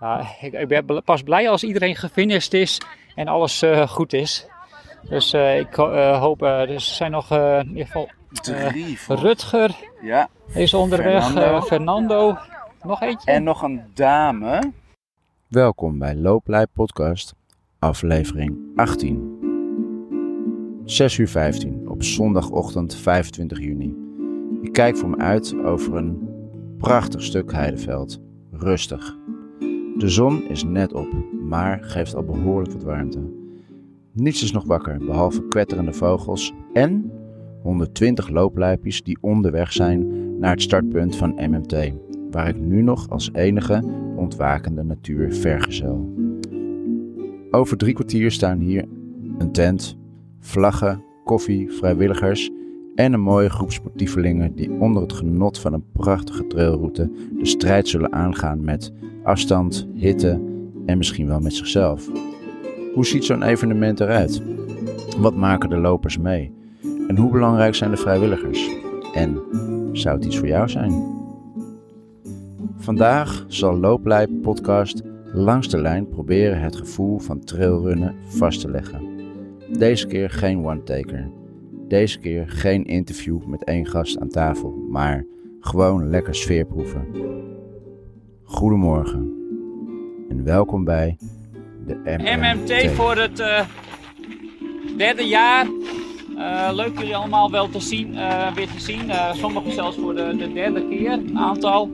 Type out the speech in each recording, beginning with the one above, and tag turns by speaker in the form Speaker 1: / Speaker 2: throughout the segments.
Speaker 1: Nou, ik, ik ben bl- pas blij als iedereen gefinished is en alles eh, goed is. Dus eh, ik ho- eh, hoop, eh, dus er zijn nog eh, in ieder geval eh,
Speaker 2: Drie. voor-
Speaker 1: Rutger
Speaker 2: ja.
Speaker 1: is onderweg, eh,
Speaker 2: Fernando.
Speaker 1: Fernando, nog eentje.
Speaker 2: En nog een dame.
Speaker 3: Welkom bij Looplijn Podcast, aflevering 18. 6 uur 15 op zondagochtend 25 juni. Ik kijk voor me uit over een prachtig stuk heideveld. Rustig. De zon is net op, maar geeft al behoorlijk wat warmte. Niets is nog wakker, behalve kwetterende vogels en 120 looplijpjes die onderweg zijn naar het startpunt van MMT, waar ik nu nog als enige ontwakende natuur vergezel. Over drie kwartier staan hier een tent, vlaggen, koffie, vrijwilligers en een mooie groep sportievelingen die onder het genot van een prachtige trailroute de strijd zullen aangaan met afstand, hitte en misschien wel met zichzelf. Hoe ziet zo'n evenement eruit? Wat maken de lopers mee? En hoe belangrijk zijn de vrijwilligers? En zou het iets voor jou zijn? Vandaag zal Looplij Podcast langs de lijn proberen het gevoel van trailrunnen vast te leggen. Deze keer geen one-taker. Deze keer geen interview met één gast aan tafel, maar gewoon lekker sfeerproeven. Goedemorgen en welkom bij de
Speaker 1: MMT voor het eh, derde jaar. Eh, leuk jullie allemaal wel te zien, eh, weer te zien. Eh, sommigen zelfs voor de, de derde keer, een aantal.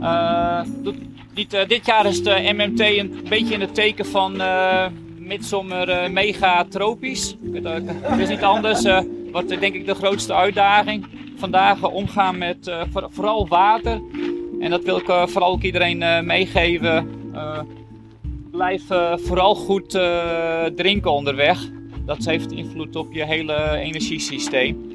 Speaker 1: Eh, doet niet, eh, dit jaar is de MMT een beetje in het teken van eh midzomer eh, mega tropisch. Ik weet ook, Het is niet anders. eh wordt eh, denk ik de grootste uitdaging. Vandaag eh, omgaan met eh, voor- vooral water. En dat wil ik eh, vooral ook iedereen eh, meegeven. Eh, blijf eh, vooral goed eh, drinken onderweg. Dat heeft invloed op je hele energiesysteem.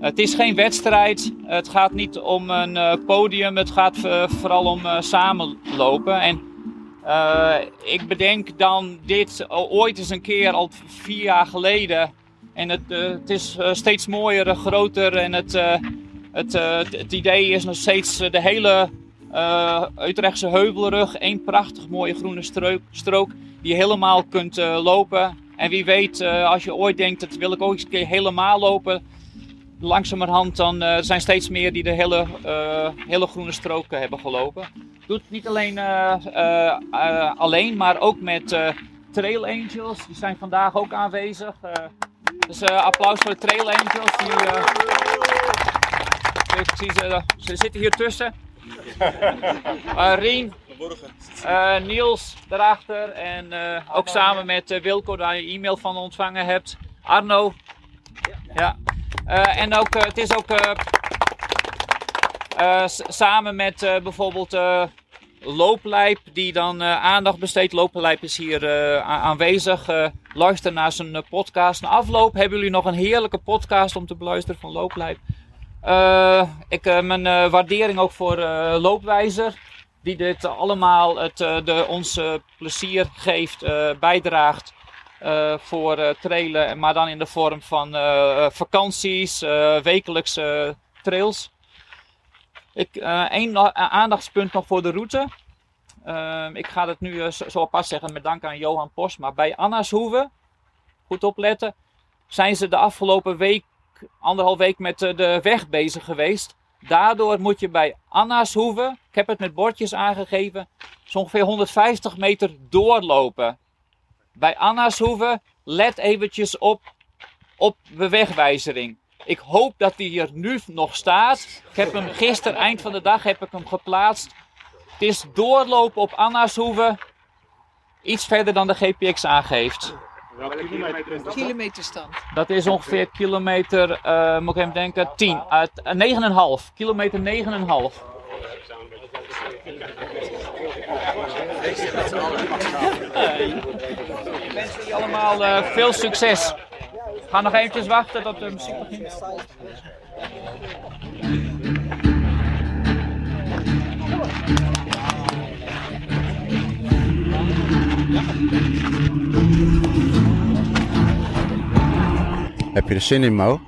Speaker 1: Het is geen wedstrijd. Het gaat niet om een eh, podium. Het gaat eh, vooral om eh, samenlopen. En eh, ik bedenk dan dit o- ooit eens een keer, al vier jaar geleden. En het, eh, het is eh, steeds mooier, eh, groter. En het, eh, het, eh, het- het idee is nog steeds eh, de hele eh Utrechtse heuvelrug. Eén prachtig mooie groene strook, strook die je helemaal kunt eh, lopen. En wie weet, eh, als je ooit denkt, dat wil ik ook eens een keer helemaal lopen. Langzamerhand dan eh, er zijn steeds meer die de hele, eh, hele groene strook eh, hebben gelopen. Doet het niet alleen, eh, eh, eh, alleen, maar ook met eh, Trail Angels. Die zijn vandaag ook aanwezig. Eh, dus eh, applaus voor de Trail Angels. Die, eh, ik zie ze, ze zitten hier tussen. Eh, Rien, eh, Niels daarachter en eh, ook samen met eh, Wilco daar je e-mail van ontvangen hebt. Arno. Ja. Eh, en ook, eh, het is ook eh, eh, s- samen met eh, bijvoorbeeld eh, Looplijp die dan eh, aandacht besteedt. Looplijp is hier eh, a- aanwezig. Eh, luister naar zijn eh, podcast. Na afloop hebben jullie nog een heerlijke podcast om te beluisteren van Looplijp. Eh, ik, eh, mijn eh, waardering ook voor eh, Loopwijzer die dit allemaal het, eh, de, ons eh, plezier geeft, eh, bijdraagt eh, voor eh, trailen, maar dan in de vorm van eh, eh, vakanties, eh, wekelijkse eh, trails. Ik, eh één no- a- aandachtspunt nog voor de route. Ehm, ik ga het nu eh, zo, zo apart zeggen met dank aan Johan Post, maar bij Anna's Hoeve, goed opletten, zijn ze de afgelopen week, anderhalf week met eh, de weg bezig geweest. Daardoor moet je bij Anna's Hoeve, ik heb het met bordjes aangegeven, zo ongeveer 150 meter doorlopen. Bij Anna's Hoeve, let eventjes op, op de wegwijzering. Ik hoop dat die hier nu nog staat. Ik heb hem gisteren, eind van de dag, heb ik hem geplaatst. Het is doorlopen op Anna's Hoeve, iets verder dan de GPX aangeeft.
Speaker 4: Kilometerstand.
Speaker 1: Dat is ongeveer kilometer, eh, moet ik even denken, 10. eh, t- eh, 9,5. Kilometer 9,5. Ik wens jullie allemaal eh, veel succes. Ga nog eventjes wachten tot de muziek begint.
Speaker 3: Heb je er zin in, Mo?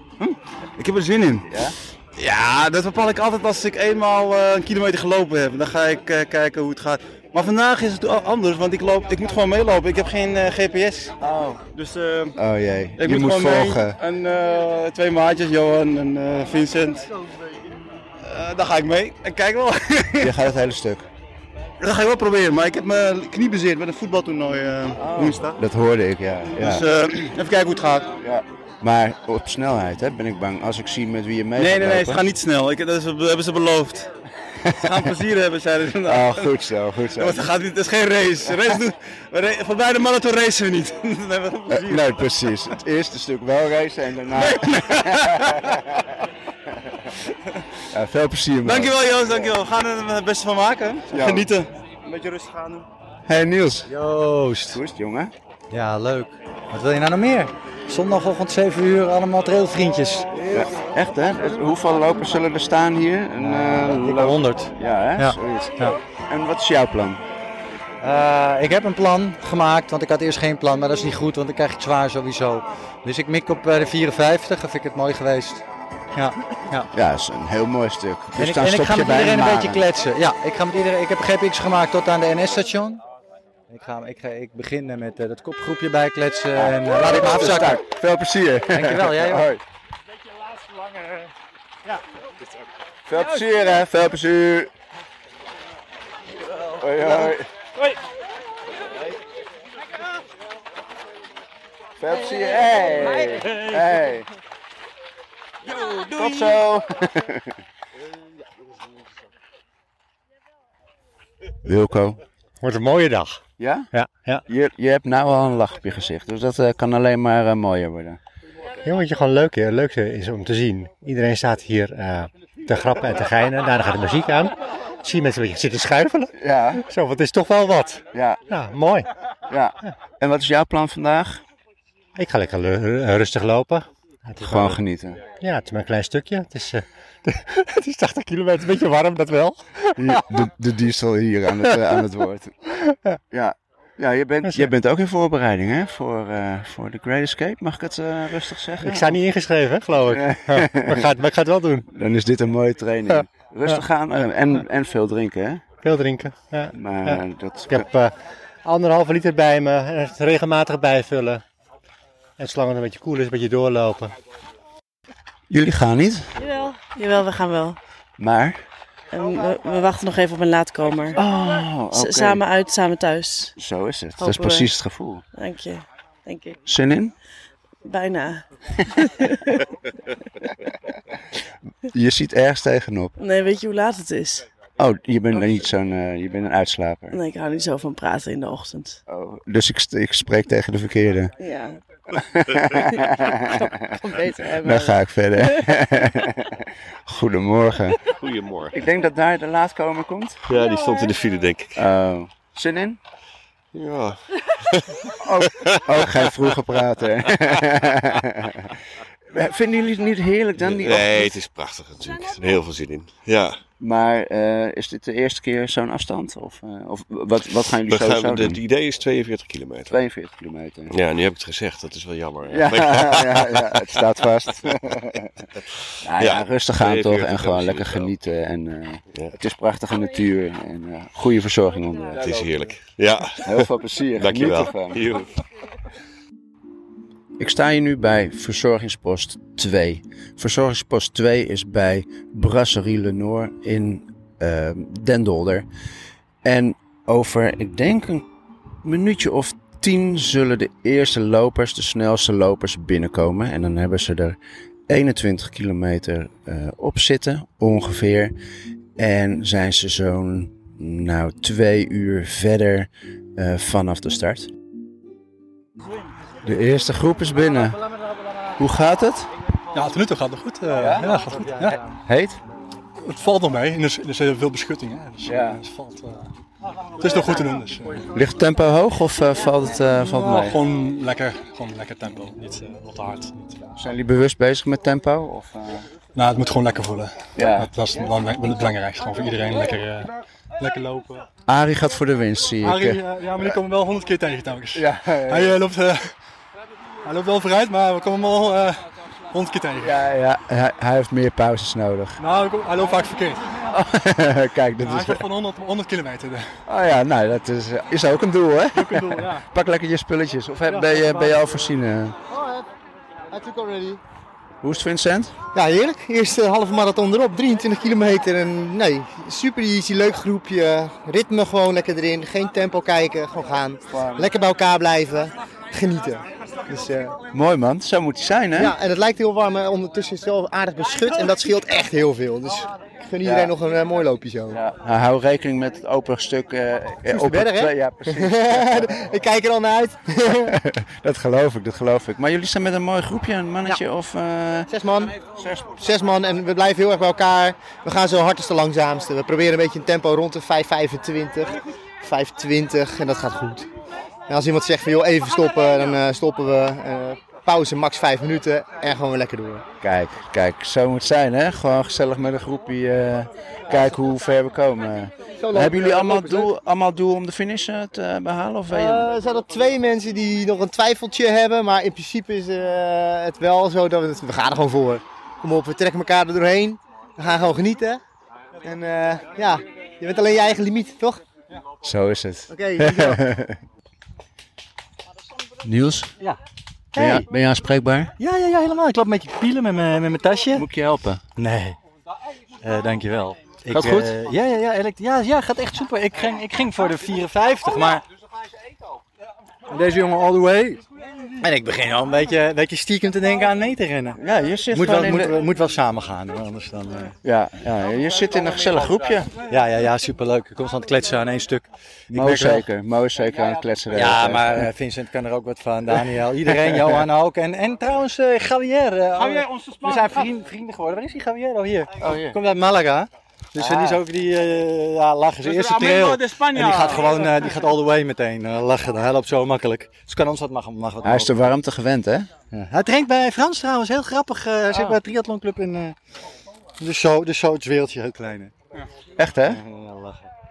Speaker 5: Ik heb er zin in.
Speaker 2: Ja?
Speaker 5: Ja, dat bepaal ik altijd als ik eenmaal eh, een kilometer gelopen heb. Dan ga ik eh, kijken hoe het gaat. Maar Maar vandaag is het a- anders, want ik, loop, ik moet gewoon meelopen. Ik heb geen eh, GPS.
Speaker 2: Oh.
Speaker 5: Dus eh,
Speaker 3: Oh jee,
Speaker 5: ik
Speaker 3: je
Speaker 5: moet,
Speaker 3: moet
Speaker 5: gewoon mee.
Speaker 3: volgen.
Speaker 5: En eh, twee maatjes, Johan en eh, Vincent. Eh, daar ga ik mee. En kijk wel.
Speaker 3: Je gaat het hele stuk.
Speaker 5: dat ga ik wel proberen, maar ik heb mijn knie bezeerd met een voetbaltoernooi eh,
Speaker 2: Oh.
Speaker 5: woensdag.
Speaker 3: Dat hoorde ik, ja. ja.
Speaker 5: Dus eh, even kijken hoe het gaat.
Speaker 3: Ja. Maar op snelheid hè, ben ik bang. Als ik zie met wie je mee
Speaker 5: Nee,
Speaker 3: gaat
Speaker 5: nee, nee, ze
Speaker 3: lopen.
Speaker 5: gaan niet snel. Ik, dat is- hebben ze beloofd. Ze gaan plezier hebben, zeiden ze. vandaag.
Speaker 3: Oh, goed zo, goed zo.
Speaker 5: Ja, want het, gaat niet, het is geen race. race doen, we ra- voorbij de marathon racen we niet. Dan hebben we
Speaker 3: Eh,
Speaker 5: plezier.
Speaker 3: nee, precies. Het eerste stuk wel racen en daarna... ja, veel plezier, man.
Speaker 5: Dankjewel Joost, dankjewel. We gaan er het beste van maken.
Speaker 3: Ja.
Speaker 5: Genieten. Een beetje rustig aan doen.
Speaker 3: Hey Niels.
Speaker 4: Joost.
Speaker 3: Hoe is het, jongen?
Speaker 4: Ja, leuk. Wat wil je nou nog meer? Zondagochtend 7 uur, allemaal trailvriendjes.
Speaker 3: Ja, echt, hè? Dus Hoeveel lopers zullen er staan hier? Een, eh,
Speaker 4: Dikke
Speaker 3: lo-
Speaker 4: 100.
Speaker 3: Ja, hè?
Speaker 4: Ja.
Speaker 3: Zoiets.
Speaker 4: Ja.
Speaker 3: En wat is jouw plan?
Speaker 4: Eh, ik heb een plan gemaakt, want ik had eerst geen plan, maar dat is niet goed, want dan krijg je het zwaar sowieso. Dus ik mik op eh, de 54, dan vind ik het mooi geweest. Ja, ja.
Speaker 3: Ja, dat is een heel mooi stuk. Dus
Speaker 4: En ik,
Speaker 3: dan
Speaker 4: en ik
Speaker 3: Dus stop
Speaker 4: ga
Speaker 3: je
Speaker 4: met
Speaker 3: bij
Speaker 4: iedereen een
Speaker 3: Maren.
Speaker 4: beetje kletsen. Ja, ik, ga met iedereen, ik heb GPX gemaakt tot aan de NS-station. Ik, ga, ik, ga, ik begin eh, met eh, dat kopgroepje bij kletsen en eh, laat ik me
Speaker 3: Dus
Speaker 4: afzakken.
Speaker 3: daar, Veel plezier.
Speaker 4: Dankjewel, jij ook.
Speaker 3: Hoi.
Speaker 1: Beetje eh, laatste lange.
Speaker 3: Veel plezier, hè? Veel plezier. Hoi, hoi.
Speaker 1: Hoi.
Speaker 3: Veel plezier. Hey. Hey. Tot zo. Wilco.
Speaker 4: Wordt een mooie dag.
Speaker 3: Ja?
Speaker 4: Ja, ja.
Speaker 3: Je, je hebt nou al een lach op je gezicht, dus dat eh, kan alleen maar eh, mooier worden.
Speaker 6: Ja, wat je gewoon leuk, eh, leuk is om te zien. Iedereen staat hier eh, te grappen en te geinen. Daarna gaat de muziek aan. Zie je mensen een beetje zitten schuifelen.
Speaker 3: Ja,
Speaker 6: Zo, want het is toch wel wat.
Speaker 3: ja,
Speaker 6: Ja, mooi.
Speaker 3: ja. En wat is jouw plan vandaag?
Speaker 6: Ik ga lekker lu- rustig lopen. Het is
Speaker 3: Gewoon
Speaker 6: wel-
Speaker 3: genieten.
Speaker 6: Ja, het is maar een klein stukje. Het is, eh, het is 80 kilometer, een beetje warm, dat wel.
Speaker 3: Hier, De, de diesel hier aan het, eh, aan het woord. Ja, ja je, bent, je bent ook in voorbereiding hè? Voor, eh, voor The Great Escape, mag ik het eh, rustig zeggen?
Speaker 6: Ik sta niet ingeschreven, hè, geloof ik.
Speaker 3: Nee.
Speaker 6: Ja, maar, ik ga, het- maar ik ga het wel doen.
Speaker 3: Dan is dit een mooie training.
Speaker 6: Ja.
Speaker 3: Rustig aan eh, en, en veel drinken hè?
Speaker 6: Veel drinken. Ja.
Speaker 3: Maar dat...
Speaker 6: Ik heb eh, anderhalve liter bij me en het regelmatig bijvullen. En zolang het een beetje koel is, een beetje doorlopen.
Speaker 3: Jullie gaan niet,
Speaker 7: Jawel, jawel we gaan wel.
Speaker 3: maar...
Speaker 7: En we, we wachten nog even op een laatkomer.
Speaker 3: Oh,
Speaker 7: S-
Speaker 3: oké.
Speaker 7: Samen uit, samen thuis.
Speaker 3: Zo is het. Dat is
Speaker 7: Hopen we.
Speaker 3: precies het gevoel.
Speaker 7: Dank je. Dank je.
Speaker 3: Zin in?
Speaker 7: Bijna.
Speaker 3: Je ziet ergens tegenop.
Speaker 7: Nee, weet je hoe laat het is?
Speaker 3: Oh, je bent niet zo'n, eh, je bent een uitslaper.
Speaker 7: Nee, ik hou niet zo van praten in de ochtend.
Speaker 3: Oh, dus ik, st- ik spreek tegen de verkeerde.
Speaker 7: Ja. kan beter hebben.
Speaker 3: Dan ga ik verder. Goedemorgen.
Speaker 8: Goedemorgen.
Speaker 3: Ik denk dat daar de laatkomer komt.
Speaker 8: Ja, die stond in de file, denk ik.
Speaker 3: Oh. Zin in?
Speaker 8: Ja.
Speaker 3: Oh, geen vroeger praten. Vinden jullie het niet heerlijk dan? Die
Speaker 8: nee,
Speaker 3: ochtend?
Speaker 8: het is prachtig natuurlijk. Er is heel veel zin in. Ja,
Speaker 3: Maar eh, is dit de eerste keer zo'n afstand? Of, eh, of wat, wat gaan
Speaker 8: we
Speaker 3: jullie
Speaker 8: gaan,
Speaker 3: sowieso
Speaker 8: het
Speaker 3: doen?
Speaker 8: idee is 42 kilometer.
Speaker 3: 42 kilometer.
Speaker 8: Ja, nu heb ik het gezegd. Dat is wel jammer.
Speaker 3: Ja, ja, ja, het staat vast. Nou ja,
Speaker 8: Ja,
Speaker 3: rustig aan toch
Speaker 8: 42
Speaker 3: en gewoon
Speaker 8: hebben
Speaker 3: lekker
Speaker 8: ze het wel.
Speaker 3: genieten. En, eh,
Speaker 8: Ja.
Speaker 3: Het is prachtige natuur en eh, goede verzorging onderweg.
Speaker 8: Het is heerlijk. Ja,
Speaker 3: Heel veel plezier.
Speaker 8: dankjewel. Joe.
Speaker 3: Ik sta hier nu bij verzorgingspost 2. Verzorgingspost 2 is bij Brasserie Lenoir in eh, Den Dolder. En over, ik denk een minuutje of tien zullen de eerste lopers, de snelste lopers binnenkomen. En dan hebben ze er 21 kilometer eh, op zitten, ongeveer. En zijn ze zo'n, nou, twee uur verder eh, vanaf de start. De eerste groep is binnen. Hoe gaat het?
Speaker 9: Ja, tot nu toe gaat het goed. eh, ja? gaat goed. Ja.
Speaker 3: Heet?
Speaker 9: Het valt nog mee. En er is, er is heel veel beschutting. Hè. Dus,
Speaker 3: Ja.
Speaker 9: eh, het, valt, eh, het is nog goed te doen. Dus, eh,
Speaker 3: Ligt het tempo hoog of eh, valt het eh, valt het
Speaker 9: nou,
Speaker 3: mee?
Speaker 9: gewoon, lekker, gewoon lekker tempo. Niet eh, wat te hard. Niet, eh.
Speaker 3: Zijn jullie bewust bezig met tempo? Of, eh?
Speaker 9: Nou, het moet gewoon lekker voelen.
Speaker 3: Ja.
Speaker 9: Dat, dat is belang- het belangrijkste. Gewoon voor iedereen lekker, eh, lekker lopen.
Speaker 3: Arie gaat voor de winst, zie ik.
Speaker 9: Arie,
Speaker 3: eh.
Speaker 9: eh, ja, maar die komen wel honderd keer tegen telkens.
Speaker 3: Ja, ja,
Speaker 9: Hij, eh, loopt, eh, hij loopt wel vooruit, maar we komen hem al honderd keer tegen.
Speaker 3: ja, ja, hij, hij heeft meer pauzes nodig.
Speaker 9: Nou, hij komt- hij loopt vaak verkeerd.
Speaker 3: Kijk, dat
Speaker 9: Nou, hij
Speaker 3: Oh. is...
Speaker 9: zegt van 100, 100 kilometer.
Speaker 3: Oh ja, nou, dat is, eh, is ook een doel, hè?
Speaker 9: Ik bedoel, ja.
Speaker 3: Pak lekker je spulletjes. Of heb, ben, je, ben je al voorzien? eh?
Speaker 10: I Oh, took already.
Speaker 3: Hoe is het, Vincent?
Speaker 10: Ja, heerlijk. Eerst eh, halve marathon erop, 23 kilometer. En nee, super easy, leuk groepje. Ritme gewoon lekker erin. Geen tempo kijken, gewoon gaan. Lekker bij elkaar blijven. Genieten. Dus, eh,
Speaker 3: Mooi, man. Zo moet hij zijn, hè?
Speaker 10: ja, en het lijkt heel warm, maar ondertussen is het wel aardig beschut. En dat scheelt echt heel veel. Dus ik gun iedereen
Speaker 3: Ja.
Speaker 10: nog een eh, mooi loopje zo.
Speaker 3: Nou, hou rekening met het open stuk. eh, eh,
Speaker 10: Soest
Speaker 3: open
Speaker 10: Berg, hè?
Speaker 3: Ja, precies.
Speaker 10: ik kijk er al naar uit.
Speaker 3: dat geloof ik, dat geloof ik. Maar jullie staan met een mooi groepje, een mannetje of... eh,
Speaker 10: Zes man. Zes, man en we blijven heel erg bij elkaar. We gaan zo hard als de langzaamste. We proberen een beetje een tempo rond de 5,25. 5,20 en dat gaat goed. En als iemand zegt van joh even stoppen, dan eh, stoppen we. Eh, pauze max 5 minuten en gewoon weer lekker door.
Speaker 3: Kijk, kijk, zo moet het zijn, hè? Gewoon gezellig met een groepje eh, kijken hoe ver we komen.
Speaker 10: lopen-
Speaker 3: Hebben jullie
Speaker 10: eh,
Speaker 3: allemaal
Speaker 10: lopen ze.
Speaker 3: doel, allemaal doel om de finish eh, te eh, behalen? Of ben je-
Speaker 10: Eh, er zijn er twee mensen die nog een twijfeltje hebben, maar in principe is eh, het wel zo dat we, het- we gaan er gewoon voor. Kom op, we trekken elkaar er doorheen. We gaan gewoon genieten. En eh, ja, je bent alleen je eigen limiet, toch?
Speaker 3: Zo is het.
Speaker 10: Oké, dankjewel.
Speaker 3: Niels,
Speaker 4: Ja.
Speaker 3: ben,
Speaker 4: Hey.
Speaker 3: je, ben je aanspreekbaar?
Speaker 4: Ja, ja, ja, helemaal. Ik loop met je pielen met mijn, met mijn tasje.
Speaker 3: Moet ik je helpen?
Speaker 4: Nee. Eh dankjewel. Ik,
Speaker 3: Gaat goed?
Speaker 4: eh, ja, ja, ja, eigenlijk- ja, ja, gaat echt super. Ik ging, ik ging voor de 54, maar... Deze jongen all the way. En ik begin al een beetje, een beetje stiekem te denken aan mee te rennen.
Speaker 3: Ja, je zit
Speaker 4: moet
Speaker 3: gewoon
Speaker 4: wel,
Speaker 3: in
Speaker 4: moet,
Speaker 3: de-
Speaker 4: wel- moet wel samen gaan, hoor, anders dan... eh.
Speaker 3: Ja, ja, je zit in een gezellig groepje.
Speaker 4: Ja, ja, ja, superleuk. Ik kom aan het kletsen aan één stuk. Ik
Speaker 3: Mo
Speaker 4: merk
Speaker 3: is
Speaker 4: wel-
Speaker 3: zeker, Mo is zeker aan het kletsen. de hele
Speaker 4: Ja,
Speaker 3: tijd.
Speaker 4: maar eh, Vincent kan er ook wat van, Daniel. Iedereen, Johan ook. En, en trouwens, eh Javier. eh,
Speaker 9: Javier, onze
Speaker 4: we
Speaker 9: Spaanse
Speaker 4: zijn
Speaker 9: gast.
Speaker 4: vriend, vrienden geworden. Waar is die Javier? Oh, hier.
Speaker 9: Oh, hier.
Speaker 4: Komt uit Malaga. Dus eh, die is
Speaker 9: Ah.
Speaker 4: ook die eh ja, lachen
Speaker 9: Dus
Speaker 4: zijn eerste
Speaker 9: de amigo
Speaker 4: trail.
Speaker 9: de España.
Speaker 4: En die gaat gewoon, eh, die gaat all the way meteen eh, lachen. Hij loopt zo makkelijk. Dus kan ons wat mag, mag wat
Speaker 3: Hij is de
Speaker 4: mogen.
Speaker 3: warmte gewend, hè?
Speaker 4: Ja. Hij traint bij Frans trouwens, heel grappig. eh, Hij zit
Speaker 9: Ah.
Speaker 4: bij het triathlonclub in. eh, dus zo, dus zo het zweeltje, heel kleine.
Speaker 3: Echt, hè?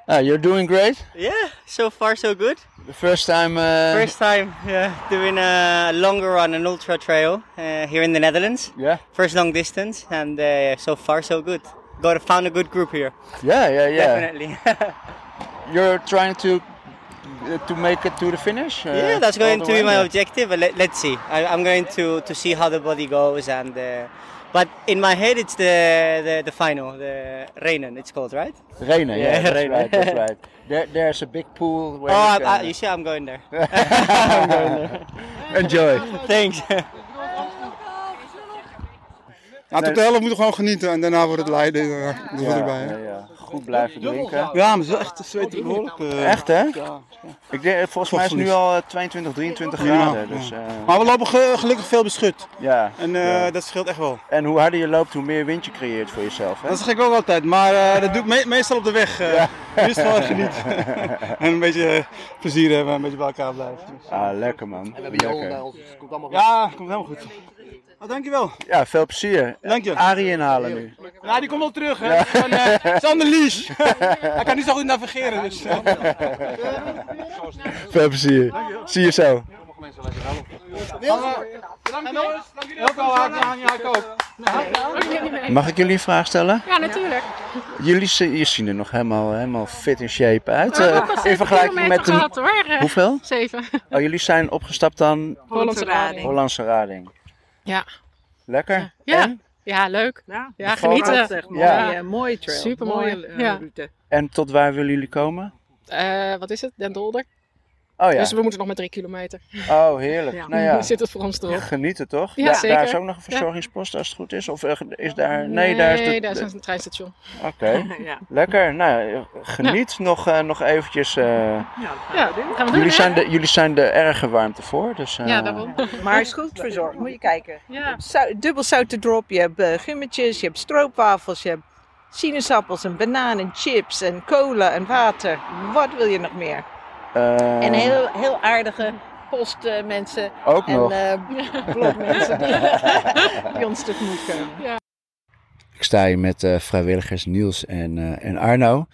Speaker 3: Ah, you're doing great.
Speaker 2: Yeah, so far so good.
Speaker 3: The first time. Uh,
Speaker 2: First time yeah, doing a longer run, an ultra trail uh, here in the Netherlands.
Speaker 3: Yeah.
Speaker 2: First long distance, and uh, so far so good. Got found a good group here.
Speaker 3: Yeah, yeah, Uh, yeah.
Speaker 2: Definitely.
Speaker 3: You're trying to eh, to make it to the finish. uh,
Speaker 2: yeah, that's
Speaker 3: all
Speaker 2: going
Speaker 3: the
Speaker 2: to
Speaker 3: way?
Speaker 2: be my
Speaker 3: Yeah.
Speaker 2: objective. but Let, let's see. I, I'm going to, to see how the body goes, and uh, but in my head it's the the, the final, the Reinen. It's called right.
Speaker 3: Renen, yeah, that's
Speaker 2: Reinen.
Speaker 3: right, that's right. There, there's a big pool where
Speaker 2: oh,
Speaker 3: you can,
Speaker 2: I,
Speaker 3: uh,
Speaker 2: I, you see, I'm going there. I'm going there.
Speaker 3: Enjoy.
Speaker 2: Thanks.
Speaker 9: Nou, tot de helft moeten we gewoon genieten en daarna wordt het lijden. eh, Dat
Speaker 3: Ja,
Speaker 9: hoort erbij.
Speaker 3: ja,
Speaker 9: hè.
Speaker 3: ja. goed blijven drinken.
Speaker 9: Ja, maar zo echt zweet ik behoorlijk. eh.
Speaker 3: Echt, hè?
Speaker 9: Ja.
Speaker 3: Ik denk, volgens mij is het nu al eh, 22, 23
Speaker 9: Ja,
Speaker 3: graden.
Speaker 9: ja.
Speaker 3: Dus, eh,
Speaker 9: Maar we lopen ge- gelukkig veel beschut.
Speaker 3: ja.
Speaker 9: En eh,
Speaker 3: ja.
Speaker 9: dat scheelt echt wel.
Speaker 3: En hoe harder je loopt, hoe meer wind je creëert voor jezelf. Hè?
Speaker 9: Dat zeg ik ook altijd, maar eh, dat doe ik me- meestal op de weg. eh. Dus gewoon genieten. en een beetje eh, plezier hebben en een beetje bij elkaar blijven.
Speaker 3: Ah, lekker man. Lekker.
Speaker 9: dus komt allemaal goed. Ja, komt helemaal goed. Nou, dankjewel.
Speaker 3: Ja, veel plezier.
Speaker 9: Dank je.
Speaker 3: Arie inhalen nu.
Speaker 9: Nou, die komt wel terug, hè. Van, eh, Sander Lies. Hij kan niet zo goed navigeren, dus... eh.
Speaker 3: Veel plezier. Zie je zo. Mag ik jullie een vraag stellen?
Speaker 5: Ja, natuurlijk.
Speaker 3: Jullie zien, je zien er nog helemaal, helemaal fit in shape uit.
Speaker 5: We hebben
Speaker 3: eh,
Speaker 5: ook al
Speaker 3: in
Speaker 5: zeven
Speaker 3: vergelijking
Speaker 5: kilometer
Speaker 3: met de.
Speaker 5: gehad, hoor. Eh,
Speaker 3: Hoeveel?
Speaker 5: Zeven.
Speaker 3: Oh, jullie zijn opgestapt aan.
Speaker 5: Hollandse Rading.
Speaker 3: Hollandse Rading.
Speaker 5: Ja.
Speaker 3: Lekker?
Speaker 5: Ja. Ja, leuk. Ja, genieten.
Speaker 3: Ja.
Speaker 5: mooie trail. Super mooi.
Speaker 11: eh, Mooie, eh,
Speaker 5: ja.
Speaker 3: En tot waar willen jullie komen?
Speaker 5: Eh, wat is het? Den Dolder.
Speaker 3: Oh ja.
Speaker 5: Dus we moeten nog maar drie kilometer.
Speaker 3: Oh, heerlijk.
Speaker 5: Ja.
Speaker 3: Nou ja.
Speaker 5: Zit het voor ons erop.
Speaker 3: Genieten toch?
Speaker 5: Ja,
Speaker 3: Da- daar,
Speaker 5: zeker.
Speaker 3: is ook nog een
Speaker 5: Ja.
Speaker 3: verzorgingspost als het goed is? Of eh, is daar... Nee, daar is, de-
Speaker 5: Nee, daar is
Speaker 3: de-
Speaker 5: een treinstation.
Speaker 3: Oké. Lekker. Nou, eh, geniet nog, eh, nog eventjes. eh.
Speaker 5: Ja, gaan we doen.
Speaker 3: jullie,
Speaker 5: hè?
Speaker 3: zijn de, jullie zijn er erg warmte voor. Dus, eh,
Speaker 5: Ja, daarom.
Speaker 11: Maar is goed verzorgd, moet je kijken. Zou- dubbel zouten drop, je hebt eh, gummetjes, je hebt stroopwafels, je hebt sinaasappels en bananen, chips en cola en water. Wat wil je nog meer?
Speaker 3: eh,
Speaker 11: En heel, heel aardige postmensen
Speaker 3: Ook nog.
Speaker 11: en eh blogmensen die, die ons tegemoet komen.
Speaker 3: Ik sta hier met eh, vrijwilligers Niels en, eh, en Arno.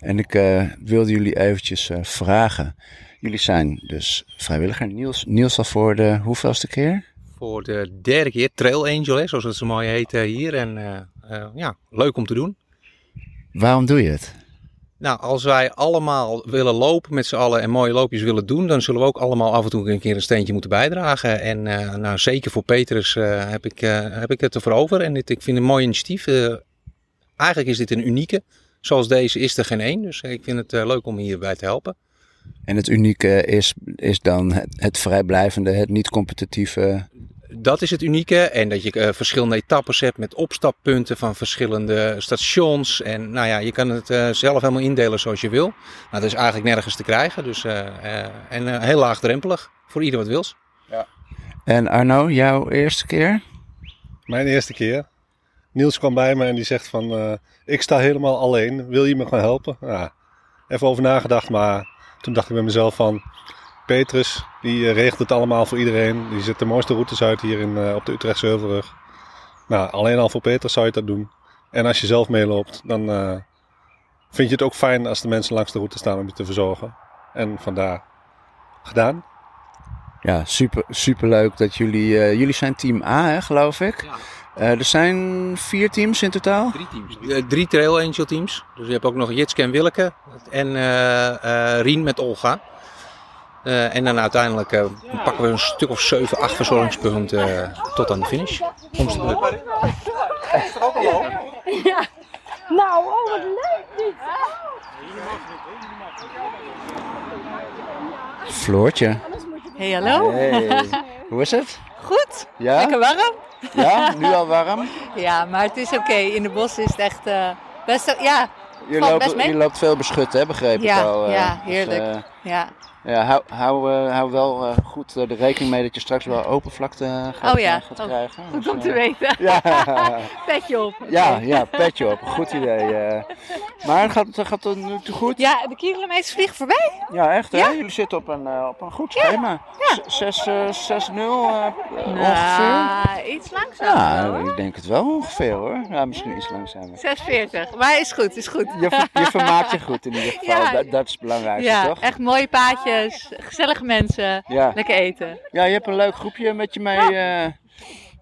Speaker 3: En ik eh, wilde jullie eventjes eh, vragen. Jullie zijn dus vrijwilliger Niels. Niels al voor de hoeveelste keer?
Speaker 12: Voor de derde keer Trail Angel, hè, zoals het zo mooi heet eh, hier. En eh, eh, ja, leuk om te doen.
Speaker 3: Waarom doe je het?
Speaker 12: Nou, als wij allemaal willen lopen met z'n allen en mooie loopjes willen doen, dan zullen we ook allemaal af en toe een keer een steentje moeten bijdragen. En eh, nou, zeker voor Petrus eh, heb, ik, eh, heb ik het ervoor over. En dit, ik vind het een mooi initiatief. Eh, eigenlijk is dit een unieke. Zoals deze is er geen één. Dus eh, ik vind het eh, leuk om hierbij te helpen.
Speaker 3: En het unieke is, is dan het, het vrijblijvende, het niet-competitieve.
Speaker 12: dat is het unieke. En dat je eh, verschillende etappes hebt met opstappunten van verschillende stations. En nou ja, je kan het eh, zelf helemaal indelen zoals je wil. Nou, dat is eigenlijk nergens te krijgen. Dus, eh, eh, en eh, heel laagdrempelig voor ieder wat wils.
Speaker 3: En Arno, jouw eerste keer?
Speaker 13: Mijn eerste keer. Niels kwam bij me en die zegt van, eh, ik sta helemaal alleen, wil je me gaan helpen? Ja, even over nagedacht, maar toen dacht ik bij mezelf van, Petrus, die eh, regelt het allemaal voor iedereen. Die zet de mooiste routes uit hier in, eh, op de Utrechtse Heuvelrug. Nou, alleen al voor Petrus zou je dat doen. En als je zelf meeloopt, dan eh, vind je het ook fijn als de mensen langs de route staan om je te verzorgen. En vandaar, gedaan.
Speaker 3: Ja, super, super leuk dat jullie. eh, jullie zijn team A, hè, geloof ik. Eh, er zijn vier teams in totaal.
Speaker 12: Drie Eh, drie Trail Angel teams. Dus je hebt ook nog Jitske en Willeke. En eh, eh, Rien met Olga. Eh, en dan uiteindelijk eh, pakken we een stuk of 7, 8 verzorgingspunten eh, tot aan de finish. Komstelijk.
Speaker 14: Is er ook al op? Ja. Nou, oh, wat leuk dit.
Speaker 3: Floortje.
Speaker 15: Hey, hallo.
Speaker 3: Hey. Hoe is het?
Speaker 15: Goed.
Speaker 3: Ja?
Speaker 15: Lekker warm.
Speaker 3: Ja, nu al warm.
Speaker 15: Ja, maar het is oké. In de bos is het echt eh, best... Ja,
Speaker 3: Je
Speaker 15: valt
Speaker 3: loopt,
Speaker 15: best mee.
Speaker 3: je loopt veel beschut, hè, begreep
Speaker 15: ja,
Speaker 3: ik al. eh.
Speaker 15: ja,
Speaker 3: Dus,
Speaker 15: heerlijk.
Speaker 3: eh,
Speaker 15: ja.
Speaker 3: ja, hou, hou, eh, hou wel eh, goed eh, de rekening mee dat je straks wel oppervlakte eh, gaat,
Speaker 15: Oh ja,
Speaker 3: gaat
Speaker 15: Oh,
Speaker 3: krijgen.
Speaker 15: goed
Speaker 3: Dus,
Speaker 15: om te
Speaker 3: eh,
Speaker 15: weten.
Speaker 3: Ja.
Speaker 15: Petje op.
Speaker 3: Ja,
Speaker 15: Oké.
Speaker 3: ja, petje op. Goed idee. eh. Maar gaat, het- gaat het nu toe goed?
Speaker 15: Ja, de kilometers vliegen voorbij.
Speaker 3: Ja, echt hè?
Speaker 15: Ja.
Speaker 3: Jullie zitten op een, eh, op een goed schema. 6 6 0
Speaker 15: Nou, iets langzamer.
Speaker 3: Ja,
Speaker 15: hoor.
Speaker 3: ik denk het wel ongeveer hoor. Ja, misschien iets langzamer.
Speaker 15: 6,40. Maar is goed, is goed.
Speaker 3: Je, ver- je vermaakt je goed in ieder geval.
Speaker 15: Ja.
Speaker 3: Dat, dat is het belangrijkste,
Speaker 15: Ja,
Speaker 3: toch?
Speaker 15: echt mooie paadjes, gezellige mensen,
Speaker 3: Ja.
Speaker 15: lekker eten.
Speaker 3: Ja, je hebt een leuk groepje met je mee. eh,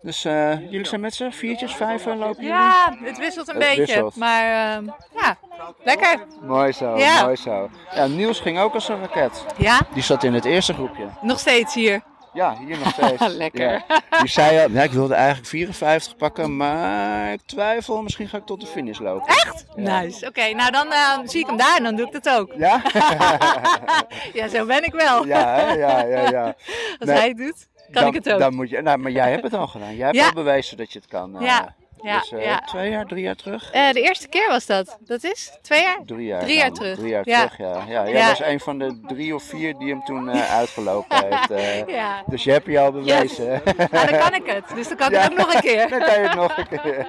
Speaker 3: dus eh, jullie zijn met z'n viertjes, vijven lopen jullie?
Speaker 15: Ja, het wisselt een
Speaker 3: Het
Speaker 15: beetje,
Speaker 3: wisselt.
Speaker 15: maar ehm, ja, lekker.
Speaker 3: Mooi zo,
Speaker 15: Ja.
Speaker 3: mooi zo. Ja, Niels ging ook als een raket.
Speaker 15: Ja,
Speaker 3: Die zat in het eerste groepje.
Speaker 15: nog steeds hier.
Speaker 3: Ja, hier nog steeds.
Speaker 15: lekker.
Speaker 3: Ja. Die zei al, ja, ik wilde eigenlijk 54 pakken, maar ik twijfel, misschien ga ik tot de finish lopen. Echt?
Speaker 15: Nice. Oké, nou dan eh, zie ik hem daar en dan doe ik dat ook.
Speaker 3: Ja?
Speaker 15: ja, zo ben ik wel.
Speaker 3: Ja, hè? ja, ja, ja.
Speaker 15: Als
Speaker 3: Nee,
Speaker 15: hij het doet, kan
Speaker 3: dan,
Speaker 15: ik het ook.
Speaker 3: Dan moet je, nou, maar jij hebt het al gedaan. Jij hebt
Speaker 15: Ja.
Speaker 3: al bewezen dat je het kan. eh,
Speaker 15: ja, ja,
Speaker 3: dus, eh,
Speaker 15: ja.
Speaker 3: Twee jaar, drie jaar terug?
Speaker 15: Eh, de eerste keer was dat. Dat is twee jaar?
Speaker 3: Drie jaar,
Speaker 15: Drie jaar
Speaker 3: dan.
Speaker 15: terug.
Speaker 3: Drie jaar
Speaker 15: ja.
Speaker 3: terug, ja. ja. Jij
Speaker 15: Ja.
Speaker 3: was een van de drie of vier die hem toen eh, uitgelopen heeft. eh.
Speaker 15: Ja.
Speaker 3: Dus je hebt je al bewezen.
Speaker 15: Nou, dan kan ik het. Dus dan kan ik
Speaker 3: Ja.
Speaker 15: het ook nog een keer.
Speaker 3: Dan kan je het nog een keer.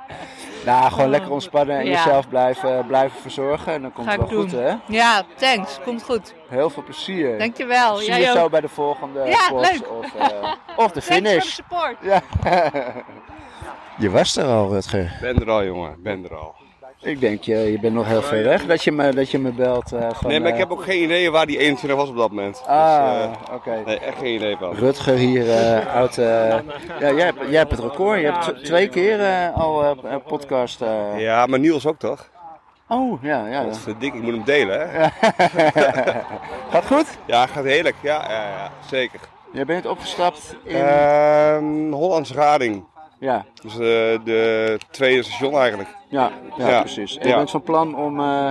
Speaker 3: nou, gewoon lekker ontspannen en
Speaker 15: Oh. Ja.
Speaker 3: jezelf blijven, eh, blijven verzorgen. En dan komt
Speaker 15: Ga
Speaker 3: het
Speaker 15: ik
Speaker 3: wel
Speaker 15: doen.
Speaker 3: goed, hè?
Speaker 15: Ja, thanks. Komt goed.
Speaker 3: Heel veel plezier.
Speaker 15: Dankjewel.
Speaker 3: Zie
Speaker 15: Jij
Speaker 3: je zo
Speaker 15: ook.
Speaker 3: bij de volgende
Speaker 15: Ja,
Speaker 3: post
Speaker 15: leuk.
Speaker 3: Of, eh, of de
Speaker 15: Thanks
Speaker 3: finish.
Speaker 15: voor de support.
Speaker 3: Ja. Je was er al, Rutger.
Speaker 8: Ben er al, jongen. Ben er al.
Speaker 3: Ik denk, je, je bent nog heel ver weg dat je me, dat je me belt. eh, van,
Speaker 8: nee, maar ik
Speaker 3: eh,
Speaker 8: heb ook geen idee waar die 21 was op dat moment.
Speaker 3: Ah,
Speaker 8: eh,
Speaker 3: oké.
Speaker 8: Nee, echt geen idee van.
Speaker 3: Rutger hier, eh oud... eh, ja, jij, hebt- jij hebt het record. Je hebt tw- twee keer eh, al eh, een podcast... eh.
Speaker 8: Ja, maar Niels ook toch?
Speaker 3: Oh, ja, ja.
Speaker 8: Wat verdik, ik moet hem delen, hè?
Speaker 3: gaat goed?
Speaker 8: Ja, gaat heerlijk. Ja, ja, ja zeker.
Speaker 3: Jij bent opgestapt in...
Speaker 8: Ehm, Hollandse Gading.
Speaker 3: Ja.
Speaker 8: Dus eh, de tweede station eigenlijk.
Speaker 3: Ja, ja, precies. En je
Speaker 8: Ja.
Speaker 3: bent van plan om eh,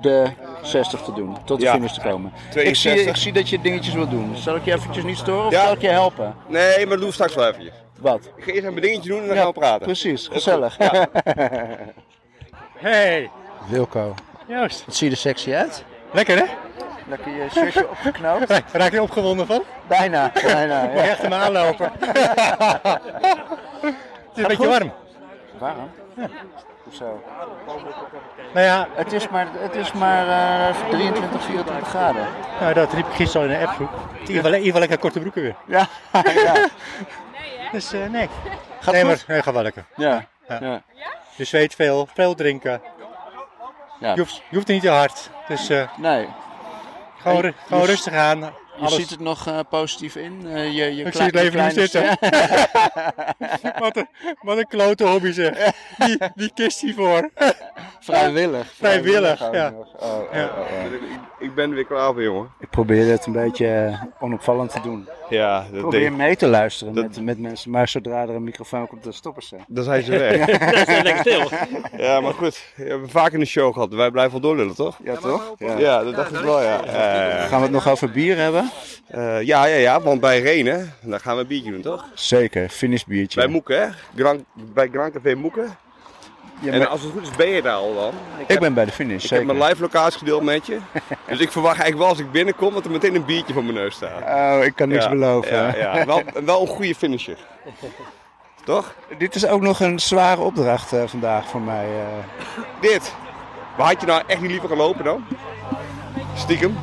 Speaker 3: de 60 te doen, tot de
Speaker 8: Ja.
Speaker 3: finish te komen. Ik zie,
Speaker 8: 62.
Speaker 3: ik zie dat je dingetjes wil doen. Zal ik je eventjes niet storen of
Speaker 8: Ja.
Speaker 3: zal ik je helpen?
Speaker 8: Nee, maar dat doen we straks wel eventjes.
Speaker 3: Wat?
Speaker 8: Ik ga eerst even mijn dingetje doen en dan
Speaker 3: Ja,
Speaker 8: gaan we praten.
Speaker 3: Precies,
Speaker 8: Dat is goed.
Speaker 3: gezellig.
Speaker 8: Ja.
Speaker 6: Hey!
Speaker 3: Wilco.
Speaker 6: Joost.
Speaker 3: Wat zie je er sexy uit?
Speaker 6: Lekker hè?
Speaker 3: Lekker je shirtje opgeknoopt.
Speaker 6: Raak je opgewonden van?
Speaker 3: Bijna, bijna.
Speaker 6: Mag je achter me aanlopen? Het is een beetje warm.
Speaker 3: Warm? Ja. Hoezo?
Speaker 6: Nou ja,
Speaker 3: Het is maar, het is maar eh, 23, 24 graden.
Speaker 6: nou, dat riep ik gisteren al in de appgroep. In ieder geval- in ieder geval lekker korte broeken weer.
Speaker 3: Ja.
Speaker 6: Dus eh, nee.
Speaker 3: Gaat
Speaker 6: nee,
Speaker 3: goed?
Speaker 6: maar nee, gaat wel lekker.
Speaker 3: Ja.
Speaker 6: ja. Je zweet veel, veel drinken.
Speaker 3: Ja.
Speaker 6: Je, hoeft, je hoeft niet te hard. Dus eh,
Speaker 3: Nee.
Speaker 6: gewoon, ru-
Speaker 3: Je-
Speaker 6: gewoon
Speaker 3: je-
Speaker 6: rustig aan.
Speaker 3: Je ziet het nog eh, positief in. eh, je,
Speaker 6: ik
Speaker 3: je
Speaker 6: zie
Speaker 3: klei-
Speaker 6: het leven niet
Speaker 3: je
Speaker 6: zitten.
Speaker 3: kleine-
Speaker 6: wat, een, wat een klote hobby zeg. Die, die kist hiervoor.
Speaker 4: Vrijwillig.
Speaker 6: Vrijwillig,
Speaker 3: Oh,
Speaker 6: ja.
Speaker 8: Ik, ik ben er weer klaar voor, jongen.
Speaker 3: Ik probeer het een beetje eh, onopvallend te doen.
Speaker 8: Ja, dat
Speaker 3: Ik probeer
Speaker 8: denk-
Speaker 3: mee te luisteren met, met mensen, maar zodra er een microfoon komt, dan stoppen ze.
Speaker 8: Dan zijn ze weg.
Speaker 3: Ja.
Speaker 8: Ja, maar goed. We hebben vaak in de show gehad. Wij blijven wel doorlullen, toch?
Speaker 3: Ja, toch?
Speaker 8: Ja, dat dacht ik wel, ja. Eh,
Speaker 3: Gaan we het nog over bier hebben?
Speaker 8: ja, ja, ja. Want bij Renen, dan gaan we een biertje doen, toch?
Speaker 3: Zeker, Finnish biertje.
Speaker 8: Bij Moeken, hè? Gran- bij Grand Café Moeken. En
Speaker 3: maar-
Speaker 8: als het goed is, ben je daar al dan.
Speaker 3: Ik, ben bij de finish,
Speaker 8: Ik
Speaker 3: zeker.
Speaker 8: heb mijn live locatie gedeeld met je. dus ik verwacht eigenlijk wel als ik binnenkom dat er meteen een biertje voor mijn neus staat.
Speaker 3: Oh, ik kan niks
Speaker 8: Ja,
Speaker 3: beloven.
Speaker 8: Ja, ja. Wel, wel een goede finisher. Toch?
Speaker 3: Dit is ook nog een zware opdracht eh, vandaag voor mij. eh.
Speaker 8: Dit. Maar had je nou echt niet liever gelopen dan? Stiekem.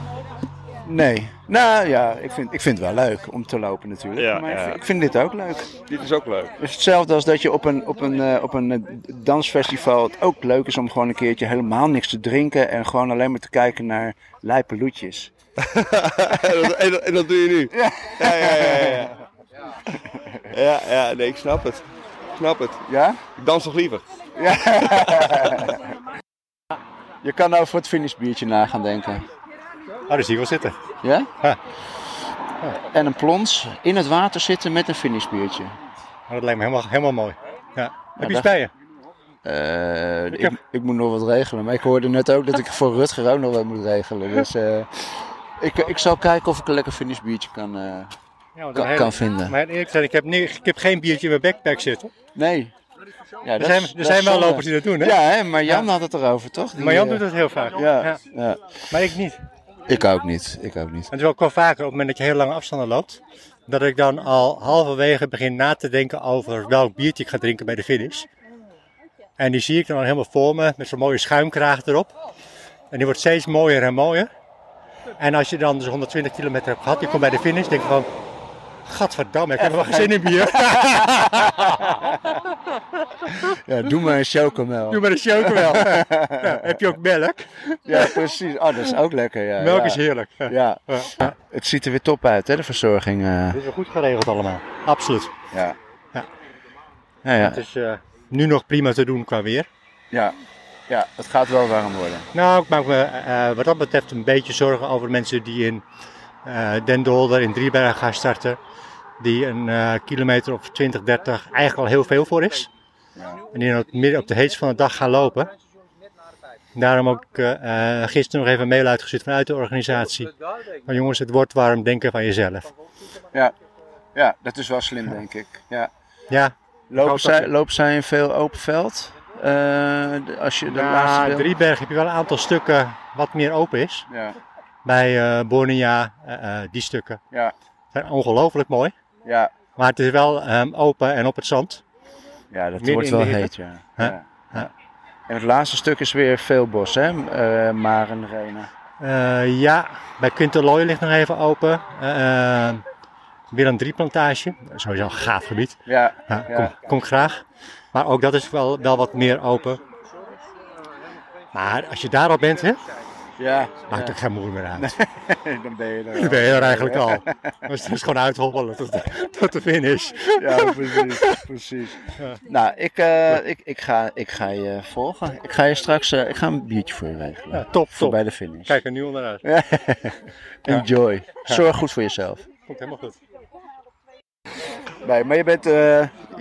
Speaker 3: Nee. Nou ja, ik vind, ik vind het wel leuk om te lopen natuurlijk.
Speaker 8: Ja,
Speaker 3: maar
Speaker 8: ja.
Speaker 3: Ik, vind, ik vind dit ook leuk.
Speaker 8: Dit is ook leuk.
Speaker 3: Het is hetzelfde als dat je op een, op een, eh, op een eh, dansfestival... het ook leuk is om gewoon een keertje helemaal niks te drinken... en gewoon alleen maar te kijken naar lijpe loetjes.
Speaker 8: en, dat, en dat- en dat doe je nu. Ja, ja, ja. ja, ja. ja, ja, nee, ik snap het. Ik snap het.
Speaker 3: Ja?
Speaker 8: Ik dans toch liever?
Speaker 3: Ja. je kan over het finishbiertje na gaan denken.
Speaker 6: Oh, dus hier wil zitten.
Speaker 3: Ja? En een plons in het water zitten met een finishbiertje.
Speaker 6: Maar Oh, dat lijkt me helemaal, helemaal mooi. Ja. Heb je
Speaker 3: dat-
Speaker 6: iets bij je?
Speaker 3: Eh, ik,
Speaker 6: heb-
Speaker 3: ik moet nog wat regelen. Maar ik hoorde net ook dat ik voor Rutger ook nog wat moet regelen. Dus eh, ik, ik zal kijken of ik een lekker finish biertje kan, eh,
Speaker 6: want
Speaker 3: kan,
Speaker 6: dan
Speaker 3: kan
Speaker 6: heb-
Speaker 3: vinden.
Speaker 6: Maar eerlijk gezegd, ik heb, ni- ik heb geen biertje in mijn backpack zitten.
Speaker 3: Nee. Ja,
Speaker 6: er
Speaker 3: dat
Speaker 6: zijn,
Speaker 3: is-
Speaker 6: er
Speaker 3: dat
Speaker 6: zijn
Speaker 3: is
Speaker 6: wel
Speaker 3: zonde.
Speaker 6: lopers die dat doen, hè?
Speaker 3: Ja, hè, maar Jan had het erover, toch? Die,
Speaker 6: Maar Jan
Speaker 3: eh,
Speaker 6: doet dat heel vaak.
Speaker 3: Ja,
Speaker 6: Ja.
Speaker 3: ja.
Speaker 6: Maar ik niet.
Speaker 3: Ik ook niet. Ik ook niet.
Speaker 6: En het is ook wel vaker, op het moment dat je heel lange afstanden loopt, dat ik dan al halverwege begin na te denken over welk biertje ik ga drinken bij de finish. En die zie ik dan al helemaal voor me, met zo'n mooie schuimkraag erop. En die wordt steeds mooier en mooier. En als je dan dus 120 kilometer hebt gehad, je komt bij de finish, denk je van, gadverdamme, ik heb wel geen zin in bier.
Speaker 3: Ja, doe maar een chocomel.
Speaker 6: Doe maar een chocomel. Ja, heb je ook melk?
Speaker 3: Ja, precies. Oh, dat is ook lekker. Ja,
Speaker 6: Melk
Speaker 3: ja.
Speaker 6: is heerlijk. Ja.
Speaker 3: Ja. Het ziet er weer top uit, hè, de verzorging. eh.
Speaker 6: Dit is wel goed geregeld allemaal. Absoluut.
Speaker 3: Ja.
Speaker 6: ja.
Speaker 3: Ja, ja.
Speaker 6: Het is eh, nu nog prima te doen qua weer.
Speaker 3: Ja. ja, het gaat wel warm worden.
Speaker 6: Nou, ik maak me eh, wat dat betreft een beetje zorgen over mensen die in eh Den Dolder, in Driebergen gaan starten. Die een eh, kilometer of 20, 30 eigenlijk al heel veel voor is. En die in het midden op de heetst van de dag gaan lopen. Daarom ook eh, eh, gisteren nog even een mail uitgestuurd vanuit de organisatie. Maar jongens, het wordt warm, denken van jezelf.
Speaker 3: Ja. ja, dat is wel slim, denk ik. Ja.
Speaker 6: Ja.
Speaker 3: Lopen,
Speaker 6: Groot
Speaker 3: zij,
Speaker 6: afzet.
Speaker 3: lopen zij in veel open veld? Eh, de- als je de laatste
Speaker 6: Na
Speaker 3: wil-
Speaker 6: Driebergen heb je wel een aantal stukken wat meer open is.
Speaker 3: Ja.
Speaker 6: Bij eh Bornea, eh, eh, die stukken.
Speaker 3: Ja.
Speaker 6: Zijn ongelooflijk mooi.
Speaker 3: Ja.
Speaker 6: Maar het is wel ehm, open en op het zand.
Speaker 3: Ja, dat
Speaker 6: Midden
Speaker 3: wordt
Speaker 6: in de
Speaker 3: wel
Speaker 6: hitte.
Speaker 3: heet, ja.
Speaker 6: Hè?
Speaker 3: Ja. En het laatste stuk is weer veel bos, hè? Eh Maren, Renen.
Speaker 6: Eh, ja, bij Quintelooi ligt nog even open. Eh, eh, weer een drieplantage. Sowieso een gaaf gebied.
Speaker 3: Ja,
Speaker 6: kom,
Speaker 3: ja.
Speaker 6: kom ik graag. Maar ook dat is wel, wel wat meer open. Maar als je daar al bent, hè,
Speaker 3: Ja.
Speaker 6: maakt
Speaker 3: ja.
Speaker 6: er geen moer meer uit.
Speaker 3: Dan ben je er
Speaker 6: Ik ben er eigenlijk al. Dus het is gewoon uithobbelen tot, de- tot de finish.
Speaker 3: Ja, precies. precies. Nou, ik, eh, ik, ik, ga, ik ga je volgen. Ik ga je straks eh, ik ga een biertje voor je regelen.
Speaker 6: Ja, top,
Speaker 3: Voor
Speaker 6: top.
Speaker 3: bij de finish.
Speaker 6: Kijk er nu al naar uit.
Speaker 3: Enjoy.
Speaker 6: Ja.
Speaker 3: Zorg goed voor jezelf.
Speaker 6: Komt helemaal goed.
Speaker 3: Nee, maar je bent, eh,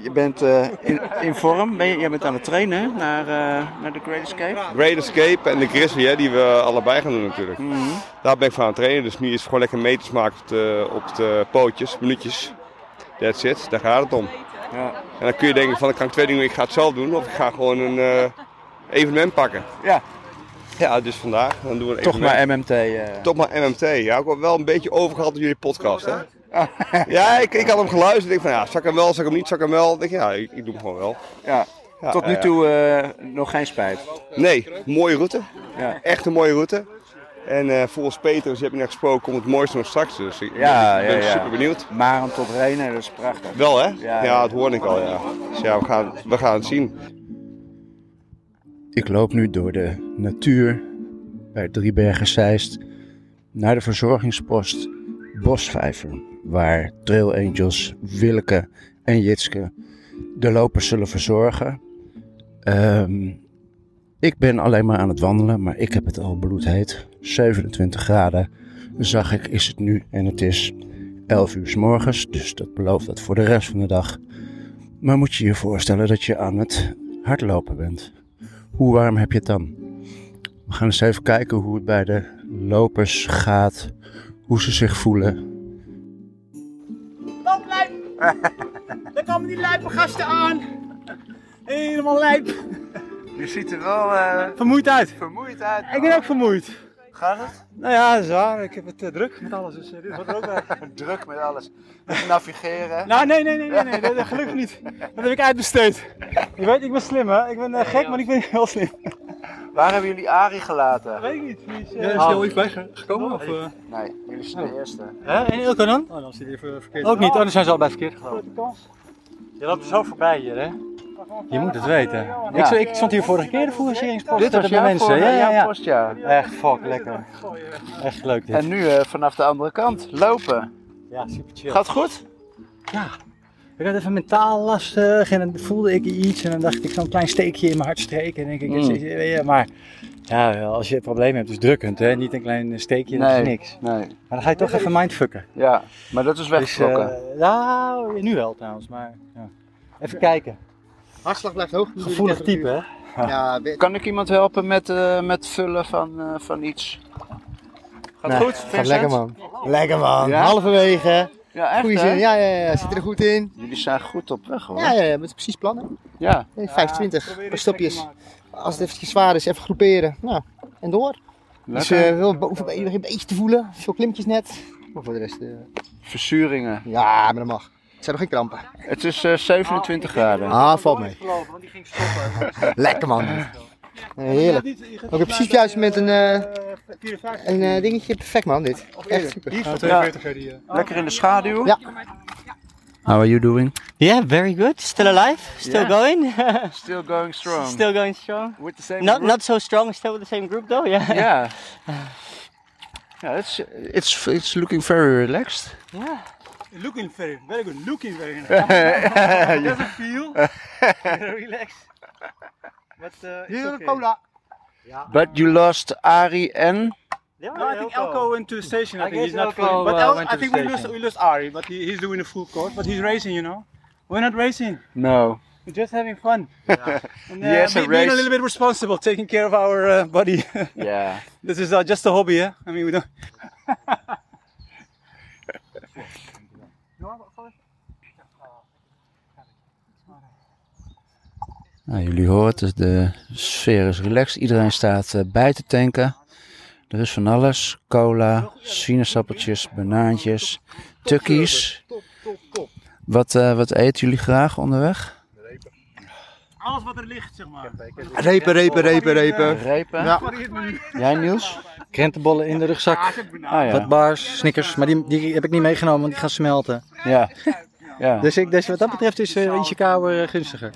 Speaker 3: je bent eh, in, in vorm. Ben je, jij bent aan het trainen hè, naar, eh, naar de Great Escape.
Speaker 8: Great Escape en de Grizzly, hè, die we allebei gaan doen natuurlijk.
Speaker 3: Mhm.
Speaker 8: Daar ben ik van aan het trainen. Dus nu is het gewoon lekker meters maken op de, op de pootjes, minuutjes. That's it, daar gaat het om. En dan kun je denken van, dan kan ik twee dingen doen. Ik ga het zelf doen of ik ga gewoon een eh, evenement pakken.
Speaker 3: Ja.
Speaker 8: Ja, dus vandaag dan doen we een
Speaker 3: Toch
Speaker 8: evenement.
Speaker 3: maar MMT. eh.
Speaker 8: Toch maar MMT. Ja, ik heb wel een beetje over gehad op jullie podcast, hè? Ja, ik, ik had hem geluisterd. Ik denk van, ja, zak hem wel, zak hem niet, zak hem wel. Ik denk, ja, ik, ik doe hem gewoon wel.
Speaker 3: Ja.
Speaker 8: Ja,
Speaker 3: Tot
Speaker 8: ja,
Speaker 3: nu
Speaker 8: ja.
Speaker 3: toe eh, nog geen spijt.
Speaker 8: Nee, mooie route.
Speaker 3: Ja.
Speaker 8: Echt een mooie route. En eh, volgens Peter, die heb ik net gesproken, komt het mooiste nog straks. Dus ik
Speaker 3: Ja,
Speaker 8: ik
Speaker 3: ja,
Speaker 8: ben
Speaker 3: ja.
Speaker 8: super benieuwd.
Speaker 3: Maren tot Renen, dat is prachtig.
Speaker 8: Wel hè?
Speaker 3: Ja,
Speaker 8: Ja,
Speaker 3: ja.
Speaker 8: dat hoorde ik al. Ja. Dus ja, we gaan, we gaan het zien.
Speaker 3: Ik loop nu door de natuur bij Driebergen Zeist naar de verzorgingspost Bosvijver, waar Trail Angels Willeke en Jitske de lopers zullen verzorgen. Ehm, Ik ben alleen maar aan het wandelen, maar ik heb het al bloedheet. 27 graden. Zag ik, is het nu en het is 11 uur s morgens, dus dat belooft dat voor de rest van de dag. Maar moet je je voorstellen dat je aan het hardlopen bent. Hoe warm heb je het dan? We gaan eens even kijken hoe het bij de lopers gaat, hoe ze zich voelen.
Speaker 14: Loop lijp! Daar komen die lijpe gasten aan. Helemaal lijp.
Speaker 2: Je ziet er wel
Speaker 3: eh,
Speaker 9: Vermoeid uit.
Speaker 2: vermoeid uit.
Speaker 9: Ik ben ook vermoeid.
Speaker 2: Gaat het?
Speaker 9: Nou ja, dat is waar. Ik heb het eh, druk met alles. Dus eh, dit wordt er ook wel.
Speaker 2: Druk met alles. Met navigeren.
Speaker 9: Nou, nee, nee, nee, nee, nee, dat- dat gelukkig niet. Dat heb ik uitbesteed. Je weet, ik ben slim, hè? Ik ben eh, gek, maar ik ben heel slim.
Speaker 2: Waar hebben jullie Arie gelaten?
Speaker 9: Weet ik niet. Die is, eh,
Speaker 2: Ja, is
Speaker 9: al-
Speaker 2: die al iets
Speaker 9: bijgekomen? Of, eh?
Speaker 2: Nee, jullie zijn de eerste.
Speaker 9: Hè? En Ilko dan? Oh, dan zit hij even verkeerd. Ook niet, oh, dan zijn ze allebei verkeerd geloof ik. Je loopt er zo voorbij hier, hè? Je moet het weten. Ik, st- ik stond hier vorige keer de financieringspost.
Speaker 2: Dit was
Speaker 9: tussen de
Speaker 2: jouw
Speaker 9: mensen.
Speaker 2: voor-
Speaker 9: ja, ja,
Speaker 2: jouw
Speaker 9: ja.
Speaker 2: post, ja.
Speaker 9: Echt fuck, lekker. Echt leuk dit.
Speaker 2: En nu eh, vanaf de andere kant lopen.
Speaker 9: Ja, super chill.
Speaker 2: Gaat goed?
Speaker 9: Ja. Ik had even mentaal lastig en dan voelde ik iets en dan dacht ik zo'n klein steekje in mijn hart streken. En denk ik,
Speaker 2: Mm.
Speaker 9: dit is- weet je, maar ja, als je een probleem hebt, is drukkend hè. Niet een klein steekje, dat
Speaker 2: Nee,
Speaker 9: is niks.
Speaker 2: nee.
Speaker 9: Maar dan ga je toch even mindfucken.
Speaker 2: Ja, maar dat is weggetrokken.
Speaker 9: Dus, eh, nou, nu wel trouwens, maar ja. even kijken.
Speaker 10: Hartslag blijft hoog.
Speaker 9: Gevoelig type hè.
Speaker 10: Ja,
Speaker 2: kan ik iemand helpen met, eh, met vullen van, eh, van iets? Gaat
Speaker 10: Nee,
Speaker 2: goed,
Speaker 10: gaat
Speaker 2: Vincent?
Speaker 10: lekker, man. Lekker man. Halverwege.
Speaker 2: Ja, echt,
Speaker 10: Goeie
Speaker 2: hè? Oh.
Speaker 10: zin. Ja, ja, ja. Zit er goed in.
Speaker 2: Jullie zijn goed op weg hoor.
Speaker 10: Ja, ja, ja. Met precies plannen.
Speaker 2: Ja.
Speaker 10: Nee, 25. stapjes. Als het eventjes zwaar is, even groeperen. Nou, en door. Dus
Speaker 2: Lekker.
Speaker 10: eh, wel bovenbeen nog een beetje te voelen. Veel klimpjes net. Maar voor de rest... eh,
Speaker 2: Verzuringen.
Speaker 10: Ja, maar dat mag. Het zijn nog geen krampen.
Speaker 2: Het is eh, 27 graden.
Speaker 10: Ah, valt mee. Lekker man. Heerlijk. Ook precies juist met een, eh, een eh, dingetje. Perfect man dit. Echt super.
Speaker 2: Hier staat 42
Speaker 10: ja.
Speaker 2: Lekker in de schaduw.
Speaker 10: Ja.
Speaker 3: How are you doing?
Speaker 16: Yeah, very good. Still alive. Still
Speaker 2: Yeah.
Speaker 16: going.
Speaker 2: Still going strong.
Speaker 16: Still going strong.
Speaker 2: With the same
Speaker 16: Not
Speaker 2: group?
Speaker 16: not so strong. Still with the same group though. Yeah.
Speaker 2: Yeah. Ja, it's, it's, it's looking very relaxed.
Speaker 16: Yeah.
Speaker 9: Looking very, very good. Looking very good.
Speaker 2: Doesn't feel.
Speaker 9: Relax. But uh,
Speaker 10: it's okay. cola.
Speaker 2: But you lost Ari en...
Speaker 9: No, I think Elko went to the station. I,
Speaker 2: I
Speaker 9: think he's
Speaker 2: guess
Speaker 9: not
Speaker 2: Elko,
Speaker 9: fully. But
Speaker 2: uh,
Speaker 9: El-
Speaker 2: went
Speaker 9: I
Speaker 2: to the
Speaker 9: think we
Speaker 2: station.
Speaker 9: lost, we lost Ari, but he, he's doing a full course. But he's racing, you know. We're not racing.
Speaker 2: No.
Speaker 9: We're just having fun. And, uh,
Speaker 2: Yes,
Speaker 9: be-
Speaker 2: a
Speaker 9: being
Speaker 2: race.
Speaker 9: a little bit responsible, taking care of our uh, body.
Speaker 2: Yeah.
Speaker 9: this is uh, just a hobby, yeah. I mean, we don't.
Speaker 3: Nou, jullie hoort het, de sfeer is relaxed. Iedereen staat eh, bij te tanken. Er is van alles. Cola, sinaasappeltjes, banaantjes, tukkies. Wat, eh, wat eten jullie graag onderweg?
Speaker 9: Alles wat er ligt, zeg maar.
Speaker 10: Repen, repen, repen, repen.
Speaker 2: Repen.
Speaker 10: Ja.
Speaker 3: Jij Niels?
Speaker 17: Krentenbollen in de rugzak.
Speaker 3: Ah, ja.
Speaker 17: Wat bars, snickers. Maar die, die heb ik niet meegenomen, want die gaan smelten.
Speaker 3: Ja. ja.
Speaker 17: Dus, ik, dus wat dat betreft is eh, ietsje kouder eh, gunstiger.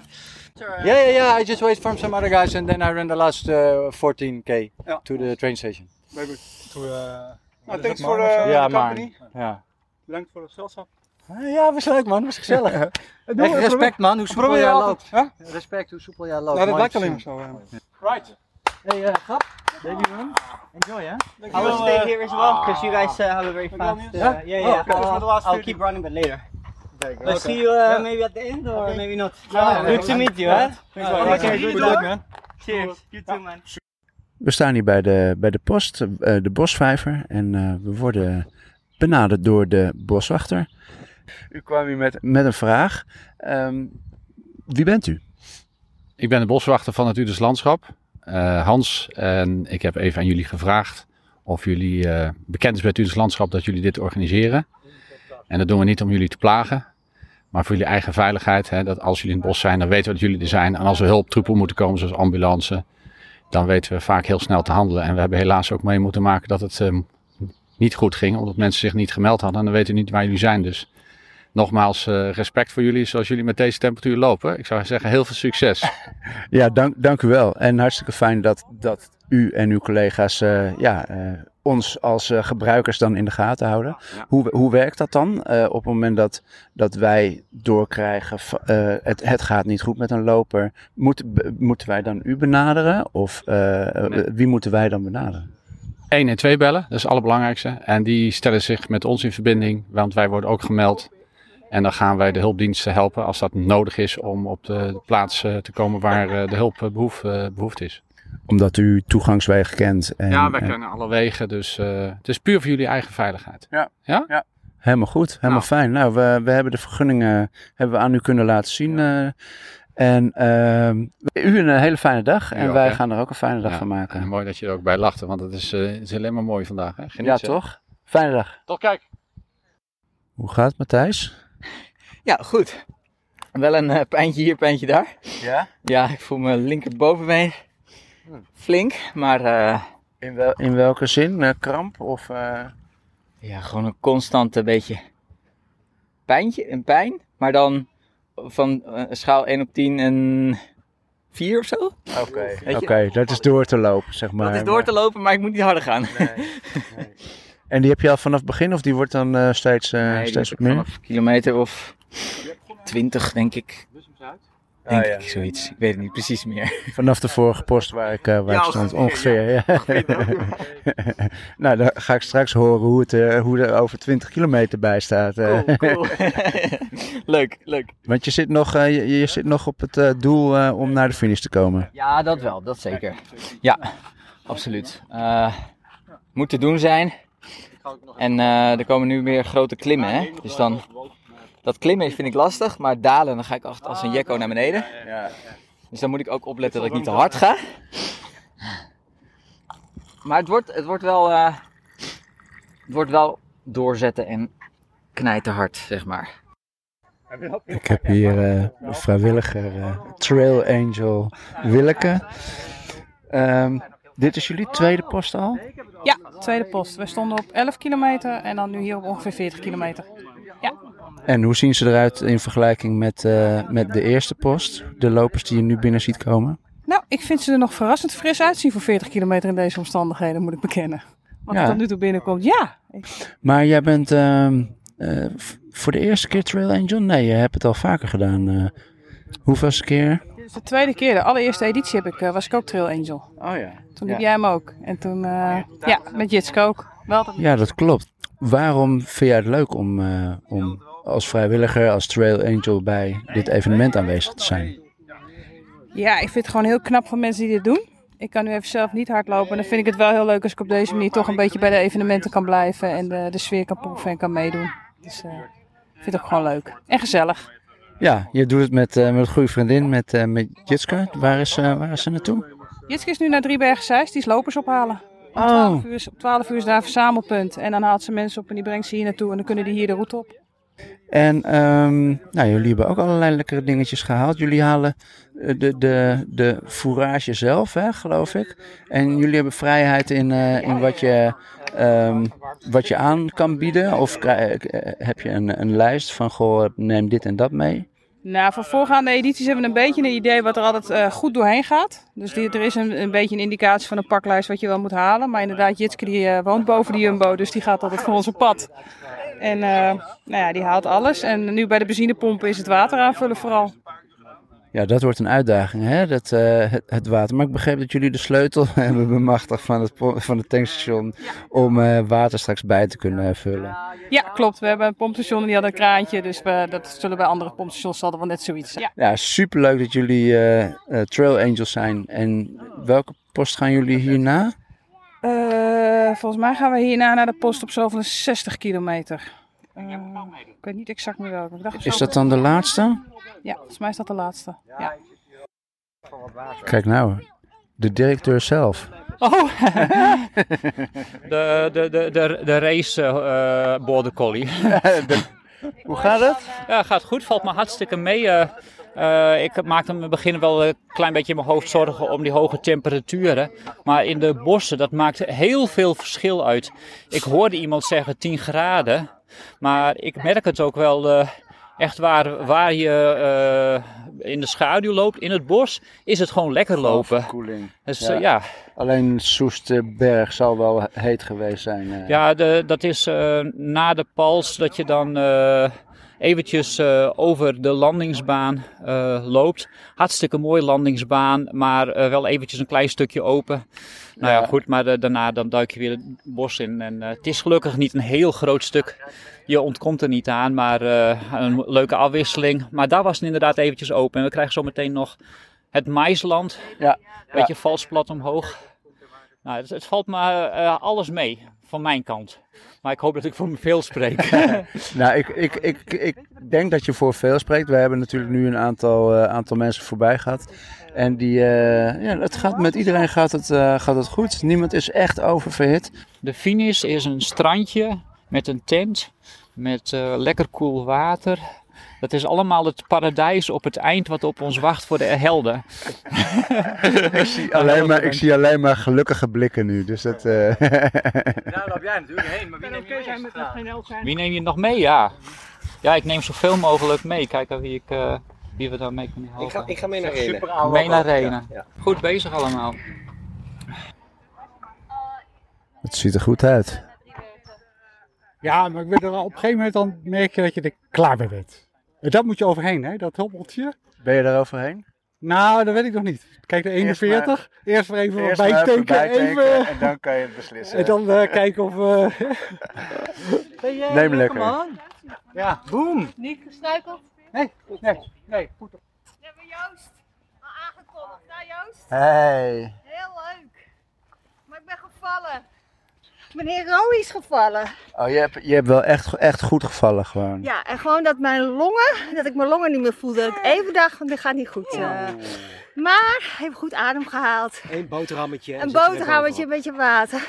Speaker 17: Ja, ja, ja. I just wait for some other guys and then I ran the last eh, 14k to the train station.
Speaker 9: Very good.
Speaker 17: is
Speaker 9: Nou, thanks
Speaker 17: dat
Speaker 9: for
Speaker 17: maar?
Speaker 9: uh,
Speaker 17: Ja,
Speaker 9: the
Speaker 17: maar.
Speaker 9: company.
Speaker 17: Ja. Eh,
Speaker 9: Bedankt voor het gezelschap.
Speaker 17: Ja, was leuk man, was gezellig.
Speaker 9: Doe,
Speaker 17: Echt respect man, hoe soepel
Speaker 9: Probeer
Speaker 17: jij
Speaker 9: altijd,
Speaker 17: loopt.
Speaker 9: hè?
Speaker 17: Respect hoe soepel jij loopt.
Speaker 9: Nou, dat
Speaker 17: Mooi
Speaker 9: lijkt
Speaker 17: te
Speaker 9: alleen maar
Speaker 17: zien.
Speaker 9: zo. ja.
Speaker 16: Right.
Speaker 17: Hey, uh, grap. Baby run. Enjoy, hè?
Speaker 16: I will stay
Speaker 17: Uh,
Speaker 16: here as well because you guys uh, have a very fast. Uh, yeah, yeah.
Speaker 17: Oh, okay.
Speaker 16: I'll-
Speaker 17: Just for the last
Speaker 16: I'll,
Speaker 17: 30.
Speaker 16: keep running, but later.
Speaker 17: go.
Speaker 16: Let's
Speaker 17: Okay.
Speaker 16: see you uh,
Speaker 17: Yeah.
Speaker 16: maybe at the end or maybe not.
Speaker 17: Yeah, yeah,
Speaker 16: good to
Speaker 17: yeah.
Speaker 16: meet you,
Speaker 17: Yeah.
Speaker 16: huh?
Speaker 17: Thanks a lot. Okay,
Speaker 16: Cheers.
Speaker 17: good luck, man.
Speaker 16: Cheers. You too, man.
Speaker 3: We staan hier bij de, bij de post, eh, de bosvijver. En eh, we worden benaderd door de boswachter.
Speaker 2: U kwam hier met...
Speaker 3: Met een vraag. Ehm, wie bent u?
Speaker 18: Ik ben de boswachter van het Udes Landschap, eh, Hans. En ik heb even aan jullie gevraagd of jullie eh, bekend is bij het Udes Landschap dat jullie dit organiseren. En dat doen we niet om jullie te plagen, maar voor jullie eigen veiligheid. Hè, dat als jullie in het bos zijn, dan weten we dat jullie er zijn. En als er hulptroepen moeten komen, zoals ambulance, dan weten we vaak heel snel te handelen. En we hebben helaas ook mee moeten maken dat het eh, niet goed ging, omdat mensen zich niet gemeld hadden. En dan weten we niet waar jullie zijn. Dus nogmaals, eh, respect voor jullie zoals jullie met deze temperatuur lopen. Ik zou zeggen, heel veel succes.
Speaker 3: Ja, dank, dank u wel. En hartstikke fijn dat, dat u en uw collega's eh, ja, eh, ons als eh, gebruikers dan in de gaten houden. Hoe, hoe werkt dat dan Eh, op het moment dat, dat wij doorkrijgen, v- eh, het, het gaat niet goed met een loper. Moet, b- moeten wij dan u benaderen of eh, eh, wie moeten wij dan benaderen?
Speaker 18: 112 bellen, dat is het allerbelangrijkste. En die stellen zich met ons in verbinding, want wij worden ook gemeld. En dan gaan wij de hulpdiensten helpen als dat nodig is om op de plaats eh, te komen waar eh, de hulp eh, behoef, eh, behoefd is.
Speaker 3: Omdat u toegangswegen kent. En,
Speaker 18: ja, wij
Speaker 3: en-
Speaker 18: kennen alle wegen, dus eh, het is puur voor jullie eigen veiligheid.
Speaker 3: Ja.
Speaker 18: ja?
Speaker 3: Helemaal goed, helemaal fijn. Nou, we, we hebben de vergunningen hebben we aan u kunnen laten zien. eh, en ehm, u een hele fijne dag. en
Speaker 18: ook,
Speaker 3: wij
Speaker 18: hè?
Speaker 3: gaan er ook een fijne dag
Speaker 18: Ja,
Speaker 3: van maken.
Speaker 18: en mooi dat je er ook bij lachte, want het is, eh, het is alleen maar mooi vandaag. Hè? Geniet,
Speaker 3: ja,
Speaker 18: hè?
Speaker 3: toch? Fijne dag.
Speaker 18: Tot kijk.
Speaker 3: Hoe gaat het, Matthijs?
Speaker 19: Ja, goed. Wel een eh, pijntje hier, pijntje daar.
Speaker 3: Ja?
Speaker 19: Ja, ik voel mijn linkerbovenbeen flink, maar eh,
Speaker 3: In, wel, in welke zin? Eh, kramp of... eh,
Speaker 19: ja, gewoon een constante beetje pijntje, een pijn. Maar dan van eh, schaal 1 op 10 een 4 of zo. Oké,
Speaker 3: Oké, dat is door te lopen, zeg maar.
Speaker 19: Dat is door te lopen, maar ik moet niet harder gaan. Nee,
Speaker 3: En die heb je al vanaf het begin of die wordt dan eh, steeds, eh, steeds wat meer?
Speaker 19: kilometer of 20 denk ik.
Speaker 3: Ah,
Speaker 19: Denk ik, zoiets. Ik weet het niet precies meer.
Speaker 3: Vanaf de vorige post waar ik, eh, waar
Speaker 19: Ja,
Speaker 3: ik stond, ongeveer.
Speaker 19: ongeveer,
Speaker 3: Ja.
Speaker 19: ja.
Speaker 3: nou, dan ga ik straks horen hoe, het, eh, hoe er over 20 kilometer bij staat. eh.
Speaker 19: Cool, cool. leuk, leuk.
Speaker 3: Want je zit nog, eh, je, je zit nog op het eh, doel eh, om naar de finish te komen.
Speaker 19: Ja, dat wel, dat zeker. Ja, absoluut. Eh, moet te doen zijn. En eh, er komen nu meer grote klimmen, hè? Dus dan, dat klimmen vind ik lastig, maar dalen, dan ga ik echt als een jekko naar beneden. Dus dan moet ik ook opletten dat ik niet te hard ga. Maar het wordt, het wordt wel, eh, het wordt wel doorzetten en knijten hard, zeg maar.
Speaker 3: Ik heb hier eh, een vrijwilliger, eh, Trail Angel Willeke. Ehm, dit is jullie tweede post al?
Speaker 20: Ja, tweede post. We stonden op 11 kilometer en dan nu hier op ongeveer 40 kilometer. Ja,
Speaker 3: En hoe zien ze eruit in vergelijking met, eh, met de eerste post? De lopers die je nu binnen ziet komen?
Speaker 20: nou, ik vind ze er nog verrassend fris uitzien voor 40 kilometer in deze omstandigheden, moet ik bekennen. Wat
Speaker 3: Ja.
Speaker 20: er tot nu toe binnenkomt, ja.
Speaker 3: Maar jij bent ehm, eh, v- voor de eerste keer Trail Angel? Nee, je hebt het al vaker gedaan. eh. hoeveelste keer?
Speaker 20: Dit is de tweede keer, de allereerste editie heb ik, eh, was ik ook Trail Angel.
Speaker 3: Oh ja.
Speaker 20: Toen
Speaker 3: Ja. Oh
Speaker 20: heb jij hem ook. En toen, eh, ja, met Jitske ook. Wel dat-
Speaker 3: Ja, dat klopt. Waarom vind jij het leuk om, eh, om als vrijwilliger, als Trail Angel bij dit evenement aanwezig te zijn?
Speaker 20: Ja, ik vind het gewoon heel knap van mensen die dit doen. Ik kan nu even zelf niet hardlopen. En dan vind ik het wel heel leuk als ik op deze manier toch een beetje bij de evenementen kan blijven. En de, de sfeer kan proeven en kan meedoen. Dus eh, ik vind het ook gewoon leuk. En gezellig.
Speaker 3: Ja, je doet het met, eh, met een goede vriendin, met, eh, met Jitske. Waar is, eh, waar is ze naartoe?
Speaker 20: Jitske is nu naar Driebergen Zeist. Die is lopers ophalen. Om
Speaker 3: Oh.
Speaker 20: 12 uur, is- om 12 uur is daar een verzamelpunt. En dan haalt ze mensen op en die brengt ze hier naartoe. En dan kunnen die hier de route op.
Speaker 3: En ehm, nou, jullie hebben ook allerlei lekkere dingetjes gehaald. Jullie halen eh, de, de, de fourage zelf, hè, geloof ik. En jullie hebben vrijheid in, eh, in wat, je, ehm, wat je aan kan bieden. Of krij- eh, heb je een, een lijst van, goh, neem dit en dat mee.
Speaker 20: Nou, van voorgaande edities hebben we een beetje een idee wat er altijd eh, goed doorheen gaat. Dus die, er is een, een beetje een indicatie van een paklijst wat je wel moet halen. Maar inderdaad, Jitske die, eh, woont boven de Jumbo, dus die gaat altijd voor ons op pad. En eh, nou ja, die haalt alles. En nu bij de benzinepompen is het water aanvullen vooral.
Speaker 3: Ja, dat wordt een uitdaging, hè? Dat, eh, het, het water. Maar ik begreep dat jullie de sleutel hebben bemachtigd van het, po- van het tankstation om eh, water straks bij te kunnen eh, vullen.
Speaker 20: Ja, klopt. We hebben een pompstation en die had een kraantje. Dus we, dat zullen bij andere pompstations zal er wel net zoiets zijn.
Speaker 3: Ja, superleuk dat jullie eh, eh, Trail Angels zijn. En welke post gaan jullie hierna?
Speaker 20: Eh, volgens mij gaan we hierna naar de post op zoveel 60 kilometer. Eh, ik weet niet exact meer welke. Ik dacht op
Speaker 3: Is
Speaker 20: zoveel-
Speaker 3: dat dan de laatste?
Speaker 20: Ja, volgens mij is dat de laatste. Ja.
Speaker 3: Kijk nou, de directeur zelf.
Speaker 20: Oh!
Speaker 1: De, de, de, de, de race eh, eh, border collie.
Speaker 3: Hoe gaat het?
Speaker 1: Ja, gaat goed. Valt me hartstikke mee. Eh, eh, ik maakte me in het begin wel een klein beetje in mijn hoofd zorgen om die hoge temperaturen. Maar in de bossen, dat maakt heel veel verschil uit. Ik hoorde iemand zeggen 10 graden. Maar ik merk het ook wel eh, echt waar, waar je eh, in de schaduw loopt, in het bos, is het gewoon lekker lopen. Dus, eh, ja.
Speaker 3: Alleen Soesterberg zal wel heet geweest zijn. eh.
Speaker 1: Ja, de, dat is eh, na de pals dat je dan eh, eventjes eh, over de landingsbaan eh, loopt. Hartstikke mooie landingsbaan, maar eh, wel eventjes een klein stukje open. Nou ja,
Speaker 3: Ja.
Speaker 1: goed, maar eh, daarna dan duik je weer het bos in. En eh, het is gelukkig niet een heel groot stuk. Je ontkomt er niet aan, maar eh, een leuke afwisseling. Maar daar was het inderdaad eventjes open. En we krijgen zometeen nog het maisland.
Speaker 3: Ja.
Speaker 1: Beetje vals plat omhoog. Nou, het, het valt me eh, alles mee van mijn kant. Maar ik hoop dat ik voor me veel spreek.
Speaker 3: Nou, ik, ik, ik, ik denk dat je voor veel spreekt. We hebben natuurlijk nu een aantal, eh, aantal mensen voorbij gehad. En die, eh, ja, het gaat, met iedereen gaat het, eh, gaat het goed. Niemand is echt oververhit.
Speaker 1: De finish is een strandje met een tent, met eh, lekker koel water. Dat is allemaal het paradijs op het eind wat op ons wacht voor de helden.
Speaker 3: ik, zie alleen maar, ik zie alleen maar gelukkige blikken nu. Dus dat, eh,
Speaker 1: Daar loop jij natuurlijk heen, maar wie neem je
Speaker 19: zijn met nog geen elf zijn.
Speaker 1: Wie neem je nog mee? Ja. Ja, ik neem zoveel mogelijk mee. Kijken wie, ik, eh, wie we dan mee kunnen helpen.
Speaker 17: Ik ga- ik ga mee naar Renen.
Speaker 1: Superoude Mee naar
Speaker 17: Ja,
Speaker 1: Renen.
Speaker 17: ja.
Speaker 1: Goed bezig allemaal.
Speaker 3: het ziet er goed uit.
Speaker 5: Ja, maar ik weet dat op een gegeven moment dan merk je dat je er klaar mee bent. En dat moet je overheen, hè? dat hobbeltje.
Speaker 3: Ben je daar overheen?
Speaker 5: Nou, dat weet ik nog niet. Kijk, de 41. Eerst,
Speaker 3: maar-
Speaker 5: maar even wat
Speaker 3: Eerst maar even
Speaker 5: bijtanken.
Speaker 3: bijtanken
Speaker 5: Even,
Speaker 3: en dan kan je het beslissen.
Speaker 5: En dan eh, kijken of... eh,
Speaker 3: Neem lekker. man.
Speaker 5: Ja, boem.
Speaker 21: Niet gesnuikeld?
Speaker 5: Nee, nee, nee. Goed.
Speaker 21: We hebben Joost al aangekondigd. Nou Joost,
Speaker 3: Hey.
Speaker 21: heel leuk. Maar ik ben gevallen. Meneer Roy is gevallen.
Speaker 3: Oh, je hebt, je hebt wel echt, echt goed gevallen gewoon.
Speaker 21: Ja, en gewoon dat mijn longen, dat ik mijn longen niet meer voelde. Dat ik even dacht, van dit gaat niet
Speaker 3: Oh.
Speaker 21: goed. eh. maar ik heb goed adem gehaald.
Speaker 9: Een boterhammetje.
Speaker 21: Een boterhammetje, een beetje water.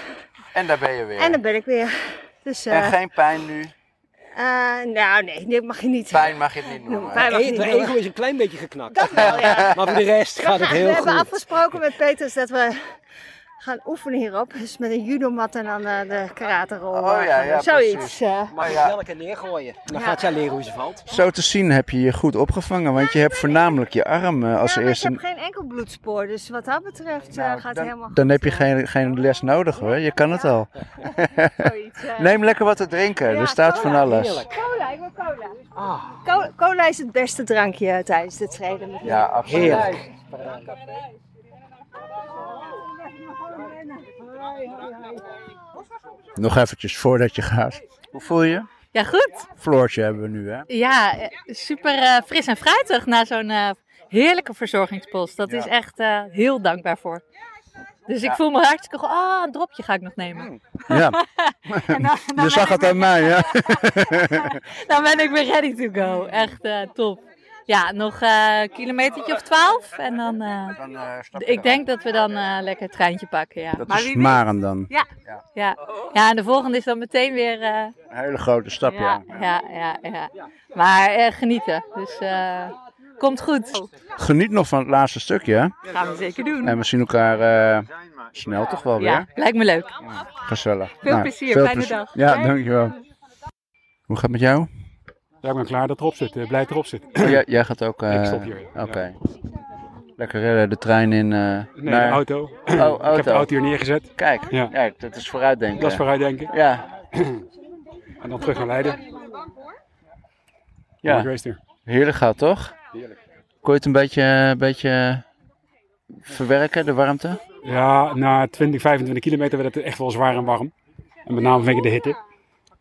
Speaker 3: En daar ben je weer.
Speaker 21: En dan ben ik weer. Dus,
Speaker 3: En
Speaker 21: eh,
Speaker 3: geen pijn nu?
Speaker 21: eh, nou nee, dit mag je niet.
Speaker 3: Pijn mag je het niet noemen.
Speaker 21: Pijn mag je
Speaker 9: Eén-
Speaker 21: niet
Speaker 9: mijn
Speaker 21: noemen.
Speaker 9: ego is een klein beetje geknakt.
Speaker 21: Dat wel, ja.
Speaker 9: Maar voor de rest
Speaker 21: We
Speaker 9: gaat het
Speaker 21: gaan-
Speaker 9: heel
Speaker 21: We
Speaker 9: goed.
Speaker 21: hebben afgesproken met Peters dat we gaan oefenen hierop. Dus met een judomat en dan eh, de karate rol.
Speaker 9: Oh, ja, ja,
Speaker 21: Zoiets.
Speaker 9: precies.
Speaker 21: eh.
Speaker 9: Mag je wel een keer neergooien. Dan gaat zij leren hoe ze valt.
Speaker 3: Zo te zien heb je je goed opgevangen, want je hebt voornamelijk je arm eh, als
Speaker 21: Ja, maar ik heb
Speaker 3: eerste.
Speaker 21: geen enkel bloedspoor, dus wat dat betreft
Speaker 9: Nou,
Speaker 21: eh, gaat het helemaal
Speaker 3: Dan heb je geen, geen les nodig hoor, je kan het al. Neem lekker wat te drinken, er staat van alles.
Speaker 21: Cola, ik wil cola.
Speaker 9: Ah.
Speaker 21: Co- Cola is het beste drankje eh, tijdens dit trainen. met
Speaker 3: Ja,
Speaker 21: mij.
Speaker 3: absoluut. Heerlijk. Nog eventjes voordat je gaat. Hoe voel je?
Speaker 21: Ja, goed.
Speaker 3: Floortje hebben we nu hè.
Speaker 21: Ja,
Speaker 15: eh, super eh, fris en fruitig na zo'n eh, heerlijke verzorgingspost. Dat is echt eh, heel dankbaar voor. Dus ik
Speaker 3: Ja. Mm.
Speaker 15: voel me hartstikke goed. Ah, een dropje ga ik nog nemen.
Speaker 3: Ja. Je zag het aan mij hè.
Speaker 15: Dan Nou ben ik weer ready to go. Echt eh, top. Ja, nog eh, een kilometertje of twaalf. En dan, eh, ik denk dat we dan eh, lekker het treintje pakken. Ja.
Speaker 3: Dat is Maren dan.
Speaker 15: Ja. Ja. ja, en de volgende is dan meteen weer... eh,
Speaker 3: Een hele grote stap ja.
Speaker 15: ja, ja, ja. Maar eh, genieten. Dus eh, komt
Speaker 3: Oh.
Speaker 15: goed.
Speaker 3: Geniet nog van het laatste stukje hè.
Speaker 15: Gaan we zeker doen.
Speaker 3: En we zien elkaar eh, snel toch wel weer.
Speaker 15: Ja, lijkt me leuk.
Speaker 3: Gezellig. Nou,
Speaker 15: Veel plezier, fijne dag.
Speaker 3: Ja,
Speaker 15: Bye.
Speaker 3: dankjewel. Hoe gaat het met jou?
Speaker 5: Ja, ik ben klaar dat erop zit. eh, Blij dat erop zit.
Speaker 3: Oh, jij, jij gaat ook... eh,
Speaker 5: Ik stop hier.
Speaker 3: Oké. Lekker eh, de trein in... eh,
Speaker 5: Nee,
Speaker 3: naar-
Speaker 5: de auto.
Speaker 3: Oh, auto.
Speaker 5: Ik heb de auto hier neergezet.
Speaker 3: Kijk,
Speaker 5: Ja.
Speaker 3: kijk, dat is vooruitdenken.
Speaker 5: Dat is vooruitdenken.
Speaker 3: Ja.
Speaker 5: en dan terug naar Leiden.
Speaker 3: Ja.
Speaker 5: Mooi geweest hier.
Speaker 3: Heerlijk gaat, toch?
Speaker 5: Heerlijk.
Speaker 3: Kon je het een beetje, een beetje verwerken, de warmte?
Speaker 5: Ja, na 20, 25 kilometer werd het echt wel zwaar en warm. En met name vanwege de hitte.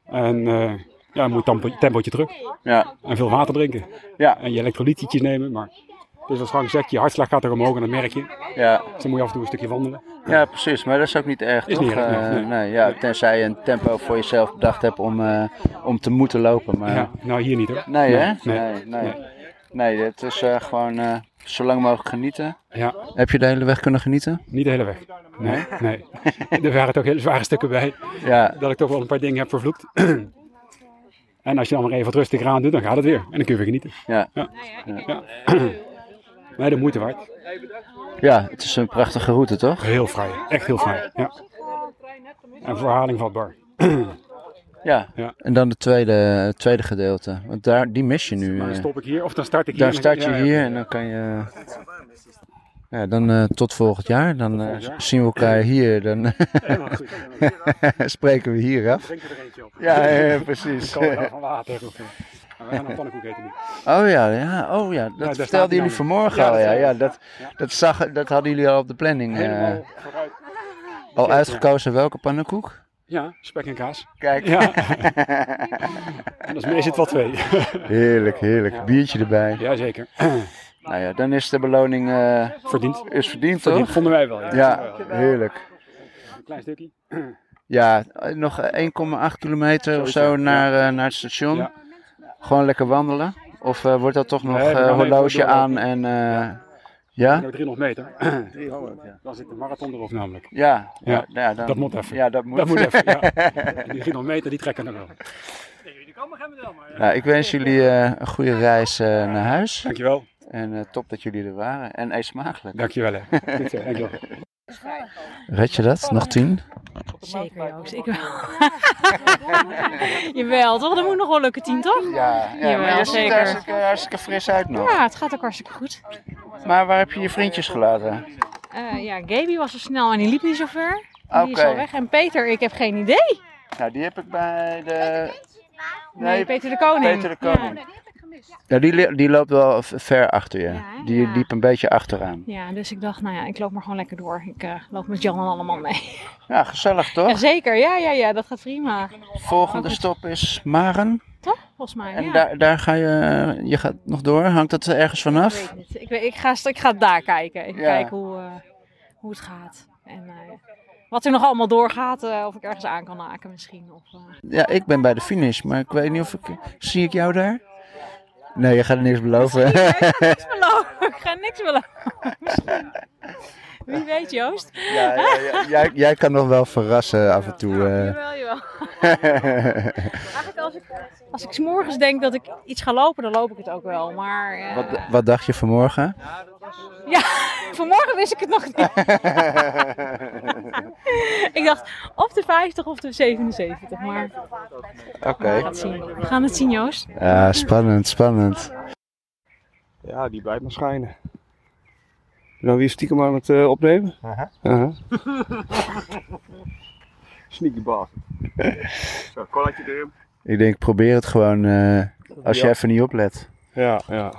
Speaker 5: En eh, ja, moet tempo, tempootje terug.
Speaker 3: Ja.
Speaker 5: En veel water drinken.
Speaker 3: Ja.
Speaker 5: En je elektrolytietjes nemen. Maar het is als Frank zegt, je hartslag gaat er omhoog en dat merk je.
Speaker 3: Ja.
Speaker 5: Dus dan moet je af en toe een stukje wandelen.
Speaker 3: Ja, precies. Maar dat is ook niet erg,
Speaker 5: Is
Speaker 3: toch?
Speaker 5: niet erg, nee,
Speaker 3: Eh,
Speaker 5: nee.
Speaker 3: ja, tenzij je een tempo voor jezelf bedacht hebt om, eh, om te moeten lopen. Maar...
Speaker 5: Ja, nou, hier niet, hoor.
Speaker 3: Nee, hè?
Speaker 5: Nee,
Speaker 3: Nee, nee.
Speaker 5: nee.
Speaker 3: nee. het is eh, gewoon eh, zo lang mogelijk genieten.
Speaker 5: Ja.
Speaker 3: Heb je de hele weg kunnen genieten?
Speaker 5: Niet de hele weg. Nee,
Speaker 3: Nee?
Speaker 5: nee. er waren toch hele zware stukken bij.
Speaker 3: Ja.
Speaker 5: Dat ik toch wel een paar dingen heb vervloekt. en als je dan maar even wat rustig aan doet, dan gaat het weer. En dan kun je weer genieten.
Speaker 3: Ja.
Speaker 5: ja. nee, de moeite waard.
Speaker 3: Ja, het is een prachtige route, toch?
Speaker 5: Heel fraai. Echt heel fraai. Ja. En voor herhaling vatbaar.
Speaker 2: Ja.
Speaker 5: Ja.
Speaker 3: En dan het tweede, het tweede gedeelte. Want daar, die mis je nu.
Speaker 5: Dan
Speaker 3: eh.
Speaker 5: stop ik hier of dan start ik hier.
Speaker 3: Daar start je
Speaker 5: Ja, ja.
Speaker 3: hier en dan kan je... Ja, dan eh, tot volgend jaar. Dan eh, zien we elkaar hier. Dan spreken we hier af.
Speaker 5: Drinken we er eentje op.
Speaker 3: Ja, ja, ja, precies.
Speaker 5: Ik kan wel van water. Maar Ah, we gaan een pannenkoek eten nu.
Speaker 3: Oh ja, ja, oh
Speaker 5: daar
Speaker 3: ja, dat
Speaker 5: staat hij
Speaker 3: vertelden
Speaker 5: dan.
Speaker 3: jullie vanmorgen
Speaker 5: Ja,
Speaker 3: al.
Speaker 5: dat
Speaker 3: Ja,
Speaker 5: zei
Speaker 3: ja,
Speaker 5: ik.
Speaker 3: dat, dat, zag, dat hadden jullie al op de planning. eh,
Speaker 5: Helemaal vooruit.
Speaker 3: al uitgekozen welke pannenkoek?
Speaker 5: Ja, spek en kaas.
Speaker 3: Kijk.
Speaker 5: Ja. en als meer zit wel twee.
Speaker 3: Heerlijk, heerlijk. Biertje erbij.
Speaker 5: Jazeker.
Speaker 3: Nou ja, dan is de beloning... eh,
Speaker 5: Verdiend.
Speaker 3: Is verdiend, toch?
Speaker 5: Verdiend, vonden wij wel, ja.
Speaker 3: Ja,
Speaker 5: Vonden wij wel.
Speaker 3: heerlijk.
Speaker 5: een klein stukje.
Speaker 3: Ja, eh, nog 1,8 kilometer of zo
Speaker 5: Zoiets, ja.
Speaker 3: naar, eh, naar het station.
Speaker 5: Ja.
Speaker 3: Gewoon lekker wandelen. Of eh, wordt dat toch nog
Speaker 5: Nee, we
Speaker 3: eh,
Speaker 5: gaan even
Speaker 3: horloge
Speaker 5: doorlopen.
Speaker 3: aan en... eh,
Speaker 5: Ja?
Speaker 3: ja?
Speaker 5: 300 meter. Dan zit de marathon erop namelijk.
Speaker 3: Ja, nou
Speaker 5: ja.
Speaker 3: ja, ja, dan-
Speaker 5: dat moet even.
Speaker 3: ja, dat moet.
Speaker 5: even. Ja. En Die 300 meter die trekken er wel.
Speaker 3: Nou, ik wens jullie eh, een goede reis eh, naar huis.
Speaker 5: Dankjewel.
Speaker 3: En eh, top dat jullie er waren. En eet smakelijk.
Speaker 5: Dankjewel. Hè. Goed zo, dankjewel.
Speaker 3: Red je dat? Nog tien?
Speaker 22: Zeker, Joost, ik wel. Jawel, toch? Dat moet nog wel lukken, tien, toch?
Speaker 3: Ja, ja, maar
Speaker 22: Jawel,
Speaker 3: je ziet er
Speaker 22: zeker.
Speaker 3: hartstikke, hartstikke fris uit nog.
Speaker 22: Ja, het gaat ook hartstikke goed.
Speaker 3: Maar waar heb je je vriendjes gelaten?
Speaker 22: Eh, ja, Gaby was er snel en die liep niet zo ver. Die is
Speaker 3: Oké.
Speaker 22: al weg. En Peter, ik heb geen idee.
Speaker 3: Nou, die heb ik bij de...
Speaker 22: Nee, Peter de Koning.
Speaker 3: Peter de Koning. Ja, die, li- die loopt wel v- ver achter je. die liep een beetje achteraan.
Speaker 22: Ja, dus ik dacht, nou ja, ik loop maar gewoon lekker door. Ik eh, loop met Jan en allemaal mee.
Speaker 3: Ja, gezellig toch?
Speaker 22: Ja, zeker, ja, ja, ja, dat gaat prima.
Speaker 3: Volgende stop is Maren.
Speaker 22: Toch? Volgens mij,
Speaker 3: En
Speaker 22: ja.
Speaker 3: daar, daar ga je... Je gaat nog door. Hangt dat er ergens
Speaker 22: Ik
Speaker 3: vanaf?
Speaker 22: weet niet. Ik, weet- ik, ga, st- ik ga daar kijken. Even
Speaker 3: Ja.
Speaker 22: kijken hoe, eh, hoe het gaat. En eh, wat er nog allemaal doorgaat. eh, of ik ergens aan kan haken misschien. Of, eh,
Speaker 3: Ja, ik ben bij de finish, maar ik weet niet of ik... Zie ik jou daar? Nee, je gaat niks beloven.
Speaker 22: niks beloven. Ik ga niks beloven. Misschien. Wie weet, Joost.
Speaker 3: Ja, ja, ja. Jij, jij kan nog wel verrassen af en toe.
Speaker 22: Jawel, jawel.
Speaker 3: eh.
Speaker 22: Eigenlijk als ik, als ik 's morgens denk dat ik iets ga lopen, dan loop ik het ook wel. Maar eh,
Speaker 3: Wat, wat dacht je vanmorgen?
Speaker 22: ja, vanmorgen wist ik het nog niet. ik dacht of de 50 of de 77. Maar
Speaker 3: Oké.
Speaker 22: we gaan het zien. We gaan het zien, Joost.
Speaker 3: Ja, spannend, spannend.
Speaker 8: Ja, die blijft maar schijnen. Nou, wie is stiekem aan het eh, opnemen?
Speaker 14: Aha.
Speaker 8: Aha.
Speaker 14: Sneaky baas. Zo, kolletje erin.
Speaker 3: Ik denk, probeer het gewoon eh, als je
Speaker 8: Ja.
Speaker 3: even niet oplet.
Speaker 8: Ja, ja.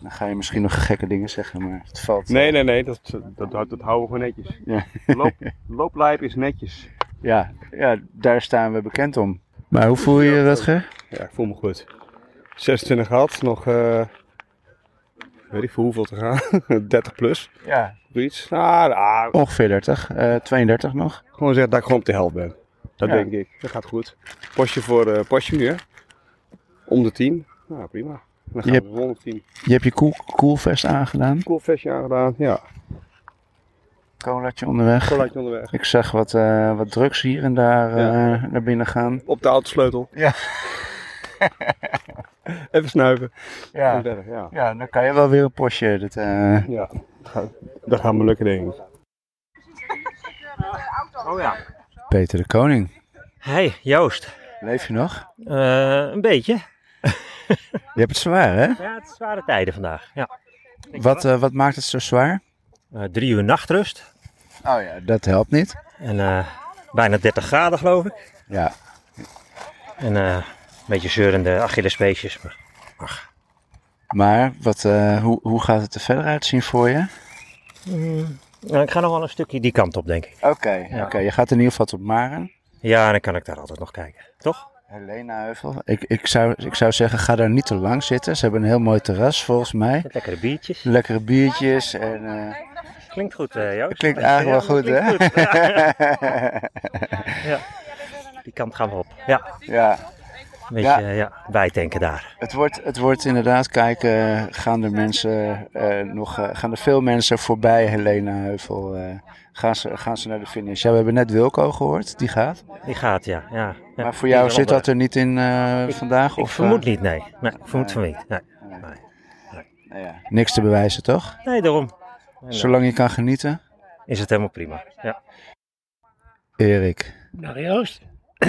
Speaker 3: Dan ga je misschien nog gekke dingen zeggen, maar het valt.
Speaker 8: Nee, nee, nee, dat, dat, dat, dat houden we gewoon netjes.
Speaker 3: Ja.
Speaker 8: Loop, looplijp is netjes.
Speaker 3: Ja, ja, daar staan we bekend om. Maar hoe voel je je, Rutger?
Speaker 8: Ja, ik voel me goed. 26 gehad, nog eh, weet ik voor hoeveel te gaan. 30 plus.
Speaker 3: Ja.
Speaker 8: Zoiets. Nou, ah,
Speaker 3: Ongeveer 30, eh, 32 nog.
Speaker 8: Gewoon zeggen dat ik gewoon op de helft ben. Dat
Speaker 3: Ja.
Speaker 8: denk ik. Dat gaat goed. Postje voor eh postje nu, hè? Om de 10. Nou, prima. En Dan gaan
Speaker 3: Je
Speaker 8: we rond de 10.
Speaker 3: Je hebt je cool, coolvest aangedaan.
Speaker 8: Cool vestje aangedaan, ja.
Speaker 3: Colaatje onderweg.
Speaker 8: Colaatje onderweg.
Speaker 3: Ik zag wat, eh, wat drugs hier en daar
Speaker 8: Ja.
Speaker 3: eh, naar binnen gaan.
Speaker 8: Op de autosleutel. Ja. Even snuiven.
Speaker 3: Ja.
Speaker 8: Om 30, ja.
Speaker 3: Ja, dan kan je wel weer een postje. Dat, eh,
Speaker 8: Ja, dat gaat me lukken, denk ik.
Speaker 14: Oh ja.
Speaker 3: Peter de Koning,
Speaker 7: Hey, Joost.
Speaker 3: leef je nog?
Speaker 7: Eh, een beetje.
Speaker 3: Je hebt het zwaar, hè?
Speaker 7: Ja, het is zware tijden vandaag. Ja.
Speaker 3: Wat, eh, wat maakt het zo zwaar?
Speaker 7: Eh, drie uur nachtrust.
Speaker 3: Oh ja, dat helpt niet.
Speaker 7: En eh, bijna 30 graden, geloof ik.
Speaker 3: Ja.
Speaker 7: En eh, een beetje zeurende Achillespeesjes. Maar
Speaker 3: Maar wat, eh, hoe, hoe gaat het er verder uitzien voor je?
Speaker 7: Mm, nou, ik ga nog wel een stukje die kant op, denk ik.
Speaker 3: Oké, oké, je gaat in ieder geval tot Maren.
Speaker 7: Ja, dan kan ik daar altijd nog kijken. Toch?
Speaker 3: Helena Heuvel. Ik, ik, zou, ik zou zeggen, ga daar niet te lang zitten. Ze hebben een heel mooi terras volgens mij.
Speaker 7: lekkere biertjes.
Speaker 3: Lekkere biertjes. En, eh,
Speaker 7: Klinkt goed, eh Joost.
Speaker 3: het klinkt eigenlijk wel goed,
Speaker 7: Ja,
Speaker 3: hè?
Speaker 7: klinkt goed. ja. Die kant gaan we op. Ja.
Speaker 3: Ja.
Speaker 7: Een beetje
Speaker 3: Ja.
Speaker 7: eh, ja, bijtanken daar.
Speaker 3: Het wordt, het wordt inderdaad kijken, gaan er, mensen, eh, nog, eh, gaan er veel mensen voorbij Helena Heuvel? eh, gaan, ze, gaan ze naar de finish? Ja, we hebben net Wilco gehoord, die gaat.
Speaker 7: Die gaat, ja. ja. ja.
Speaker 3: Maar voor
Speaker 7: Die
Speaker 3: jou
Speaker 7: is
Speaker 3: zit
Speaker 7: wel,
Speaker 3: dat er niet in eh, vandaag?
Speaker 7: Ik
Speaker 3: of, eh,
Speaker 7: vermoed niet, nee. nee ik vermoed van niet. Nee.
Speaker 3: Niks te bewijzen, toch?
Speaker 7: nee, daarom.
Speaker 3: Zolang je kan genieten.
Speaker 7: Is het helemaal prima. Ja.
Speaker 3: Erik,
Speaker 16: Nou,
Speaker 23: Dag Joost.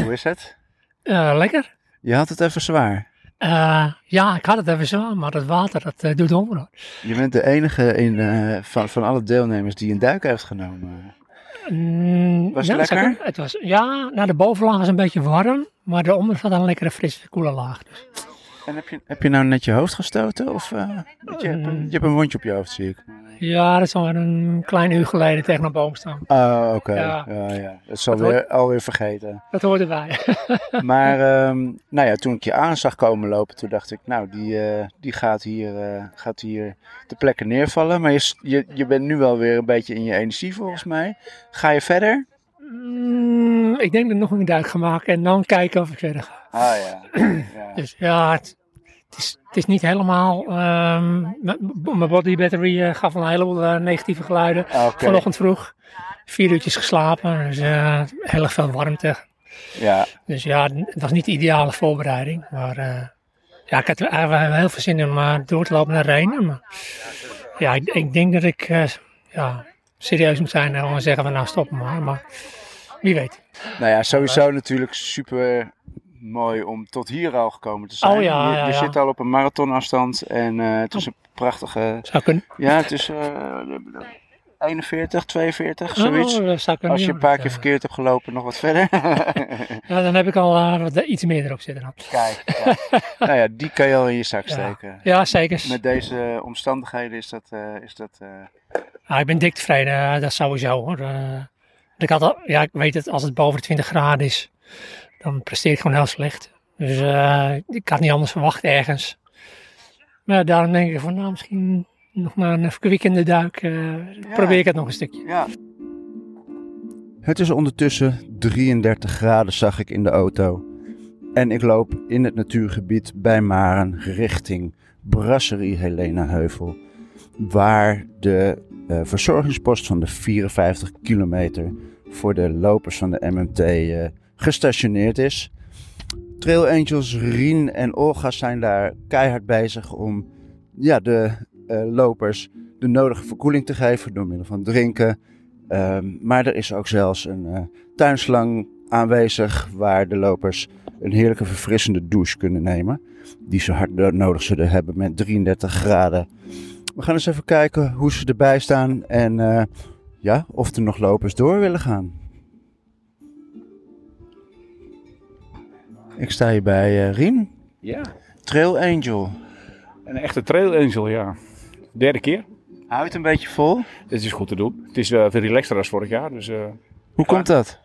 Speaker 3: hoe is het?
Speaker 23: Eh, lekker.
Speaker 3: Je had het even zwaar.
Speaker 23: Eh, ja, ik had het even zwaar, maar dat water dat eh, doet honger.
Speaker 3: Je bent de enige in, eh, van, van alle deelnemers die een duik heeft genomen.
Speaker 23: Mm,
Speaker 3: Was het
Speaker 23: ja, dat
Speaker 3: lekker?
Speaker 23: zou kunnen. Het was, ja, nou, de bovenlaag is een beetje warm, maar daaronder zat een lekkere frisse, koele laag. Dus,
Speaker 3: En heb je, heb je nou net je hoofd gestoten? Of, eh, want je, hebt een, je hebt een wondje op je hoofd, zie ik.
Speaker 23: mm, ja, dat is alweer een klein uur geleden tegen een boom staan.
Speaker 3: Ah, oké.
Speaker 23: Ja.
Speaker 3: Ja. Ja, Dat zal
Speaker 23: Dat hoort-
Speaker 3: weer, alweer vergeten.
Speaker 23: Dat hoort erbij.
Speaker 3: Maar ehm, nou ja, toen ik je aan zag komen lopen, toen dacht ik, nou, die, eh, die gaat, hier, eh, gaat hier de plekken neervallen. Maar je, s- je, je bent nu wel weer een beetje in je energie, volgens mij. Ga je verder?
Speaker 23: Mm, ik denk dat ik nog een duik ga maken en dan kijken of ik verder ga.
Speaker 3: Ah ja.
Speaker 23: Dus ja, het, het is, het is niet helemaal. ehm, mijn- mijn body battery eh, gaf een heleboel eh, negatieve geluiden.
Speaker 3: Ah, Oké.
Speaker 23: Vanochtend vroeg. Vier uurtjes geslapen, dus eh, heel erg veel warmte.
Speaker 3: Ja.
Speaker 23: Dus ja, het was niet de ideale voorbereiding. Maar eh, ja, ik had we hebben heel veel zin om eh, door te lopen naar Renen. Maar ja, ik, ik denk dat ik eh, ja, serieus moet zijn en gewoon zeggen van nou stop maar. Maar wie weet.
Speaker 3: Nou ja, sowieso natuurlijk super mooi om tot hier al gekomen te zijn.
Speaker 23: Oh ja,
Speaker 3: je
Speaker 23: ja,
Speaker 3: je
Speaker 23: ja.
Speaker 3: zit al op een marathonafstand en eh, het is een prachtige...
Speaker 23: Zou kunnen.
Speaker 3: Ja, het is eh, 41, 42, zoiets.
Speaker 23: Oh, dat zou kunnen,
Speaker 3: Als je
Speaker 23: ja,
Speaker 3: een paar
Speaker 23: dat,
Speaker 3: keer
Speaker 23: eh.
Speaker 3: verkeerd hebt gelopen, nog wat verder.
Speaker 23: Ja, dan heb ik al eh, wat- iets meer erop zitten. Dan.
Speaker 3: Kijk, kijk. nou ja, die kan je al in je zak
Speaker 23: Ja.
Speaker 3: steken.
Speaker 23: Ja, zeker.
Speaker 3: Met deze omstandigheden is dat... eh, is dat eh,
Speaker 23: Ja, Ah, ik ben dik tevreden, eh, dat sowieso hoor. Eh, ik, had al, ja, ik weet het, als het boven de 20 graden is, dan presteer ik gewoon heel slecht. Dus eh, ik had niet anders verwacht ergens. Maar ja, daarom denk ik van nou, misschien nog maar een verkwikkende duik. eh, Probeer ik het nog een stukje.
Speaker 3: Ja. Het is ondertussen 33 graden, zag ik in de auto. En ik loop in het natuurgebied bij Maren richting Brasserie Helena Heuvel. Waar de eh, verzorgingspost van de 54 kilometer voor de lopers van de MMT eh, gestationeerd is. Trail Angels, Rien en Olga zijn daar keihard bezig om ja, de eh, lopers de nodige verkoeling te geven door middel van drinken. Ehm, maar er is ook zelfs een eh, tuinslang aanwezig waar de lopers een heerlijke verfrissende douche kunnen nemen. Die ze hard no- nodig zullen hebben met 33 graden. We gaan eens even kijken hoe ze erbij staan en eh, ja, of er nog lopers door willen gaan. Ik sta hier bij eh, Rien.
Speaker 24: Ja.
Speaker 3: Trail Angel.
Speaker 24: Een echte trail angel, ja. Derde keer.
Speaker 3: Houdt een beetje vol?
Speaker 24: Het is goed te doen. Het is eh, veel relaxter dan vorig jaar. Dus,
Speaker 3: Hoe komt dat?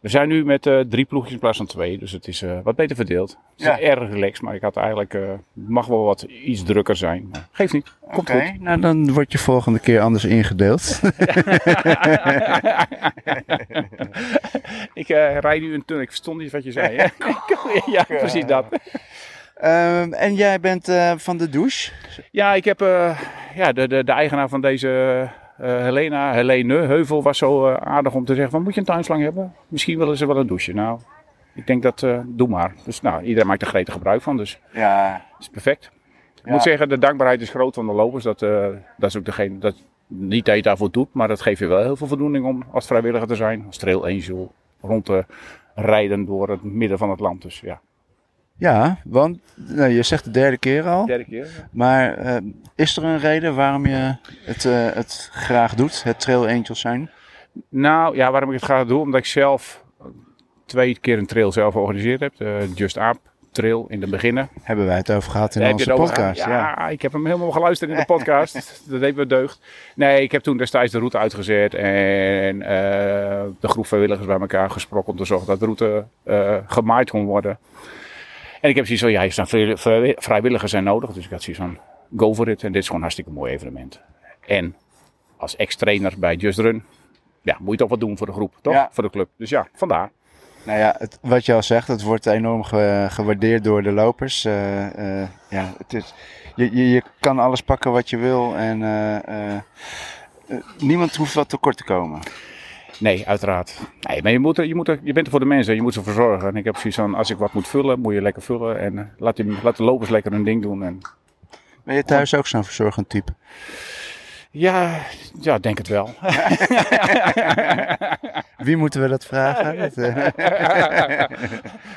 Speaker 24: We zijn nu met eh, drie ploegjes in plaats van twee. Dus het is eh, wat beter verdeeld. Het is
Speaker 3: Ja.
Speaker 24: erg relaxed, maar ik had eigenlijk... eh, het mag wel wat iets drukker zijn. Maar geeft niet. Komt
Speaker 3: Oké,
Speaker 24: goed.
Speaker 3: nou dan word je volgende keer anders ingedeeld.
Speaker 24: ik eh rijd nu een tunnel. Ik verstond niet wat je zei. Hè? ja, precies dat.
Speaker 3: Ehm, en jij bent eh, van de douche?
Speaker 24: Ja, ik heb eh, ja, de, de, de eigenaar van deze eh, Helena, Helene Heuvel, was zo eh, aardig om te zeggen: van, Moet je een tuinslang hebben? Misschien willen ze wel een douche. Nou, ik denk dat, eh, doe maar. Dus nou, iedereen maakt er gretig gebruik van. Dus
Speaker 3: Ja.
Speaker 24: is perfect. Ik
Speaker 3: Ja.
Speaker 24: moet zeggen, de dankbaarheid is groot van de lopers. Dat, eh, dat is ook degene dat niet dat je het daarvoor doet, maar dat geeft je wel heel veel voldoening om als vrijwilliger te zijn, als trail angel, rond te rijden door het midden van het land. Dus ja.
Speaker 3: Ja, want nou, je zegt de derde keer al.
Speaker 24: Derde keer, ja.
Speaker 3: Maar ehm, is er een reden waarom je het, eh, het graag doet, het Trail Angels zijn?
Speaker 24: Nou ja, waarom ik het graag doe? Omdat ik zelf twee keer een trail zelf georganiseerd heb. De Just Aap trail in de beginnen.
Speaker 3: Hebben wij het over gehad in
Speaker 24: Daar heb je
Speaker 3: onze
Speaker 24: het over
Speaker 3: podcast?
Speaker 24: gehad. Ja, ik heb hem helemaal geluisterd in de podcast. dat deed me deugd. Nee, ik heb toen destijds de route uitgezet en eh, de groep vrijwilligers bij elkaar gesproken om te zorgen dat de route eh, gemaaid kon worden. En ik heb zoiets van, ja, hier staan vrij- vrij- vrijwilligers zijn nodig. Dus ik had zoiets van, go for it. En dit is gewoon een hartstikke mooi evenement. En als ex-trainer bij Just Run, ja, moet je toch wat doen voor de groep, toch? Voor de club. Dus ja, vandaar.
Speaker 3: Nou ja, het- wat je al zegt, het wordt enorm ge- gewaardeerd door de lopers. Eh, eh, ja, het is, je, je, je kan alles pakken wat je wil en eh, eh, eh, niemand hoeft wat tekort te komen.
Speaker 24: Nee, uiteraard. Nee, maar je, moet, er- je, moet, er- je bent er voor de mensen, je moet ze verzorgen. En ik heb zoiets van, als ik wat moet vullen, moet je lekker vullen. En eh, laat, die, laat de lopers lekker hun ding doen. En
Speaker 3: Ben je thuis ook zo'n verzorgend type?
Speaker 24: Ja, ja, denk het wel.
Speaker 3: Wie moeten we dat vragen? Dat, eh.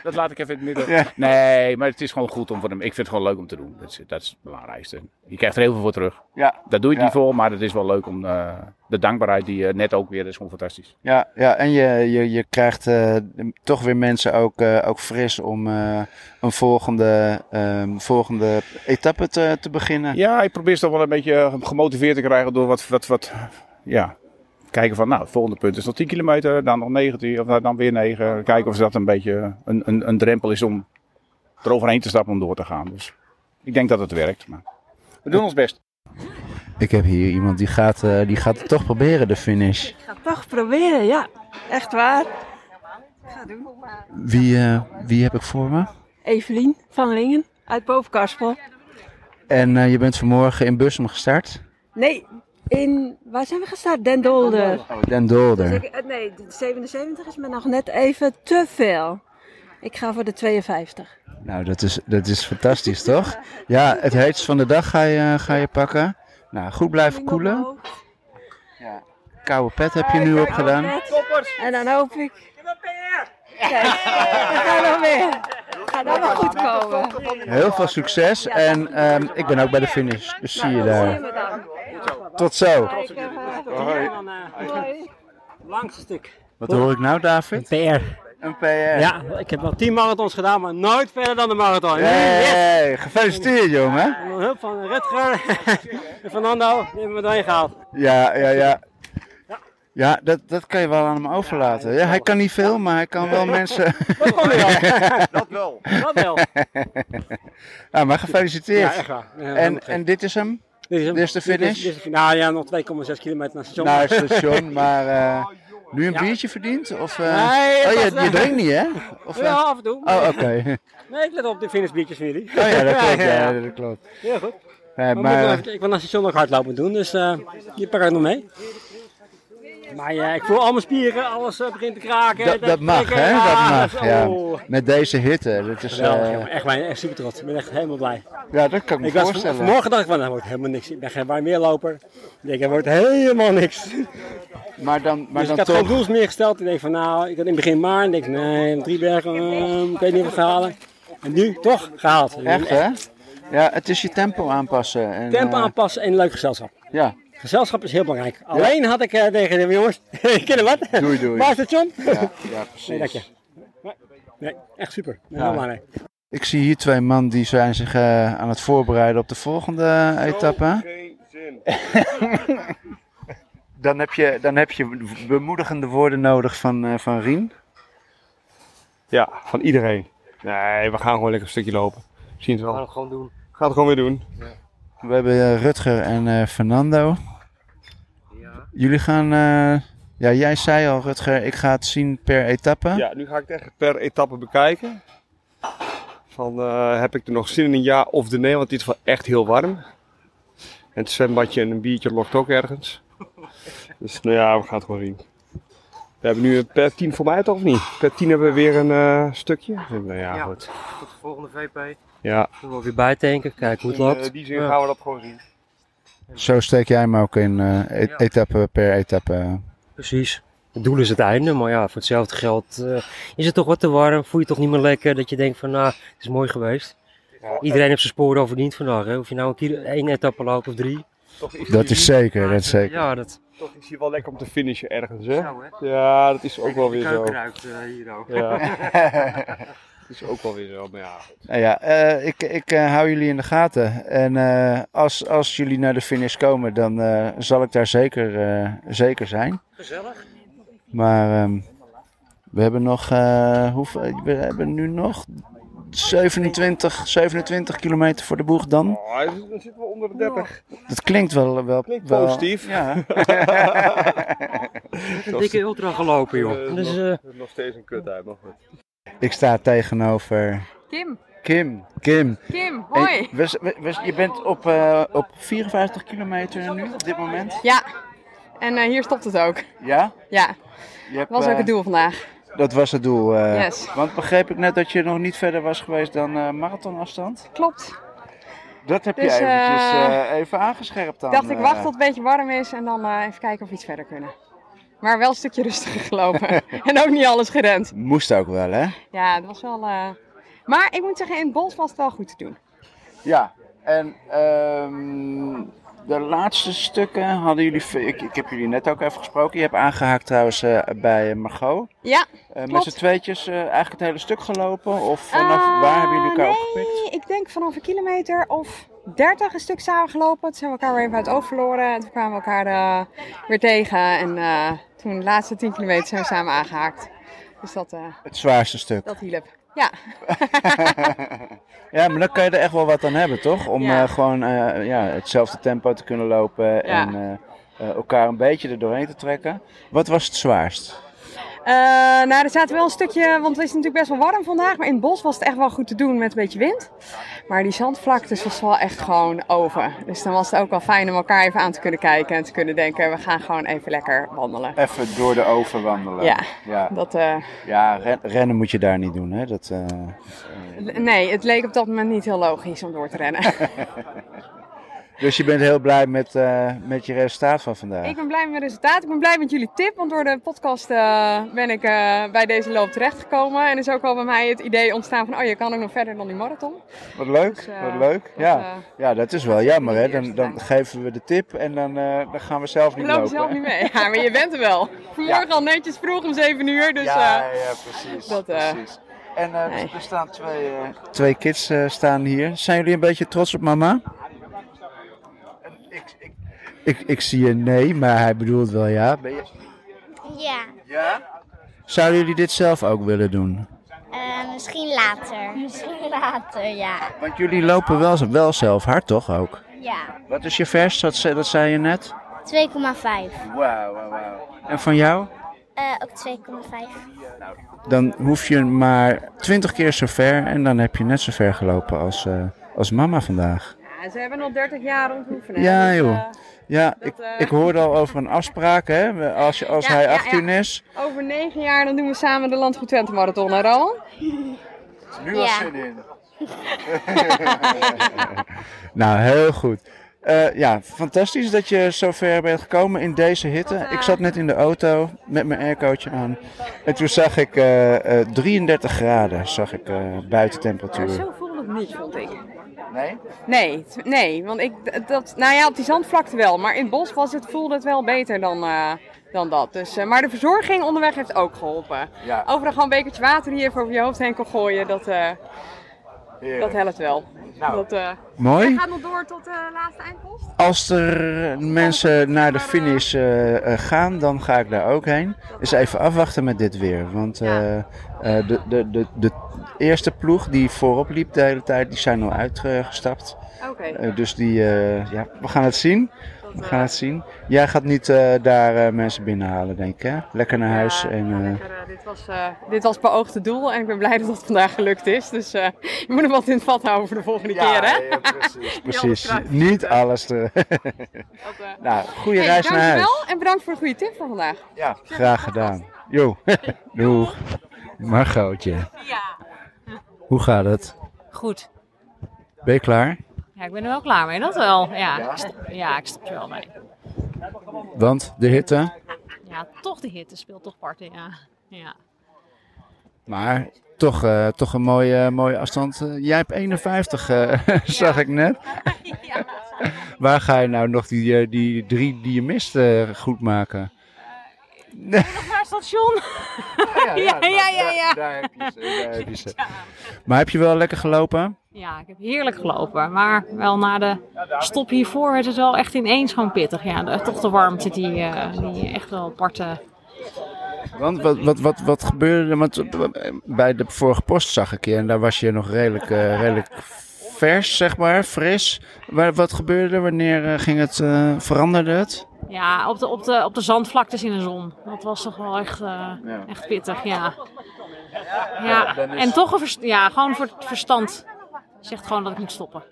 Speaker 24: dat laat ik even in het midden. Nee, maar het is gewoon goed om voor hem. Ik vind het gewoon leuk om te doen. Dat is, dat is het belangrijkste. Je krijgt er heel veel voor terug.
Speaker 3: Ja.
Speaker 24: Daar doe je het
Speaker 3: Ja.
Speaker 24: niet voor, maar het is wel leuk om eh, de dankbaarheid die je net ook weer dat is gewoon fantastisch.
Speaker 3: ja, ja, en je, je, je krijgt eh, toch weer mensen ook, eh, ook fris om eh, een volgende, ehm, volgende etappe te, te beginnen.
Speaker 24: Ja, ik probeer ze toch wel een beetje eh, gemotiveerd te krijgen door wat, wat, wat ja, kijken van, nou, het volgende punt is nog 10 kilometer, dan nog 19, of nou, dan weer 9. Kijken of dat een beetje een, een, een drempel is om eroverheen te stappen om door te gaan. Dus ik denk dat het werkt, maar we doen ons best.
Speaker 3: Ik heb hier iemand die gaat, eh, die gaat het toch proberen, de finish.
Speaker 25: ga toch proberen, ja. Echt waar. Ga doen.
Speaker 3: Wie, eh, wie heb ik voor me?
Speaker 25: Evelien van Lingen uit Bovenkarspel.
Speaker 3: En eh, je bent vanmorgen in Bussum gestart?
Speaker 25: Nee, in... Waar zijn we gestart? Den Dolder.
Speaker 3: Oh, Den Dolder.
Speaker 25: Dus ik- eh, nee, de 77 is me nog net even te veel. Ik ga voor de 52.
Speaker 3: Nou, dat is, dat is fantastisch, toch? Ja, het heetst van de dag ga je, ga je pakken. Nou, goed blijven koelen. Koude pet heb je nu opgedaan.
Speaker 25: En dan hoop ik... Kijk, we gaan nog weer. Gaat allemaal goed komen.
Speaker 3: Heel veel succes en ehm, ik ben ook bij de finish. Dus zie
Speaker 9: nou,
Speaker 3: je daar. Tot zo.
Speaker 9: eh, Hoi. Langste stuk.
Speaker 3: Wat hoor ik nou, David?
Speaker 9: Een PR.
Speaker 3: Een PR.
Speaker 9: Ja, ik heb wel 10 marathons gedaan, maar nooit verder dan de marathon.
Speaker 3: Hey, gefeliciteerd, jongen.
Speaker 9: En met hulp van Redger en Fernando die hebben we doorheen gehaald.
Speaker 3: Ja, ja, ja. Ja, dat, dat kan je wel aan hem overlaten. Ja, hij kan niet veel, maar hij kan wel mensen...
Speaker 9: Dat kon hij wel.
Speaker 3: Dat
Speaker 9: wel. Dat wel.
Speaker 3: Ja, Ah, maar gefeliciteerd.
Speaker 9: Ja, echt waar. Ja, helemaal
Speaker 3: en,
Speaker 9: gek.
Speaker 3: en dit is hem?
Speaker 9: Dit is,
Speaker 3: Dit is de finish?
Speaker 9: Dit is de fin- nou ja, nog 2,6 kilometer naar het station. Oh,
Speaker 3: Naar het station, maar eh, nu een biertje verdiend? Of, eh,
Speaker 9: Nee, dat
Speaker 3: oh, je,
Speaker 9: was-
Speaker 3: je drinkt niet, hè? eh?
Speaker 9: Ja, af en toe.
Speaker 3: Oh, oké.
Speaker 9: Nee, ik let op de finishbiertjes van jullie.
Speaker 3: Oh ja, dat klopt. Ja, dat klopt.
Speaker 9: Heel goed.
Speaker 3: Nee,
Speaker 9: Maar
Speaker 3: maar-
Speaker 9: moet nog even- ik wil naar het station nog hardlopen doen, dus eh je pakt het nog mee. Maar ja, ik voel al mijn spieren, alles eh, begint te kraken.
Speaker 3: Dat, dat mag,
Speaker 9: prikken,
Speaker 3: hè? Dat
Speaker 9: ja,
Speaker 3: mag,
Speaker 9: is-
Speaker 3: ja.
Speaker 9: oh.
Speaker 3: Met deze hitte. Dat is, eh,
Speaker 9: Geweldig, jongen. Echt, waar, echt super trots. Ik ben echt helemaal blij.
Speaker 3: ja, dat kan ik me
Speaker 9: Ik was
Speaker 3: voorstellen.
Speaker 9: vanmorgen dacht ik van, dat wordt helemaal niks. Ik ben geen warm weerloper. Ik denk, dat wordt helemaal niks.
Speaker 3: Maar dan, maar
Speaker 9: dus
Speaker 3: dan
Speaker 9: ik had geen
Speaker 3: toch.
Speaker 9: doels meer gesteld. Ik denk van, nou, ik had in het begin maar. En ik denk, nee, drie bergen, eh, ik weet niet of ik het ga halen. En nu toch gehaald.
Speaker 3: Echt, hè? Ja, het is je tempo aanpassen. En,
Speaker 9: Tempo
Speaker 3: eh,
Speaker 9: aanpassen en leuk gezelschap.
Speaker 3: Ja.
Speaker 9: Gezelschap is heel belangrijk. Alleen had ik eh, tegen de jongens, kennen wat?
Speaker 3: Doei, doei.
Speaker 9: Waar is het, John?
Speaker 3: Ja, ja, precies.
Speaker 9: Nee, dank je. Nee, Nee, echt super. Ik ben
Speaker 3: Ja.
Speaker 9: Heel belangrijk.
Speaker 3: Ik zie hier twee man die zijn zich eh, aan het voorbereiden op de volgende eh, etappe. Dan heb, je, dan heb je bemoedigende woorden nodig van, eh, van Rien.
Speaker 8: Ja, van iedereen. Nee, we gaan gewoon lekker een stukje lopen. We Zien het wel. We gaan het gewoon doen. We gaan het gewoon weer doen.
Speaker 3: We hebben eh, Rutger en eh, Fernando. Jullie gaan. eh, ja, jij zei al, Rutger, ik ga het zien per etappe.
Speaker 8: Ja, nu ga ik het echt per etappe bekijken. Van, eh, heb ik er nog zin in een ja of de nee, want dit is wel echt heel warm. En het zwembadje en een biertje lokt ook ergens. Dus nou ja, we gaan het gewoon zien. We hebben nu een per 10 voor mij toch of niet? Per 10 hebben we weer een eh, stukje. Nou ja, goed.
Speaker 14: Tot de volgende VP.
Speaker 8: Ja.
Speaker 14: Dan weer bijtanken, kijken hoe het
Speaker 8: In, eh,
Speaker 14: loopt.
Speaker 8: die zin gaan we dat gewoon zien.
Speaker 3: Zo steek jij hem ook in, eh, e- etappe per etappe.
Speaker 14: Precies. Het doel is het einde, maar ja, voor hetzelfde geld eh, is het toch wat te warm. Voel je toch niet meer lekker dat je denkt van, nou, het is mooi geweest.
Speaker 2: eh.
Speaker 14: Iedereen heeft zijn sporen overdiend vandaag. Hè? Of je nou een kilo, één etappe loopt of drie.
Speaker 3: Dat is zeker, dat is zeker.
Speaker 14: Ja, dat...
Speaker 8: Toch is hier wel lekker om te finishen ergens, hè? Ja, dat is ook wel weer zo.
Speaker 9: eh,
Speaker 8: Ja. dat is ook wel weer zo, maar ja.
Speaker 3: Nou ja, eh, ik, ik eh, hou jullie in de gaten. En eh, als, als jullie naar de finish komen, dan eh, zal ik daar zeker, eh, zeker zijn.
Speaker 14: Gezellig.
Speaker 3: Maar ehm, we hebben nog. eh, hoeveel, we hebben nu nog 27, 27 kilometer voor de boeg dan.
Speaker 8: Oh, hij zit- dan zitten we onder de 30.
Speaker 3: Dat klinkt wel. wel,
Speaker 8: Klinkt
Speaker 3: wel-
Speaker 8: positief.
Speaker 3: Ja.
Speaker 8: Nog
Speaker 14: dikke
Speaker 8: ste-
Speaker 14: ultra gelopen, joh.
Speaker 8: Eh,
Speaker 14: Dus,
Speaker 8: nog-
Speaker 14: eh,
Speaker 8: nog steeds een kut uit, maar goed.
Speaker 3: ik sta tegenover.
Speaker 26: Kim.
Speaker 3: Kim. Kim.
Speaker 26: Kim,
Speaker 3: En
Speaker 26: hoi.
Speaker 3: we- we- we- je bent op, eh, op 54 kilometer nu op dit moment.
Speaker 26: Ja, en eh, hier stopt het ook.
Speaker 3: Ja?
Speaker 26: Ja,
Speaker 3: Je hebt,
Speaker 26: dat was ook
Speaker 3: eh,
Speaker 26: het doel vandaag.
Speaker 3: Dat was het doel. eh.
Speaker 26: Yes.
Speaker 3: Want begreep ik net dat je nog niet verder was geweest dan eh marathonafstand?
Speaker 26: Klopt.
Speaker 3: Dat heb je
Speaker 26: Dus, eh,
Speaker 3: eventjes eh, even aangescherpt dan.
Speaker 26: Ik dacht, ik wacht tot
Speaker 3: eh.
Speaker 26: het een beetje warm is en dan eh, even kijken of we iets verder kunnen. Maar wel een stukje rustiger gelopen. en ook niet alles gerend.
Speaker 27: Moest ook wel, hè?
Speaker 26: Ja, dat was wel... eh, Maar ik moet zeggen, in het bos was het wel goed te doen.
Speaker 3: Ja, en ehm, de laatste stukken hadden jullie... ve- Ik, ik heb jullie net ook even gesproken. Je hebt aangehaakt trouwens eh, bij eh, Margot.
Speaker 26: Ja,
Speaker 3: Eh, met
Speaker 26: klopt.
Speaker 3: z'n tweetjes eh, eigenlijk het hele stuk gelopen? Of vanaf waar hebben jullie elkaar opgepikt?
Speaker 26: Ah, Eh, Nee, ik denk vanaf een kilometer of 30 een stuk samen gelopen. Toen zijn we elkaar weer even uit het oog verloren. En toen kwamen we elkaar eh, weer tegen. En eh, toen de laatste 10 kilometer zijn we samen aangehaakt. Dus dat, eh,
Speaker 3: Het zwaarste stuk.
Speaker 26: dat hielp. Ja.
Speaker 3: ja, maar dan kan je er echt wel wat aan hebben, toch? Om
Speaker 26: Ja.
Speaker 3: eh, gewoon eh, ja, hetzelfde tempo te kunnen lopen en eh, eh, elkaar een beetje er doorheen te trekken. Wat was het zwaarst?
Speaker 26: Eh, nou, er zaten wel een stukje, want het is natuurlijk best wel warm vandaag. Maar in het bos was het echt wel goed te doen met een beetje wind. Maar die zandvlaktes was wel echt gewoon over. Dus dan was het ook wel fijn om elkaar even aan te kunnen kijken. En te kunnen denken, we gaan gewoon even lekker wandelen.
Speaker 3: Even door de oven wandelen.
Speaker 26: Ja,
Speaker 3: ja.
Speaker 26: dat... eh,
Speaker 3: Ja, ren- rennen moet je daar niet doen, hè? Dat, eh,
Speaker 26: L- Nee, het leek op dat moment niet heel logisch om door te rennen.
Speaker 3: Dus je bent heel blij met, eh, met je resultaat van vandaag.
Speaker 26: ik ben blij met mijn resultaat. Ik ben blij met jullie tip, want door de podcast eh, ben ik eh, bij deze loop terechtgekomen. En is ook al bij mij het idee ontstaan van, oh je kan ook nog verder dan die marathon.
Speaker 3: Wat leuk,
Speaker 26: Dus, eh,
Speaker 3: wat leuk. Ja.
Speaker 26: eh,
Speaker 3: ja, dat is wel jammer, hè? Dan, dan geven we de tip en dan, eh, dan gaan we zelf
Speaker 26: Ik
Speaker 3: niet
Speaker 26: loop
Speaker 3: lopen.
Speaker 26: zelf niet mee. Ja, maar je bent er wel. Vanmorgen al netjes vroeg om 7 uur, dus...
Speaker 3: Ja,
Speaker 26: eh,
Speaker 3: ja, precies,
Speaker 26: Dat, eh,
Speaker 3: precies. En eh,
Speaker 26: nee.
Speaker 3: er staan twee... eh, Twee kids eh, staan hier. Zijn jullie een beetje trots op mama? Ik, ik zie een nee, maar hij bedoelt wel ja. Ben je-
Speaker 28: Ja,
Speaker 3: Zouden jullie dit zelf ook willen doen?
Speaker 28: eh, misschien later. Misschien later, ja.
Speaker 3: Want jullie lopen wel, wel zelf hard, toch ook?
Speaker 28: Ja,
Speaker 3: Wat is je vers? Dat, ze- dat zei je net.
Speaker 28: 2,5.
Speaker 3: Wauw, wauw, wauw. En van jou?
Speaker 28: Eh, ook 2,5.
Speaker 3: Dan hoef je maar 20 keer zo ver en dan heb je net zo ver gelopen als, eh, als mama vandaag.
Speaker 26: ja, ze hebben nog 30 jaar om te oefenen.
Speaker 3: Ja,
Speaker 26: dus,
Speaker 3: joh.
Speaker 26: eh,
Speaker 3: Ja,
Speaker 26: dat,
Speaker 3: ik,
Speaker 26: eh,
Speaker 3: ik hoorde al over een afspraak, hè? Als, je- als
Speaker 26: Ja,
Speaker 3: hij
Speaker 26: ja,
Speaker 3: 18
Speaker 26: ja.
Speaker 3: is.
Speaker 26: Over 9 jaar dan doen we samen de Land van Twente Marathon, hè Roland?
Speaker 3: Nu was zin in. Nou, heel goed. Eh, ja, fantastisch dat je zo ver bent gekomen in deze hitte. Ik zat net in de auto met mijn aircootje aan. En toen zag ik eh, eh, 33 graden, zag ik eh buitentemperatuur.
Speaker 26: Zo voelde het niet, vond ik.
Speaker 3: Nee?
Speaker 26: Nee, t- nee want ik, d- dat, nou ja, op die zandvlakte wel. Maar in het bos was het, voelde het wel beter dan, eh, dan dat. Dus, eh, maar de verzorging onderweg heeft ook geholpen.
Speaker 3: Ja.
Speaker 26: Overal gewoon een bekertje water die je even over je hoofd heen kan gooien, dat, eh, dat helpt wel.
Speaker 3: Nou.
Speaker 26: Dat, eh,
Speaker 3: Mooi.
Speaker 26: Jij gaat nog door tot de laatste eindpost?
Speaker 3: Als er mensen naar de finish eh, eh, gaan, dan ga ik daar ook heen. Dus even afwachten met dit weer. Want eh, eh, de, de, de, de eerste ploeg die voorop liep de hele tijd, die zijn al uitgestapt.
Speaker 26: Oké.
Speaker 3: Eh, dus die, eh, ja, we gaan het zien. We gaan
Speaker 26: eh,
Speaker 3: het zien. Jij gaat niet eh, daar eh, mensen binnenhalen, denk ik, hè? Lekker naar huis. en, eh,
Speaker 26: Eh, dit, was, eh dit was beoogde doel en ik ben blij dat dat vandaag gelukt is. Dus eh, je moet hem wat in het vat houden voor de volgende keer, hè? precies.
Speaker 3: Precies, niet alles. Te... nou, goede
Speaker 26: eh. Hey,
Speaker 3: reis naar huis.
Speaker 26: Dankjewel en bedankt voor de goede tip van vandaag.
Speaker 3: Ja. Graag gedaan. Jo, doeg.
Speaker 20: Margootje,
Speaker 22: Ja.
Speaker 20: hoe gaat het?
Speaker 22: Goed.
Speaker 20: Ben je klaar?
Speaker 22: Ja, ik ben er wel klaar mee, dat wel. Ja, ik st- ja ik stap er wel mee.
Speaker 20: Want de hitte.
Speaker 22: Ja, toch de hitte speelt toch parten, ja. ja.
Speaker 20: Maar toch, eh, toch een mooie, mooie afstand. Eh, Jij hebt 51, eh, zag ik net. Waar ga je nou nog die, eh, die drie die je mist eh, goed maken?
Speaker 22: Nog naar het station.
Speaker 3: Oh ja, ja,
Speaker 22: ja, ja, ja, ja.
Speaker 3: daar heb je ze, daar heb je ze. Maar heb je wel lekker gelopen?
Speaker 22: Ja, ik heb heerlijk gelopen. Maar wel na de stop hiervoor werd het wel echt ineens gewoon pittig. Ja, de, toch de warmte die, eh, die echt wel aparte...
Speaker 20: Want wat, wat, wat, wat gebeurde er? Want eh, bij de vorige post zag ik je en daar was je nog redelijk, eh, redelijk vers, zeg maar, fris. Waar, wat gebeurde er? Wanneer eh, ging het, eh, veranderde het?
Speaker 22: Ja, op de, op, de, op de zandvlaktes in de zon. Dat was toch wel echt, eh, echt pittig, ja. Ja,
Speaker 20: dan is-
Speaker 22: en toch een vers- ja, gewoon voor het verstand zegt gewoon dat ik moet stoppen.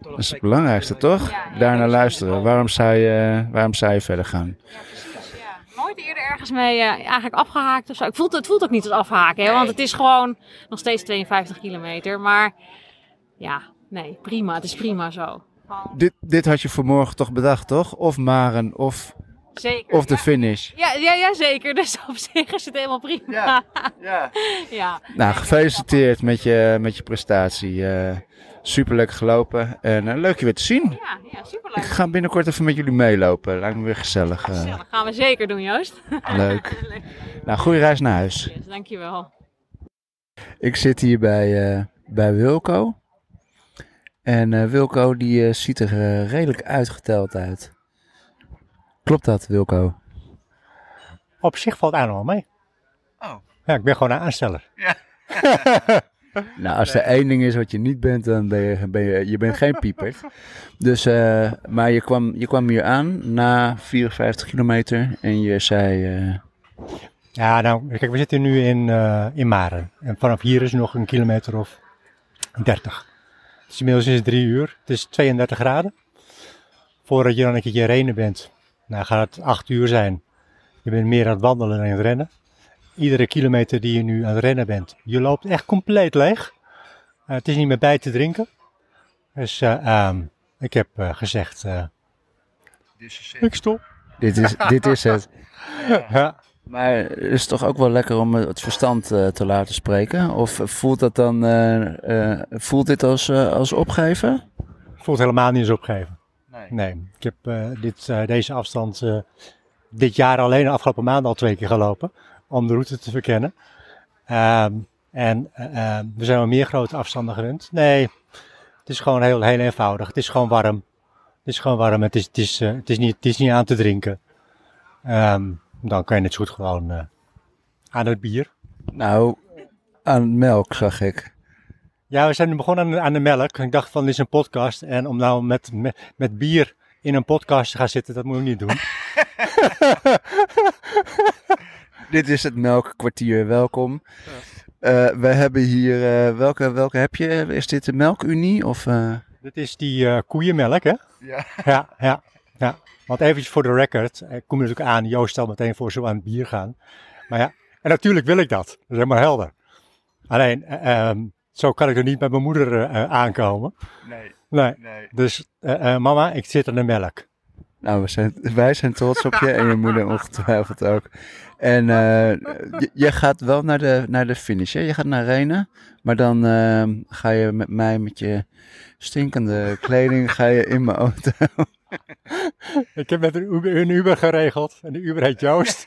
Speaker 20: Dat is het belangrijkste, toch? Daarna luisteren. Waarom zou je, waarom zou je verder gaan?
Speaker 22: Nooit eerder ergens mee eh, eigenlijk afgehaakt of zo. Ik voel, het voelt ook niet als afhaken, hè, want het is gewoon nog steeds 52 kilometer. Maar ja, Nee, prima. Het is prima zo.
Speaker 3: Dit, dit had je vanmorgen toch bedacht, toch? Of Maren, of,
Speaker 22: Zeker.
Speaker 3: of de finish.
Speaker 22: Ja, ja, ja, zeker. Dus op zich is het helemaal prima. Ja. ja.
Speaker 3: Nou, gefeliciteerd met je, met je prestatie. eh superleuk gelopen en eh, leuk je weer te zien.
Speaker 22: Ja, ja, superleuk.
Speaker 3: Ik ga binnenkort even met jullie meelopen. Lijkt me weer gezellig. eh,
Speaker 22: Dat gaan we zeker doen, Joost.
Speaker 3: leuk. Nou, goede reis naar huis.
Speaker 22: Dus dankjewel.
Speaker 3: Ik zit hier bij, eh, bij Wilco. En eh, Wilco die eh, ziet er eh, redelijk uitgeteld uit. Klopt dat, Wilco?
Speaker 6: Op zich valt aan wel mee.
Speaker 2: Oh.
Speaker 6: Ja, ik ben gewoon een aansteller.
Speaker 3: Nou, als er één ding is wat je niet bent, dan ben je, ben je, je bent geen pieper. Dus, eh, maar je kwam, je kwam hier aan na 54 kilometer en je zei... eh,
Speaker 6: Ja, nou, kijk, we zitten nu in, eh, in Maren. En vanaf hier is nog een kilometer of 30. Dus inmiddels is het drie uur. Het is 32 graden. Voordat je dan een keertje renen bent, nou gaat het acht uur zijn. Je bent meer aan het wandelen dan aan het rennen. Iedere kilometer die je nu aan het rennen bent, je loopt echt compleet leeg. Eh, het is niet meer bij te drinken. Dus eh, ehm, ik heb eh, gezegd, eh, ik stop.
Speaker 3: dit, is, dit is het.
Speaker 6: Ja.
Speaker 3: Maar het is toch ook wel lekker om het verstand eh, te laten spreken? Of voelt dat dan, eh, eh, voelt dit als, eh, als opgeven?
Speaker 6: voelt helemaal niet eens opgeven.
Speaker 3: Nee.
Speaker 6: Ik heb eh, dit, eh, deze afstand eh, dit jaar alleen de afgelopen maand al twee keer gelopen. Om de route te verkennen. Ehm, en eh, eh, we zijn wel meer grote afstanden gewend. Nee, het is gewoon heel, heel eenvoudig. Het is gewoon warm. Het is gewoon warm. Het is, het is, eh, het is, niet, het is niet aan te drinken. Ehm, dan kan je het zo goed gewoon eh, aan het bier.
Speaker 3: Nou, aan melk zag ik.
Speaker 6: Ja, we zijn nu begonnen aan, de- aan de melk. Ik dacht van, dit is een podcast. En om nou met, met, met bier in een podcast te gaan zitten, dat moet ik niet doen.
Speaker 3: Dit is het melkkwartier, welkom. Eh, we hebben hier, eh, welke, welke heb je? Is dit de melkunie? Of, eh,
Speaker 6: Dit is die eh, koeienmelk, hè?
Speaker 2: Ja.
Speaker 6: Ja, ja, ja. Want eventjes voor de record, eh, ik kom natuurlijk aan, Joost zal meteen voor zo aan het bier gaan. Maar ja, en natuurlijk wil ik dat. Dat is helemaal helder. Alleen, eh, ehm, zo kan ik er niet met mijn moeder eh, eh, aankomen.
Speaker 2: Nee.
Speaker 6: Nee.
Speaker 2: Nee.
Speaker 6: Dus, eh, eh, mama, ik zit aan de melk.
Speaker 3: Nou, we zijn, wij zijn trots op je en je moeder ongetwijfeld ook. En eh, je, je gaat wel naar de, naar de finish, hè? Je gaat naar Renen, maar dan eh, ga je met mij met je stinkende kleding ga je in mijn auto.
Speaker 6: Ik heb met een Uber, een Uber geregeld. En de Uber heet Joost.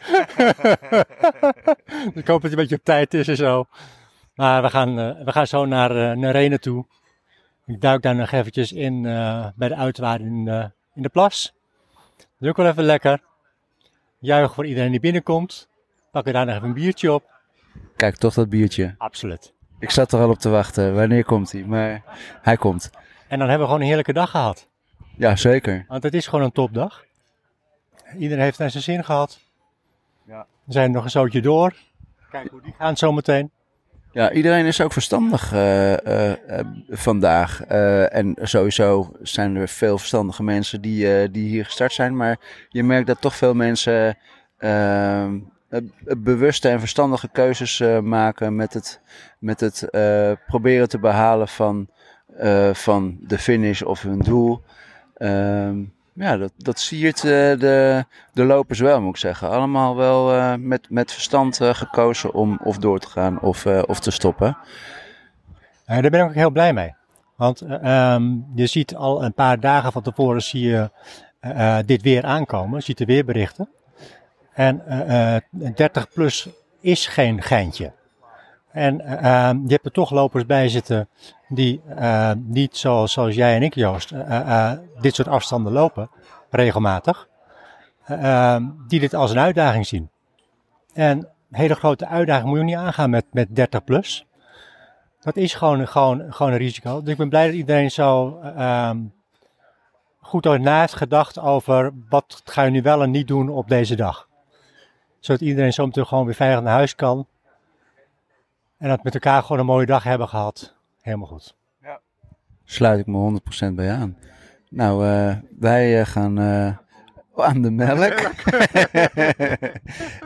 Speaker 6: ik hoop dat hij een beetje op tijd is en zo. Maar we gaan, eh, we gaan zo naar, eh naar Renen toe. Ik duik daar nog eventjes in eh, bij de uitwaard in, eh, in de plas. Dat is ook wel even lekker. Juich voor iedereen die binnenkomt. Pak er daar nog even een biertje op.
Speaker 3: Kijk, toch dat biertje.
Speaker 6: Absoluut.
Speaker 3: Ik zat er al op te wachten. Wanneer komt hij? Maar hij komt.
Speaker 6: En dan hebben we gewoon een heerlijke dag gehad.
Speaker 3: Ja, zeker.
Speaker 6: Want het is gewoon een topdag. Iedereen heeft naar zijn zin gehad.
Speaker 2: Ja.
Speaker 6: We zijn nog een zootje door. Kijk hoe die gaan zometeen.
Speaker 3: Ja, iedereen is ook verstandig eh, eh, eh, vandaag. Eh, en sowieso zijn er veel verstandige mensen die, eh, die hier gestart zijn. Maar je merkt dat toch veel mensen eh, eh, bewuste en verstandige keuzes eh, maken met het, met het eh, proberen te behalen van, eh, van de finish of hun doel. Ehm, ja, dat, dat siert eh, de, de lopers wel, moet ik zeggen. Allemaal wel eh, met, met verstand eh, gekozen om of door te gaan of, eh, of te stoppen.
Speaker 6: Ja, daar ben ik ook heel blij mee. Want eh, ehm, je ziet al een paar dagen van tevoren zie je eh, eh, dit weer aankomen. Je ziet de weerberichten. En eh, eh, 30 plus is geen geintje. En eh, ehm, je hebt er toch lopers bij zitten die eh, niet zoals, zoals jij en ik, Joost, eh, eh, eh, dit soort afstanden lopen, regelmatig. Eh, ehm, die dit als een uitdaging zien. En een hele grote uitdaging moet je ook niet aangaan met, met 30 plus. Dat is gewoon, gewoon, gewoon een risico. Dus ik ben blij dat iedereen zo ehm, goed over na heeft gedacht over wat ga je nu wel en niet doen op deze dag. Zodat iedereen zometeen gewoon weer veilig naar huis kan. En dat we met elkaar gewoon een mooie dag hebben gehad. Helemaal goed.
Speaker 3: Sluit ik me 100% bij aan. Nou, eh, wij eh, gaan eh,
Speaker 9: aan de melk.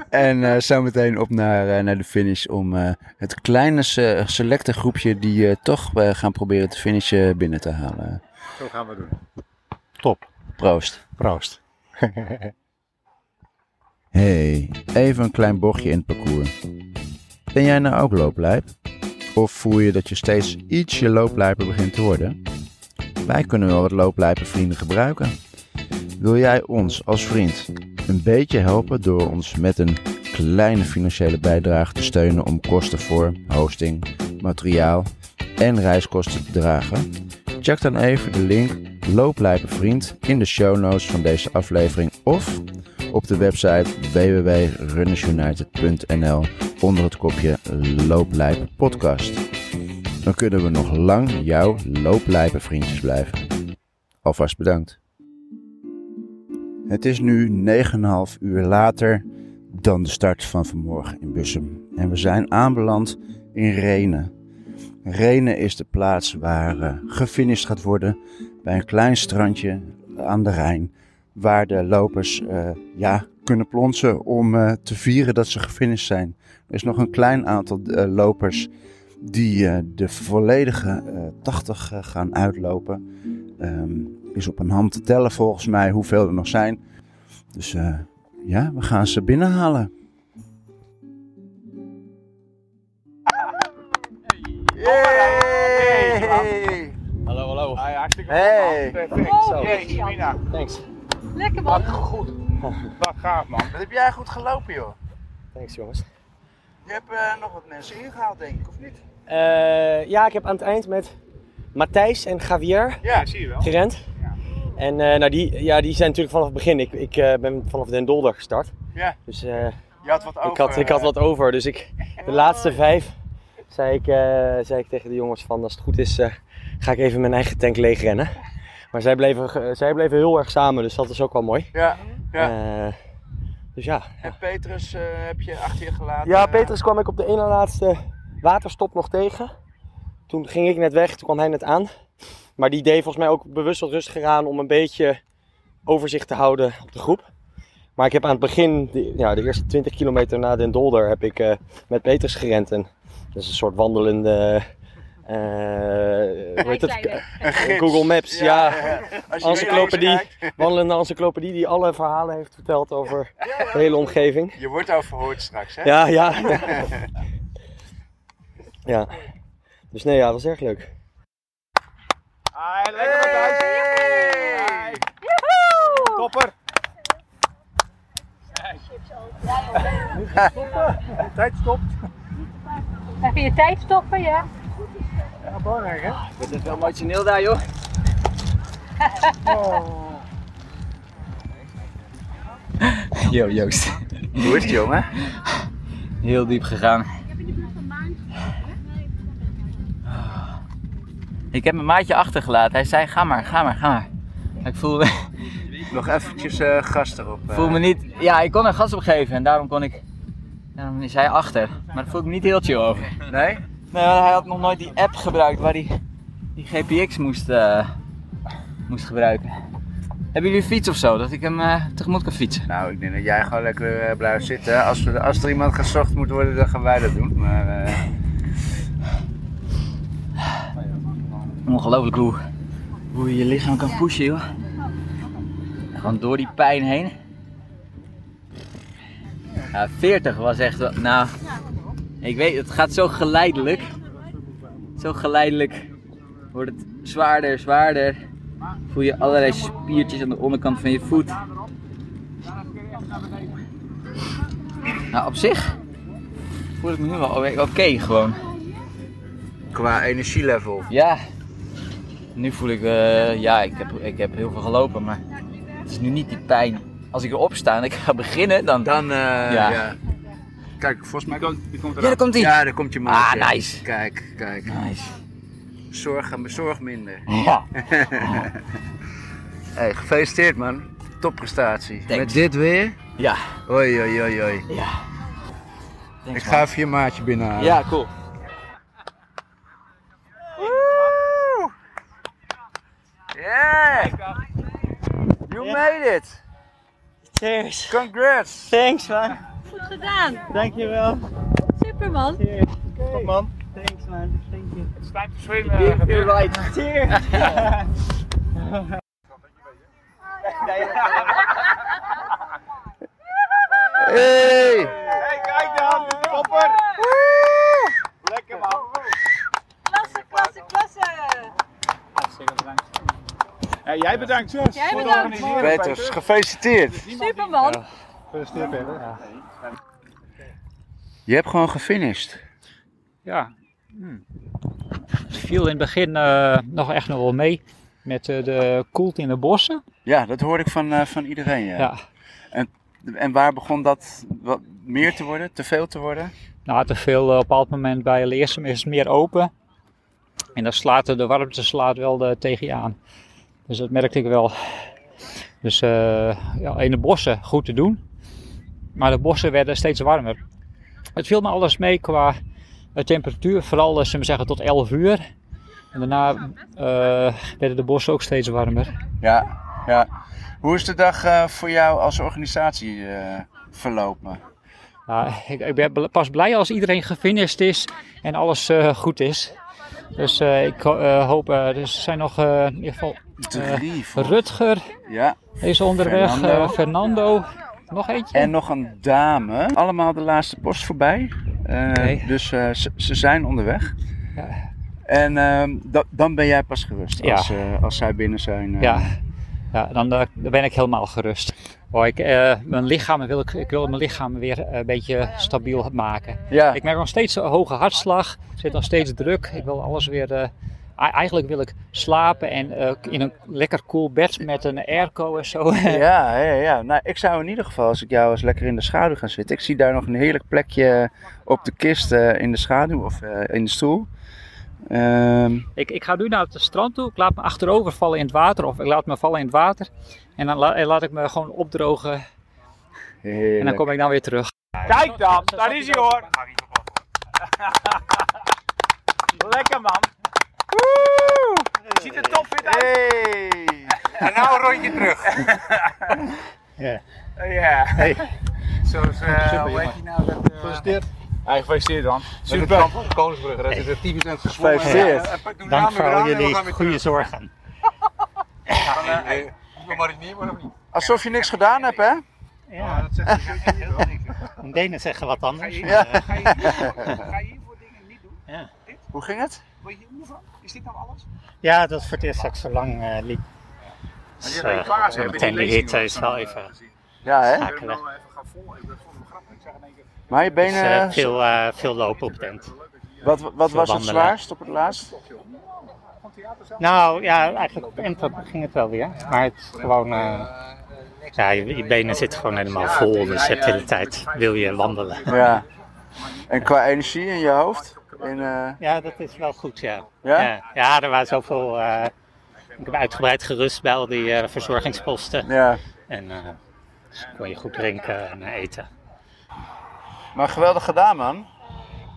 Speaker 9: en eh, zometeen op naar, eh, naar de finish om eh, het kleine se- selecte groepje die eh, toch eh, gaan proberen te finishen binnen te halen.
Speaker 17: Zo gaan we doen.
Speaker 9: Top. Proost.
Speaker 29: Proost.
Speaker 3: Hey, even een klein bochtje in het parcours. Ben jij nou ook looplijp? Of voel je dat je steeds ietsje looplijper begint te worden? Wij kunnen wel wat looplijpervrienden gebruiken. Wil jij ons als vriend een beetje helpen door ons met een kleine financiële bijdrage te steunen om kosten voor hosting, materiaal en reiskosten te dragen? Check dan even de link Looplijpervriend in de show notes van deze aflevering of op de website www.runnersunited.nl onder het kopje Looplijper podcast. Dan kunnen we nog lang jouw looplijper vriendjes blijven. Alvast bedankt. Het is nu 9,5 uur later dan de start van vanmorgen in Bussum. En we zijn aanbeland in Renen. Renen is de plaats waar eh, gefinished gaat worden bij een klein strandje aan de Rijn. Waar de lopers eh, ja, kunnen plonsen om eh, te vieren dat ze gefinished zijn. Er is nog een klein aantal eh, lopers die eh, de volledige eh 80 eh, gaan uitlopen. Ehm, is op een hand te tellen volgens mij hoeveel er nog zijn. Dus eh, ja, we gaan ze binnenhalen.
Speaker 17: Hallo, hallo.
Speaker 4: hartstikke
Speaker 17: goed. Hey. Perfect, zo.
Speaker 4: Jeetje, Mina.
Speaker 17: Thanks.
Speaker 4: Lekker man. Wat goed.
Speaker 9: Oh.
Speaker 4: Wat gaaf man.
Speaker 9: Wat heb jij goed gelopen joh?
Speaker 17: Thanks jongens.
Speaker 9: Je hebt eh, nog wat mensen ingehaald denk ik, of niet?
Speaker 17: Eh, ja, ik heb aan het eind met Matthijs en Javier
Speaker 4: Ja, zie je wel.
Speaker 17: gerend. En eh, nou, die, ja, die zijn natuurlijk vanaf het begin. Ik, ik eh, ben vanaf Den Dolder gestart.
Speaker 4: Ja.
Speaker 17: Dus eh,
Speaker 4: Je had wat over.
Speaker 17: ik, had, ik had
Speaker 4: eh,
Speaker 17: wat over. Dus ik, de laatste vijf zei ik, eh, zei ik tegen de jongens van als het goed is eh, ga ik even mijn eigen tank leegrennen. Maar zij bleven, ge- zij bleven heel erg samen, dus dat is ook wel mooi.
Speaker 9: Ja, ja.
Speaker 17: Eh, dus ja,
Speaker 9: En Petrus eh, heb je achter je gelaten?
Speaker 17: ja, Petrus kwam ik op de ene laatste waterstop nog tegen. Toen ging ik net weg, toen kwam hij net aan. Maar die deed volgens mij ook bewust wat rustiger aan om een beetje overzicht te houden op de groep. Maar ik heb aan het begin, de, ja, de eerste 20 kilometer na Den Dolder, heb ik eh, met Petrus gerend. En dat is een soort wandelende... eh, hoe heet dat?
Speaker 4: Rijleider. Een gids.
Speaker 17: Google Maps,
Speaker 4: Ja,
Speaker 17: ja.
Speaker 4: ja, ja. Als je weet waar je
Speaker 17: Encyclopedie.
Speaker 4: kijkt.
Speaker 17: Wandelende encyclopedie die alle verhalen heeft verteld over de hele omgeving.
Speaker 9: Je wordt overhoord straks, hè?
Speaker 17: Ja, ja. Ja. Dus nee, ja, dat was erg leuk.
Speaker 4: Hey, lekker Matthijs. Hey. Topper.
Speaker 25: Tijd stopt.
Speaker 15: Even je tijd stoppen, ja?
Speaker 25: Ja, belangrijk hè?
Speaker 19: Ah,
Speaker 17: Dat is wel emotioneel daar, joh.
Speaker 28: Oh.
Speaker 19: Yo Joost.
Speaker 9: Hoe is het jongen?
Speaker 19: Heel diep gegaan. Ik heb mijn maatje achtergelaten. Hij zei ga maar, ga maar, ga maar. Maar Ik voel,
Speaker 9: Nog eventjes eh gas erop. eh.
Speaker 19: voel me niet... Ja, ik kon er gas op geven en daarom kon ik... Daarom is hij achter. Maar daar voel ik me niet heel chill over.
Speaker 9: Nee?
Speaker 19: Nee, hij had nog nooit die app gebruikt waar hij die GPX moest, eh, moest gebruiken. Hebben jullie een fiets of zo? Dat ik hem eh, tegemoet kan fietsen?
Speaker 9: Nou, ik denk dat jij gewoon lekker eh, blijft zitten. Als, we, als er iemand gezocht moet worden, dan gaan wij dat doen. Maar, eh,
Speaker 19: Ongelooflijk hoe, hoe je je lichaam kan pushen, joh. Gewoon door die pijn heen. Ja, 40 was echt wel... Nou, ik weet, het gaat zo geleidelijk. Zo geleidelijk wordt het zwaarder, zwaarder. Voel je allerlei spiertjes aan de onderkant van je voet. Nou, op zich voel ik me nu wel oké gewoon.
Speaker 9: Qua energielevel.
Speaker 19: Ja. Nu voel ik, eh, ja, ik heb, ik heb heel veel gelopen, maar het is nu niet die pijn. Als ik erop sta en ik ga beginnen, dan...
Speaker 9: Dan, eh,
Speaker 3: Eh,
Speaker 19: ja.
Speaker 9: ja. Kijk, volgens mij komt, die komt
Speaker 19: Ja, daar komt hij.
Speaker 9: Ja, daar komt je maatje.
Speaker 19: Ah, nice.
Speaker 9: Kijk, kijk.
Speaker 19: Nice.
Speaker 9: Zorg, zorg minder.
Speaker 19: Ja.
Speaker 9: hey, gefeliciteerd man. Topprestatie.
Speaker 19: Thanks.
Speaker 9: Met dit weer?
Speaker 19: Ja.
Speaker 9: Hoi, hoi, hoi, hoi.
Speaker 19: Ja.
Speaker 9: ik ga even je maatje
Speaker 3: eh.
Speaker 9: binnenhalen.
Speaker 19: Ja, cool.
Speaker 9: Yeah! You made it!
Speaker 1: Cheers. Congrats.
Speaker 9: Thanks man.
Speaker 30: Goed gedaan.
Speaker 9: Dankjewel.
Speaker 30: Super man.
Speaker 9: Top man. Thanks man. Thank you. It's time to swim.
Speaker 1: uh,
Speaker 9: you're right. Cheers.
Speaker 3: Hey!
Speaker 9: Hey, kijk dan, topper! Lekker man!
Speaker 30: Klasse, klasse, klasse!
Speaker 24: Ja, jij bedankt, Jess.
Speaker 30: Jij
Speaker 24: voor het
Speaker 30: bedankt.
Speaker 24: organiseren.
Speaker 3: Peters, gefeliciteerd.
Speaker 30: Super man.
Speaker 24: Gefeliciteerd, Peter.
Speaker 3: Je hebt gewoon gefinished.
Speaker 1: Ja. Het viel in het begin eh, nog echt nog wel mee met eh, de koelte in de bossen.
Speaker 3: Ja, dat hoorde ik van, eh, van iedereen. Ja.
Speaker 1: Ja.
Speaker 3: En, en waar begon dat wat meer te worden, te veel te worden?
Speaker 1: Nou, te veel eh, op een bepaald moment bij Leersum is het meer open. En dan slaat de, de warmte slaat wel eh, tegen je aan. Dus dat merkte ik wel. Dus eh, ja, in de bossen goed te doen. Maar de bossen werden steeds warmer. Het viel me alles mee qua eh, temperatuur. Vooral, eh, zullen we zeggen, tot 11 uur. En daarna eh, werden de bossen ook steeds warmer.
Speaker 3: Ja, ja. Hoe is de dag eh, voor jou als organisatie eh, verlopen?
Speaker 1: Nou, ik, ik ben bl- pas blij als iedereen gefinished is en alles eh, goed is. Dus eh, ik ho- eh, hoop, eh, er zijn nog eh, in ieder geval eh,
Speaker 3: Drie,
Speaker 1: Rutger
Speaker 3: Ja.
Speaker 1: is onderweg, eh,
Speaker 3: Fernando.
Speaker 1: Fernando. nog eentje.
Speaker 3: En nog een dame. Allemaal de laatste post voorbij. Eh,
Speaker 1: Oké.
Speaker 3: Dus eh, ze, ze zijn onderweg.
Speaker 1: Ja.
Speaker 3: En ehm, da- dan ben jij pas gerust
Speaker 1: Ja.
Speaker 3: als, eh, als zij binnen zijn. eh.
Speaker 1: Ja, ja dan, eh, dan ben ik helemaal gerust. Oh, ik, eh, mijn lichaam wil, ik, ik wil mijn lichaam weer eh, een beetje stabiel maken.
Speaker 3: Ja.
Speaker 1: Ik merk nog steeds een hoge hartslag, zit nog steeds druk. Ik wil alles weer. eh, a- eigenlijk wil ik slapen en eh, in een lekker cool bed met een airco en zo.
Speaker 3: Ja, ja, ja. Nou, ik zou in ieder geval, als ik jou eens lekker in de schaduw ga zitten. Ik zie daar nog een heerlijk plekje op de kist eh, in de schaduw of eh, in de stoel. Ehm,
Speaker 1: Ik, ik ga nu naar het strand toe. Ik laat me achterover vallen in het water. Of ik laat me vallen in het water. En dan la- en laat ik me gewoon opdrogen. En dan kom ik dan weer terug.
Speaker 9: Kijk dan, daar is hij hoor! Lekker man! Ziet er topfit uit! En nou een rondje terug!
Speaker 24: Ja.
Speaker 9: Eh, Ja!
Speaker 24: Hey.
Speaker 9: Zoals,
Speaker 24: Super,
Speaker 9: eh hoe
Speaker 24: jongen.
Speaker 9: heet die nou? Dat, eh,
Speaker 24: Gefeliciteerd. Hij gefeliciteerd dan. Super. Koningsbrug, dat is er 10 minuten
Speaker 9: gezwommen. Gefeliciteerd. Ja, eh, doe Dank namen voor weer al aan en we jullie gaan weer goede
Speaker 3: zorgen.
Speaker 9: Moet maar niet worden of niet?
Speaker 3: Alsof je niks gedaan hebt, hè?
Speaker 9: Ja, dat zegt
Speaker 16: De Denen zeggen wat anders.
Speaker 3: Ja.
Speaker 16: maar, eh,
Speaker 9: hiervoor dingen niet doen?
Speaker 16: Ja.
Speaker 3: Hoe ging het?
Speaker 9: Word je moe van? Is dit nou alles?
Speaker 16: ja, dat is voor het eerst dat ik zo lang eh, liep. Dus,
Speaker 9: je weet
Speaker 16: eh,
Speaker 9: waar ze
Speaker 16: zo
Speaker 9: hebben
Speaker 16: meteen
Speaker 9: die
Speaker 16: die
Speaker 9: lezing
Speaker 16: hitte is
Speaker 9: ook
Speaker 16: wel
Speaker 9: van, eh,
Speaker 16: even
Speaker 3: Ja, hè?
Speaker 16: schakelen.
Speaker 3: Maar je benen...
Speaker 16: Dus, eh, veel, eh, veel lopen op het eind.
Speaker 3: Wat, wat
Speaker 16: Veel
Speaker 3: was het
Speaker 16: wandelen.
Speaker 3: zwaarst op het laatst?
Speaker 16: Nou ja, eigenlijk op het eind ging het wel weer. Maar het is gewoon... eh, ja, je, je benen zitten gewoon helemaal vol. Dus je hebt de hele tijd wil je wandelen.
Speaker 3: Ja. En qua energie in je hoofd? In, eh,
Speaker 16: Ja, dat is wel goed, ja.
Speaker 3: Ja?
Speaker 16: Ja, ja, er waren zoveel... eh, ik heb uitgebreid gerust bij al die eh, verzorgingsposten.
Speaker 3: Ja.
Speaker 16: En eh, dus kon je goed drinken en eh, eten.
Speaker 3: Maar geweldig gedaan, man.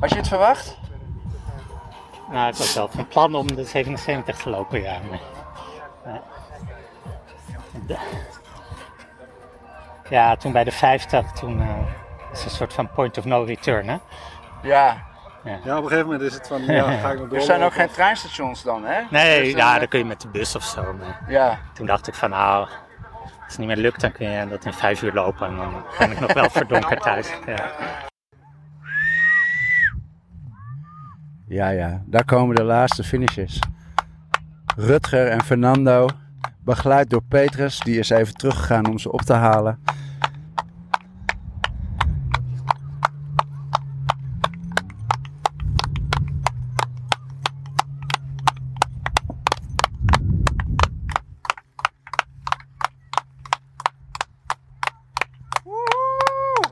Speaker 3: Had je het verwacht?
Speaker 16: Nou, ik was wel van plan om de 77 te lopen, ja. maar- maar- de- Ja, toen bij de 50, toen eh, is een soort van point of no return, hè?
Speaker 3: Ja.
Speaker 16: Ja,
Speaker 3: op een gegeven moment is het van,
Speaker 16: ja, ga ik maar
Speaker 3: Er
Speaker 16: door.
Speaker 3: zijn ook geen treinstations dan, hè?
Speaker 16: Nee,
Speaker 3: Dus, eh,
Speaker 16: ja, dan kun je met de bus of zo. maar
Speaker 3: Ja.
Speaker 16: Toen dacht ik van, nou, als het niet meer lukt, dan kun je dat in vijf uur lopen. En dan ben ik nog wel verdonkerd thuis. Ja.
Speaker 3: Ja, ja, daar komen de laatste finishes. Rutger en Fernando, begeleid door Petrus, die is even teruggegaan om ze op te halen.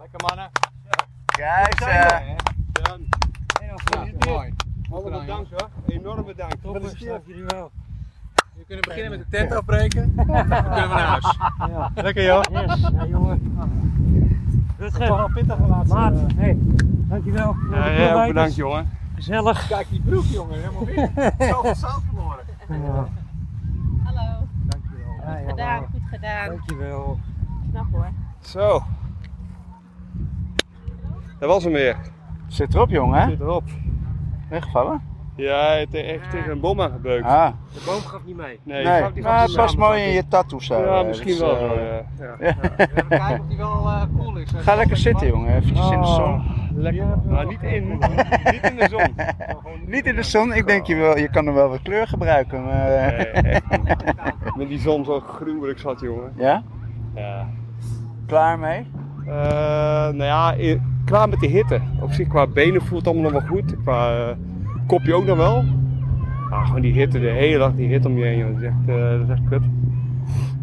Speaker 9: Lekker mannen!
Speaker 3: Kijk
Speaker 9: ze!
Speaker 14: Mooi. Allemaal bedankt hoor. Enorm bedankt. Gefeliciteerd. jullie wel. We kunnen beginnen met de tent afbreken. Dan kunnen we naar huis.
Speaker 9: Ja. nou, Lekker, joh.
Speaker 14: Yes. Ja, jongen.
Speaker 9: Dat is toch wel pittig de laatste.
Speaker 14: Maat, hey, dankjewel. voor de
Speaker 9: Ja, ja,
Speaker 14: kilometers.
Speaker 9: eh, bedankt, jongen.
Speaker 14: Gezellig.
Speaker 9: Kijk die broek, jongen, helemaal weer. Zoveel zout verloren.
Speaker 14: Ja.
Speaker 9: Hallo.
Speaker 14: Dankjewel.
Speaker 9: Goed gedaan, goed gedaan.
Speaker 14: Dankjewel.
Speaker 22: Knap hoor.
Speaker 8: Zo. Dat was hem weer.
Speaker 2: Zit erop, jongen.
Speaker 8: Zit erop.
Speaker 2: Weggevallen?
Speaker 8: Ja, hij heeft echt tegen een boom aangebeukt.
Speaker 2: Ah.
Speaker 9: De boom gaf niet mee.
Speaker 8: Nee,
Speaker 2: Nee,
Speaker 8: die gaf- die gaf
Speaker 2: maar
Speaker 8: niet
Speaker 2: het past
Speaker 8: samen.
Speaker 2: mooi in je tattoo zo.
Speaker 8: Ja,
Speaker 2: eh,
Speaker 8: misschien
Speaker 2: dus,
Speaker 8: wel.
Speaker 2: eh,
Speaker 8: zo, ja. Ja.
Speaker 14: Kijken of die wel eh, cool is.
Speaker 2: Ga lekker zitten, jongen. Eventjes in de
Speaker 14: Oh,
Speaker 2: zon.
Speaker 8: Lekker. Maar niet in. niet in de zon.
Speaker 2: Niet in de zon. Ik denk, je, wel, je kan er wel wat kleur gebruiken. Maar, eh.
Speaker 8: Nee, echt niet. Met die zon zo gruwelijk zat, jongen.
Speaker 2: Ja?
Speaker 8: Ja.
Speaker 2: Klaar mee?
Speaker 8: nou ja, i- klaar met de hitte. Op zich qua benen voelt het allemaal nog wel goed. Qua eh, kopje ook nog wel. Maar gewoon die hitte, de hele dag die hitte om je heen, joh. Dat is echt, eh, dat is echt kut.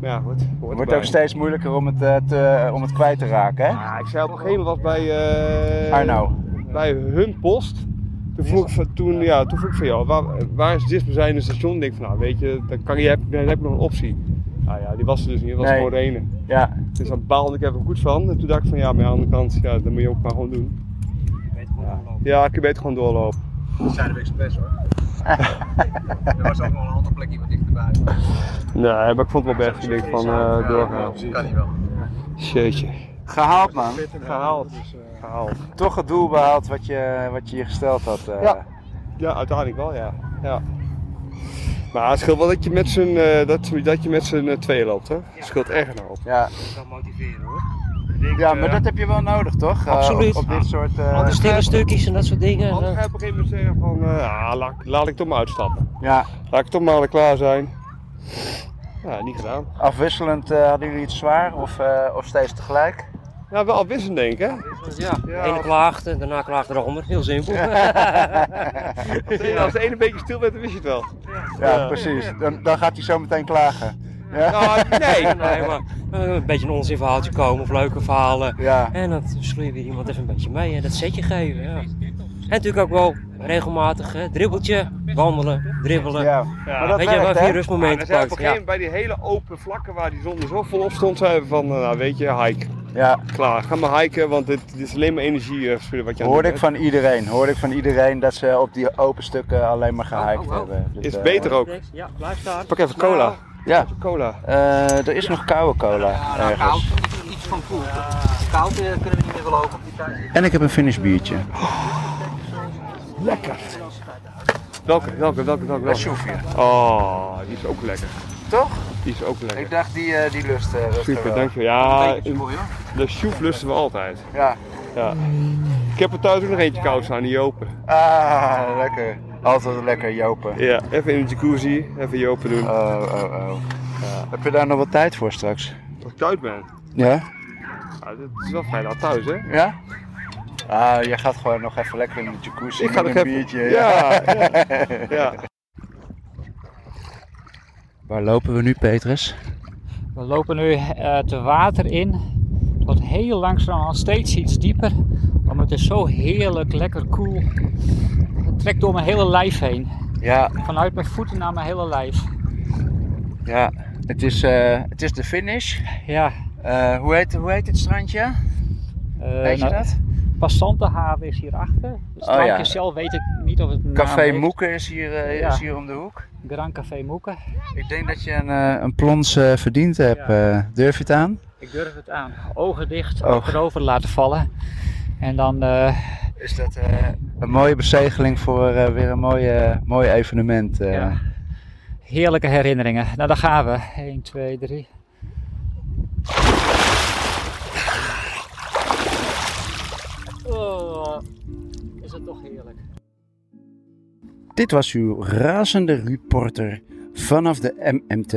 Speaker 8: Maar ja, goed.
Speaker 2: Het
Speaker 8: hoort
Speaker 2: wordt
Speaker 8: erbij.
Speaker 2: ook steeds moeilijker om het, eh, te, om het kwijt te raken, hè?
Speaker 8: ik zei op een gegeven moment was bij, eh,
Speaker 2: Arno.
Speaker 8: bij hun post. Toen vroeg, ik van- toen, ja, toen vroeg ik van jou, waar, waar is het dichtstbijzijnde station? Ik denk van, nou weet je, dan, kan, je heb, dan heb ik nog een optie. Nou ja, die was er dus niet, dat was
Speaker 2: Nee.
Speaker 8: gewoon de ene.
Speaker 2: Ja.
Speaker 8: Dus daar baalde ik even goed van. En toen dacht ik van, ja, maar aan de andere kant, ja, dat moet je ook maar gewoon doen. Ja, ik weet gewoon doorlopen.
Speaker 19: Dat zijn we expres hoor. er was ook nog een ander plekje wat dichterbij.
Speaker 8: Nee, maar ik vond het wel best. Ik denk van, eh doorgaan.
Speaker 19: Kan niet wel.
Speaker 8: Jeetje.
Speaker 2: Gehaald, man.
Speaker 8: Gehaald. Dus, eh, Gehaald.
Speaker 2: Toch het doel behaald wat je wat je je gesteld had. eh.
Speaker 8: Ja. Ja, uiteindelijk wel, ja. ja. Maar het scheelt wel dat je met z'n eh, dat, dat je met z'n eh, tweeën loopt, hè? Het nou scheelt echt een hoop.
Speaker 2: Ja.
Speaker 9: Dat motiveren hoor.
Speaker 8: eh,
Speaker 2: Ja, maar dat heb je wel nodig, toch? Eh,
Speaker 9: Absoluut.
Speaker 2: op, op dit soort... eh,
Speaker 9: Al die stille stukjes en dat soort dingen. eh,
Speaker 8: Anders ga je op een gegeven moment zeggen van, eh, ja, laat, ik- laat ik toch maar uitstappen. Ja. Laat ik toch maar klaar zijn. Ja, niet gedaan.
Speaker 2: Afwisselend eh, hadden jullie het zwaar of, eh, of steeds tegelijk?
Speaker 8: Ja, wel afwisselend denk ik, hè?
Speaker 9: Ja, de ene klaagt en daarna klaagt de ander. Heel simpel.
Speaker 8: Als de, als de ene een beetje stil bent, dan wist je het wel.
Speaker 2: Ja, precies. Dan, dan gaat hij zo meteen klagen. Ja?
Speaker 9: Oh, nee. nee, maar eh, een beetje een onzinverhaaltje komen of leuke verhalen. En dan sleur je weer iemand even een beetje mee en dat setje geven. Ja. En natuurlijk ook wel regelmatig hè, dribbeltje, wandelen, dribbelen.
Speaker 2: Ja.
Speaker 8: Ja.
Speaker 9: Weet je, waar je rustmomenten
Speaker 8: Ja, we zijn op
Speaker 9: pakt.
Speaker 8: een
Speaker 9: Ja.
Speaker 8: gegeven moment bij die hele open vlakken waar die zon er zo vol op stond, zeiden we van, eh, nou weet je, hike.
Speaker 2: Ja.
Speaker 8: Klaar, ga maar hiken, want dit, dit is alleen maar energie eh, verspillen wat je aan het
Speaker 2: Hoorde
Speaker 8: doen
Speaker 2: ik
Speaker 8: bent.
Speaker 2: van iedereen. Hoorde ik van iedereen dat ze op die open stukken alleen maar gehiked hebben. Dus,
Speaker 8: Is
Speaker 2: eh,
Speaker 8: beter ook.
Speaker 9: Ja, blijf staan.
Speaker 8: Pak even cola.
Speaker 2: Ja.
Speaker 8: Cola.
Speaker 2: Eh, er is nog koude cola ergens.
Speaker 14: Iets van koel. Koud eh, kunnen we niet meer geloven op die tijd.
Speaker 2: En ik heb een finish biertje.
Speaker 8: Lekker. Welke, welke, welke, welke?
Speaker 2: Dat
Speaker 8: welke?
Speaker 2: is Sofia.
Speaker 8: Oh, die is ook lekker.
Speaker 2: Toch?
Speaker 8: Die is ook lekker.
Speaker 2: Ik dacht die, eh, die lust. eh, lust er
Speaker 8: Super,
Speaker 2: wel.
Speaker 8: dankjewel. Ja,
Speaker 2: Een beetje mooi, hoor.
Speaker 8: de soep lusten we altijd.
Speaker 2: Ja.
Speaker 8: ja. Ik heb er thuis ook nog eentje koud staan, die open.
Speaker 2: Ah, lekker. Altijd lekker jopen.
Speaker 8: Ja, even in de jacuzzi, even jopen doen.
Speaker 2: Oh, oh, oh. Heb je daar nog wat tijd voor straks?
Speaker 8: Als ik thuis ben.
Speaker 2: Ja?
Speaker 8: Ja, dat is wel vrij laat thuis, hè?
Speaker 2: Ja? Ah, jij gaat gewoon nog even lekker in de jacuzzi
Speaker 8: Ik ga
Speaker 2: met
Speaker 8: nog
Speaker 2: een
Speaker 8: even-
Speaker 2: biertje.
Speaker 8: Ja, ja, ja.
Speaker 3: Waar lopen we nu, Petrus?
Speaker 1: We lopen nu eh te water in. Het wordt heel langzaam al steeds iets dieper. Maar het is zo heerlijk, lekker koel. Het trekt door mijn hele lijf heen.
Speaker 2: Ja.
Speaker 1: Vanuit mijn voeten naar mijn hele lijf.
Speaker 2: Ja, het is, eh, het is de finish. Eh,
Speaker 1: Ja.
Speaker 2: hoe, heet, hoe heet het strandje? Weet je dat?
Speaker 1: Passantenhaven Eh, nou, is hierachter. Het
Speaker 2: Oh,
Speaker 1: strandje
Speaker 2: ja.
Speaker 1: zelf weet ik niet of het een naam
Speaker 2: Café
Speaker 1: heeft.
Speaker 2: Moeken is hier, eh,
Speaker 1: Ja.
Speaker 2: is hier om de hoek.
Speaker 1: Grand Café Moeken.
Speaker 2: Ik denk dat je een, eh, een plons eh, verdiend hebt. eh. durf je het aan?
Speaker 1: Ik durf het aan. Ogen dicht,
Speaker 2: Oog.
Speaker 1: ogen over laten vallen. En dan... eh,
Speaker 2: Is dat eh, een mooie bezegeling voor eh, weer een mooie, mooi evenement? eh.
Speaker 1: Ja. Heerlijke herinneringen. Nou, daar gaan we. 1, 2, 3. Oh, is het toch heerlijk.
Speaker 3: Dit was uw razende reporter vanaf de MMT,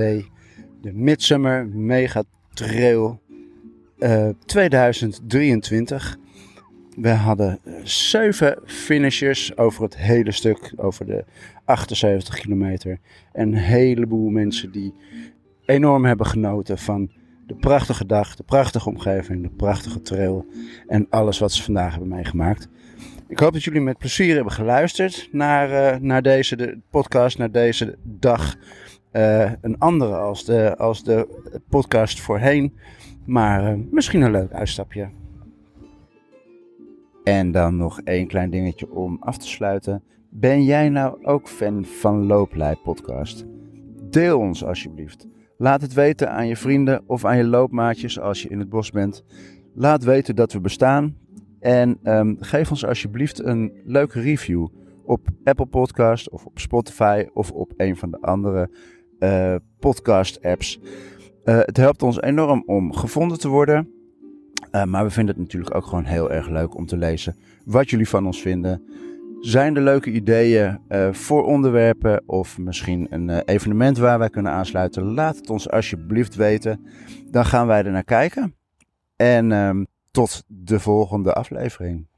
Speaker 3: de Midsummer Mega Trail eh, 2023. We hadden eh, zeven finishers over het hele stuk, over de 78 kilometer. En een heleboel mensen die enorm hebben genoten van de prachtige dag, de prachtige omgeving, de prachtige trail en alles wat ze vandaag hebben meegemaakt. Ik hoop dat jullie met plezier hebben geluisterd naar, eh, naar deze de podcast, naar deze dag. Eh, een andere als de, als de podcast voorheen, maar eh, misschien een leuk uitstapje. En dan nog één klein dingetje om af te sluiten. Ben jij nou ook fan van Looplei Podcast? Deel ons alsjeblieft. Laat het weten aan je vrienden of aan je loopmaatjes als je in het bos bent. Laat weten dat we bestaan. En ehm, geef ons alsjeblieft een leuke review op Apple Podcast of op Spotify of op een van de andere eh, podcast apps. Eh, het helpt ons enorm om gevonden te worden. Eh, maar we vinden het natuurlijk ook gewoon heel erg leuk om te lezen wat jullie van ons vinden. Zijn er leuke ideeën eh, voor onderwerpen of misschien een eh, evenement waar wij kunnen aansluiten? Laat het ons alsjeblieft weten. Dan gaan wij er naar kijken. En ehm, tot de volgende aflevering.